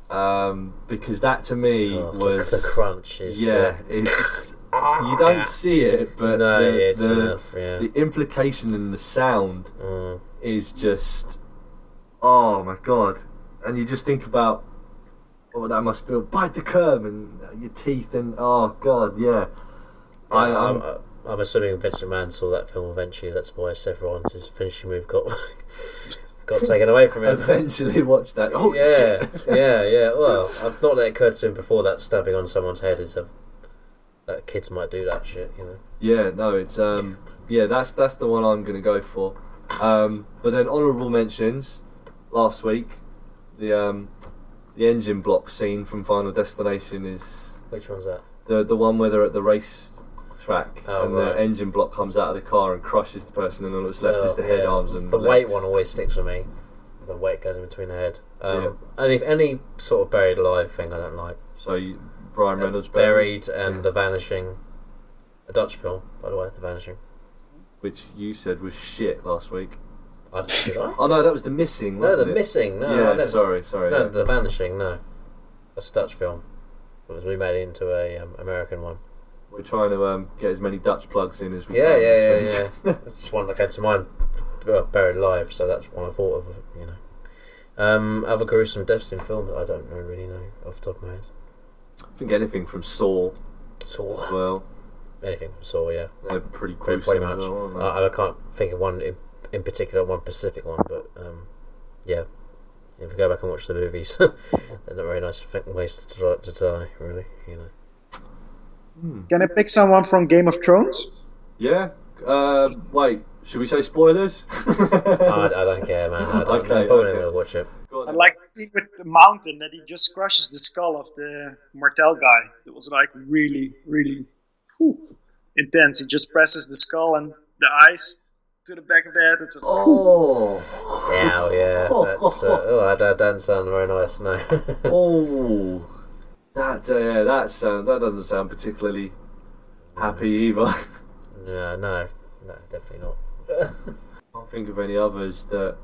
Speaker 1: Um, because that to me
Speaker 2: Oh, the-
Speaker 1: was
Speaker 2: the crunch is uh,
Speaker 1: Yeah, it's you don't see it, but
Speaker 2: No,
Speaker 1: the,
Speaker 2: it's
Speaker 1: the,
Speaker 2: enough, yeah.
Speaker 1: the implication in the sound
Speaker 2: the- mm.
Speaker 1: is just oh my god! And you just think about oh that must feel bite the curb and your teeth and oh god yeah. I,
Speaker 2: I,
Speaker 1: I'm, uh,
Speaker 2: am I'm assuming Vince McMahon saw that film eventually. That's why Seth Rollins' finishing move got got taken away from him.
Speaker 1: eventually watched that. Oh
Speaker 2: Yeah,
Speaker 1: shit!
Speaker 2: yeah, yeah. Well, I've not that occurred to him before that stabbing on someone's head is a that kids might do that shit, you know.
Speaker 1: Yeah, no, it's um, yeah, that's that's the one I'm gonna go for. Um, but then honourable mentions last week, the um, the engine block scene from Final Destination is
Speaker 2: Which one's that?
Speaker 1: the the one where they're at the race track
Speaker 2: Oh,
Speaker 1: and
Speaker 2: right.
Speaker 1: the engine block comes out of the car and crushes the person and all that's left is
Speaker 2: Oh,
Speaker 1: the head
Speaker 2: yeah.
Speaker 1: arms and
Speaker 2: the weight
Speaker 1: legs.
Speaker 2: one always sticks with me. The weight goes in between the head. Um, And if any sort of buried alive thing I don't like.
Speaker 1: So you, Brian Reynolds
Speaker 2: Buried and The Vanishing. A Dutch film, by the way, The Vanishing.
Speaker 1: which you said was shit last week.
Speaker 2: I, did I?
Speaker 1: Oh no, that was the missing.
Speaker 2: No,
Speaker 1: Wasn't
Speaker 2: the
Speaker 1: it?
Speaker 2: missing. No,
Speaker 1: Yeah,
Speaker 2: I never,
Speaker 1: sorry, sorry.
Speaker 2: No,
Speaker 1: yeah.
Speaker 2: the vanishing. No, that's a Dutch film. It was remade into a um, American one.
Speaker 1: We're trying to um, get as many Dutch plugs in as we
Speaker 2: Yeah,
Speaker 1: can.
Speaker 2: yeah,
Speaker 1: this week.
Speaker 2: yeah, yeah. it's one that came to mind. uh, Buried alive, so that's one I thought of. You know, um, other gruesome deaths in film that I don't know, really know off the top of my head.
Speaker 1: I think anything from Saw as
Speaker 2: Saw.
Speaker 1: well.
Speaker 2: Anything from Saw, yeah,
Speaker 1: They're pretty
Speaker 2: pretty,
Speaker 1: gruesome.
Speaker 2: pretty
Speaker 1: as
Speaker 2: much. Uh,
Speaker 1: well, aren't they?
Speaker 2: I, I can't think of one in, in particular, one specific one, but um, yeah. If you go back and watch the movies, they're not very nice fi- ways to, dri- to die, really. You know.
Speaker 3: Can I pick someone from Game of Thrones?
Speaker 1: yeah. Uh, wait, should we say spoilers?
Speaker 2: I, I don't care, man. I don't,
Speaker 1: Okay,
Speaker 2: I'm probably
Speaker 1: okay.
Speaker 2: not going to watch it.
Speaker 1: Go on
Speaker 3: I
Speaker 1: then.
Speaker 3: like the scene with the mountain that he just crushes the skull of the Martel guy. It was like really, really whew, intense. He just presses the skull and the eyes to the back of the head. It's a,
Speaker 1: Oh,
Speaker 2: Now, yeah, that's uh, oh, that, that doesn't sound very nice. No,
Speaker 1: oh. That uh, yeah, that sound that doesn't sound particularly happy either.
Speaker 2: Yeah, no, no, definitely not.
Speaker 1: Can't think of any others that.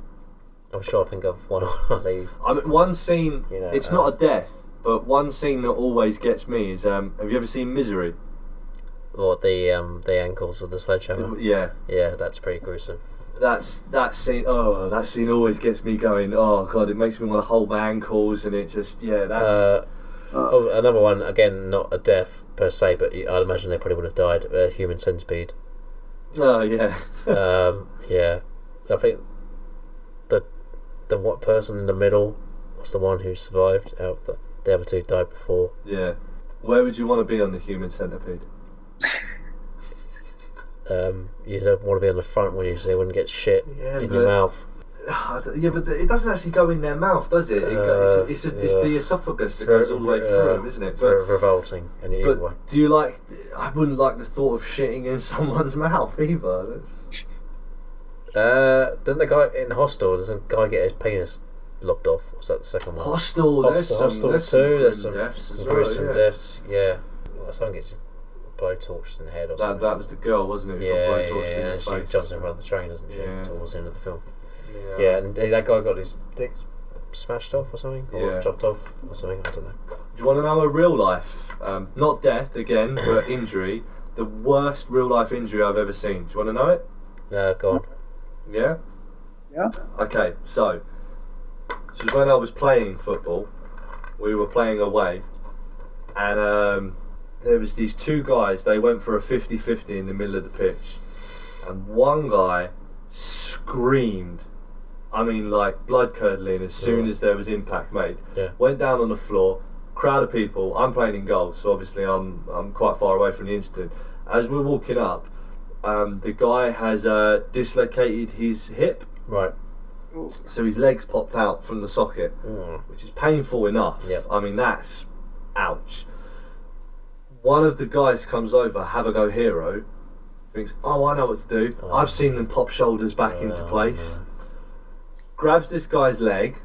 Speaker 2: I'm sure I think of one when I leave.
Speaker 1: I mean, one scene.
Speaker 2: You know,
Speaker 1: it's
Speaker 2: um,
Speaker 1: not a death, but one scene that always gets me is. Um, have you ever seen Misery?
Speaker 2: Or the um the ankles with the sledgehammer.
Speaker 1: Yeah,
Speaker 2: Yeah, that's pretty gruesome.
Speaker 1: that's that scene. Oh, that scene always gets me going. Oh god, it makes me want to hold my ankles, and it just yeah, that's
Speaker 2: Uh, oh, another one again, not a death per se, but I'd imagine they probably would have died. Uh, human centipede.
Speaker 1: oh yeah.
Speaker 2: Um, yeah, I think the the what person in the middle was the one who survived. Out of the the other two died before.
Speaker 1: Yeah. Where would you want to be on the human centipede?
Speaker 2: Um, you don't want to be on the front when you so you wouldn't get shit
Speaker 1: Yeah,
Speaker 2: in
Speaker 1: but-
Speaker 2: your mouth.
Speaker 1: Ah, Yeah, but it doesn't actually go in their mouth, does it? it
Speaker 2: Uh,
Speaker 1: goes, it's, it's, it's
Speaker 2: yeah.
Speaker 1: the esophagus that goes all the way
Speaker 2: uh,
Speaker 1: through, isn't it?
Speaker 2: It's very
Speaker 1: But,
Speaker 2: revolting in either way.
Speaker 1: but do you like? I wouldn't like the thought of shitting in someone's mouth either. That's,
Speaker 2: Uh, doesn't the guy in Hostel? Doesn't the guy get his penis lobbed off? Was that the second one?
Speaker 1: hostel. There's
Speaker 2: Hostel,
Speaker 1: some,
Speaker 2: Hostel
Speaker 1: there's some
Speaker 2: too.
Speaker 1: grim
Speaker 2: There's some
Speaker 1: deaths as well,
Speaker 2: gruesome
Speaker 1: yeah.
Speaker 2: deaths. Yeah, well, someone gets blowtorched in the head or
Speaker 1: That,
Speaker 2: something.
Speaker 1: that was the girl, wasn't it? who got
Speaker 2: yeah, yeah,
Speaker 1: blowtorched in the
Speaker 2: and she
Speaker 1: face?
Speaker 2: jumps in front of the train, doesn't she?
Speaker 1: Yeah.
Speaker 2: Towards the end of the film.
Speaker 1: Yeah.
Speaker 2: Yeah, and uh, that guy got his dick smashed off or something, or
Speaker 1: Yeah.
Speaker 2: chopped off or something. I don't know.
Speaker 1: Do you want to know a real life? Um, not death again, but injury. The worst real life injury I've ever seen. Do you want to know it?
Speaker 2: No, Uh, go on.
Speaker 1: Yeah.
Speaker 3: Yeah.
Speaker 1: Okay, so this is when I was playing football. We were playing away, and um, there was these two guys. They went for a 50-50 in the middle of the pitch, and one guy screamed. I mean, like blood curdling as soon
Speaker 2: Yeah.
Speaker 1: as there was impact made.
Speaker 2: Yeah.
Speaker 1: Went down on the floor. Crowd of people. I'm playing in goal, so obviously I'm I'm quite far away from the incident. As we're walking up, um, the guy has uh, dislocated his hip,
Speaker 2: Right.
Speaker 1: so his legs popped out from the socket,
Speaker 2: Mm.
Speaker 1: which is painful enough.
Speaker 2: Yep.
Speaker 1: I mean, that's ouch. One of the guys comes over, have a go, hero. Thinks, oh, I know what to do. I've seen them pop shoulders back into
Speaker 2: Oh,
Speaker 1: place. Grabs this guy's leg.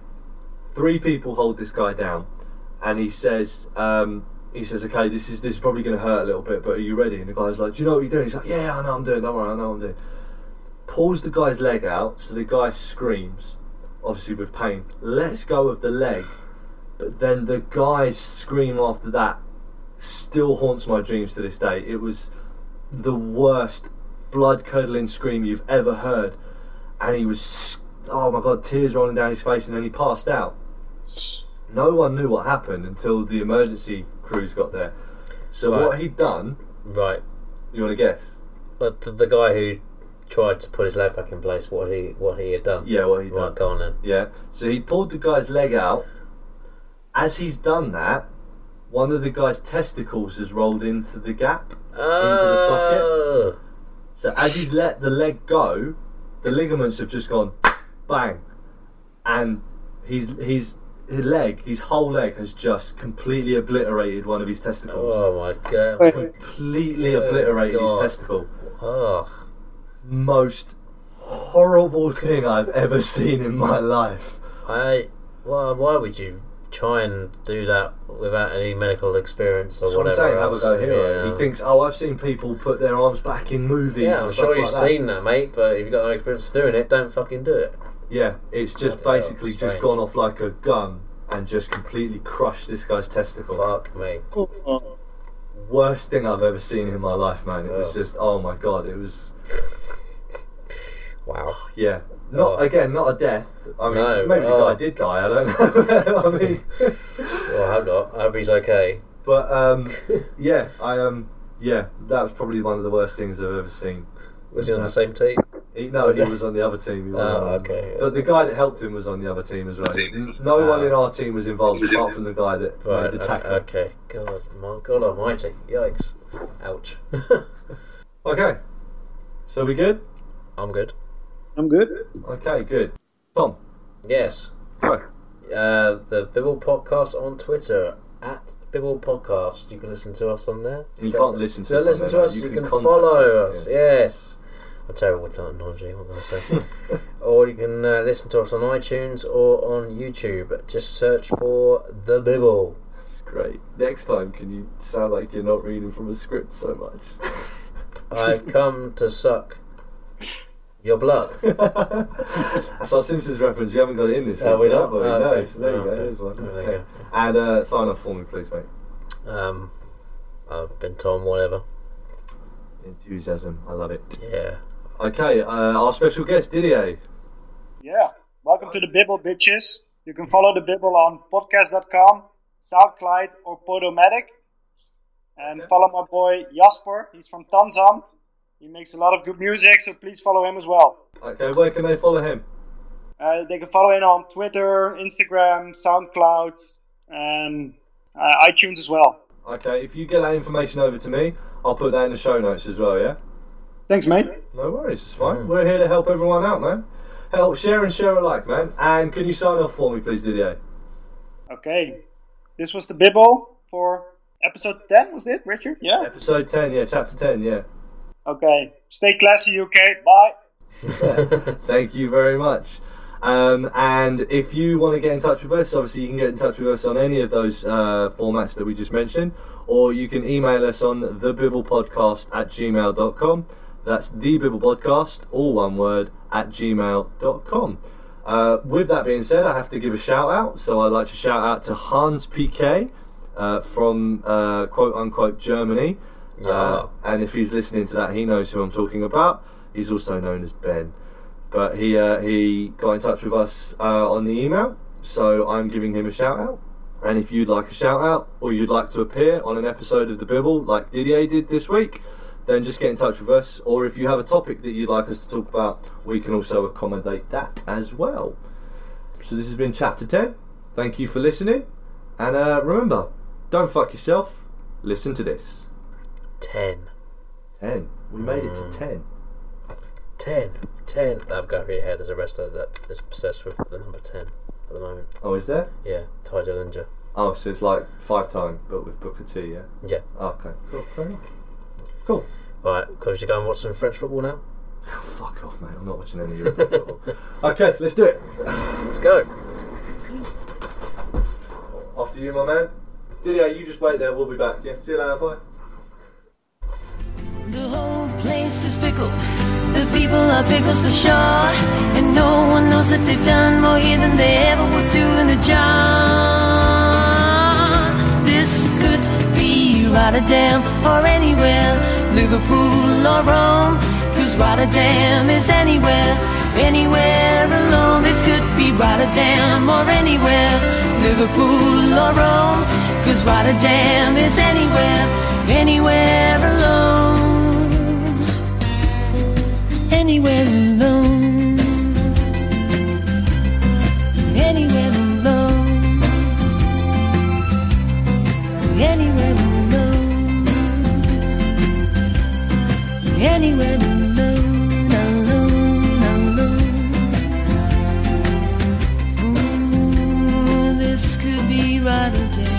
Speaker 1: Three people hold this guy down, and he says, um, he says, okay, this is this is probably going to hurt a little bit, but are you ready? And the guy's like, do you know what you're doing? He's like, yeah, I know what I'm doing. Don't worry, I know what I'm doing pulls the guy's leg out, so the guy screams, obviously with pain, lets go of the leg, but then the guy's scream after that still haunts my dreams to this day. It was the worst blood curdling scream you've ever heard, and he was, s- oh my god, tears rolling down his face, and then he passed out. No one knew what happened until the emergency crews got there. So what
Speaker 2: Right.
Speaker 1: he'd done,
Speaker 2: Right.
Speaker 1: you want to guess?
Speaker 2: But the, the guy who tried to put his leg back in place, what he what he had done.
Speaker 1: Yeah, what he'd done.
Speaker 2: Right, go on then.
Speaker 1: Yeah. So he pulled the guy's leg out. As he's done that, one of the guy's testicles has rolled into the gap. the socket.
Speaker 2: Oh.
Speaker 1: So as he's let the leg go, the ligaments have just gone bang. And his his his leg, his whole leg has just completely obliterated one of his testicles.
Speaker 2: Oh my god.
Speaker 3: Wait.
Speaker 1: Completely
Speaker 2: Oh,
Speaker 1: obliterated
Speaker 2: God.
Speaker 1: his testicle.
Speaker 2: Oh.
Speaker 1: Most horrible thing I've ever seen in my life.
Speaker 2: I. Why, why would you try and do that without any medical experience or
Speaker 1: That's what I'm
Speaker 2: whatever?
Speaker 1: saying, have a
Speaker 2: else?
Speaker 1: go hero.
Speaker 2: Yeah.
Speaker 1: He thinks, oh, I've seen people put their arms back in movies.
Speaker 2: Yeah,
Speaker 1: and
Speaker 2: I'm
Speaker 1: stuff
Speaker 2: sure you've
Speaker 1: like that.
Speaker 2: seen that, mate. But if you've got no experience of doing it, don't fucking do it.
Speaker 1: Yeah, it's just
Speaker 2: Bloody hell,
Speaker 1: basically just
Speaker 2: strange.
Speaker 1: gone off like a gun and just completely crushed this guy's testicle.
Speaker 2: Fuck me.
Speaker 3: Cool.
Speaker 1: Worst thing I've ever seen in my life, man. It was
Speaker 2: Yeah.
Speaker 1: just, oh my god, it was,
Speaker 2: Wow.
Speaker 1: yeah. Not
Speaker 2: Oh.
Speaker 1: again, not a death. I mean,
Speaker 2: No,
Speaker 1: maybe
Speaker 2: oh.
Speaker 1: the guy did die. I don't know. I mean,
Speaker 2: Well, I hope not. I hope he's okay.
Speaker 1: but um, yeah, I um, yeah, that was probably one of the worst things I've ever seen.
Speaker 2: Was he on the same team?
Speaker 1: He, no, he was on the other team. He wasn't
Speaker 2: Oh,
Speaker 1: on-
Speaker 2: okay.
Speaker 1: But the guy that helped him was on the other team as well. No one in our team was involved apart from the guy that
Speaker 2: Right.
Speaker 1: made the
Speaker 2: o-
Speaker 1: tackle. Ah. Okay.
Speaker 2: okay. God, my God Almighty. Yikes. Ouch.
Speaker 1: So we good?
Speaker 2: I'm good.
Speaker 3: I'm good.
Speaker 1: Okay, good. Tom,
Speaker 2: Yes.
Speaker 1: go.
Speaker 2: Uh, the Bibble Podcast on Twitter at Bibble Podcast. You can listen to us on there.
Speaker 1: You
Speaker 2: Is that-
Speaker 1: can't listen to
Speaker 2: You
Speaker 1: us on
Speaker 2: listen
Speaker 1: there,
Speaker 2: to us.
Speaker 1: though.
Speaker 2: You,
Speaker 1: You
Speaker 2: can,
Speaker 1: can contact
Speaker 2: follow
Speaker 1: us,
Speaker 2: us. Yes. I'm terrible with technology. What can I say? or you can uh, listen to us on iTunes or on YouTube. Just search for the Bibble.
Speaker 1: great. Next time, can you sound like you're not reading from a script so much?
Speaker 2: I've come to suck your blood.
Speaker 1: That's our Simpsons reference. We haven't got it in this.
Speaker 2: Oh,
Speaker 1: one,
Speaker 2: we
Speaker 1: have
Speaker 2: don't? Oh,
Speaker 1: no,
Speaker 2: okay.
Speaker 1: so there you
Speaker 2: Oh,
Speaker 1: go.
Speaker 2: okay.
Speaker 1: There's one.
Speaker 2: Oh, there
Speaker 1: Ah, Okay.
Speaker 2: you go.
Speaker 1: And uh, sign off for me, please, mate.
Speaker 2: Um, I've been torn, whatever.
Speaker 1: Enthusiasm. I love it.
Speaker 2: Yeah.
Speaker 1: Okay, uh, our special guest, Didier.
Speaker 3: Yeah. Welcome to the Bibble, bitches. You can follow the Bibble on podcast.com, SoundCloud, or Podomatic. And follow my boy Jasper. He's from Tanzamt. He makes a lot of good music, so please follow him as well.
Speaker 1: Okay, where can they follow him?
Speaker 3: Uh, they can follow him on Twitter, Instagram, SoundCloud, and uh, iTunes as well.
Speaker 1: Okay, if you get that information over to me, I'll put that in the show notes as well, yeah?
Speaker 3: Thanks, mate.
Speaker 1: No worries, it's fine. We're here to help everyone out, man. Help share and share alike, man. And can you sign off for me, please, Didier?
Speaker 3: Okay. This was the Bibble for episode 10, was it, Richard? Yeah.
Speaker 1: Episode 10, yeah, chapter 10, yeah.
Speaker 3: Okay. Stay classy, UK. Bye.
Speaker 1: Thank you very much. Um, and if you want to get in touch with us, obviously you can get in touch with us on any of those uh, formats that we just mentioned, or you can email us on thebibblepodcast at gmail.com. That's thebibblepodcast, all one word, at gmail.com. Uh, with that being said, I have to give a shout out. So I'd like to shout out to Hans Piquet uh, from uh, quote unquote Germany. Uh, and if he's listening to that, he knows who I'm talking about. He's also known as Ben but he uh, he got in touch with us uh, on the email, so I'm giving him a shout out. And if you'd like a shout out, or you'd like to appear on an episode of the Bibble like Didier did this week, then just get in touch with us. Or if you have a topic that you'd like us to talk about, we can also accommodate that as well. So this has been chapter ten. Thank you for listening, and uh, remember, don't fuck yourself. Listen to this.
Speaker 2: Ten.
Speaker 1: Ten. We made it to ten.
Speaker 2: Ten. Ten. I've got over your head as a wrestler that is obsessed with the number ten at the moment.
Speaker 1: Oh, is there?
Speaker 2: Yeah, Ty Dillinger.
Speaker 1: Oh, so it's like five time, but with Booker T, yeah.
Speaker 2: Yeah.
Speaker 1: Okay. Cool. Fair enough. Cool.
Speaker 2: Right, because you go and watch some French football now.
Speaker 1: Fuck off, mate. I'm not watching any European football. Okay, let's do it.
Speaker 2: Let's go.
Speaker 1: After you, my man. Didier, you just wait there. We'll be back. Yeah. See you later. Bye.
Speaker 5: The whole place is pickled. The people are pickles for sure. And no one knows that they've done more here than they ever would do in a job. This could be Rotterdam or anywhere. Liverpool or Rome. Cause Rotterdam is anywhere. Anywhere alone. This could be Rotterdam or anywhere. Liverpool or Rome. Cause Rotterdam is anywhere. Anywhere alone anywhere alone. Anywhere alone. Anywhere alone. Anywhere alone. Alone, alone. Ooh, this could be Rotterdam.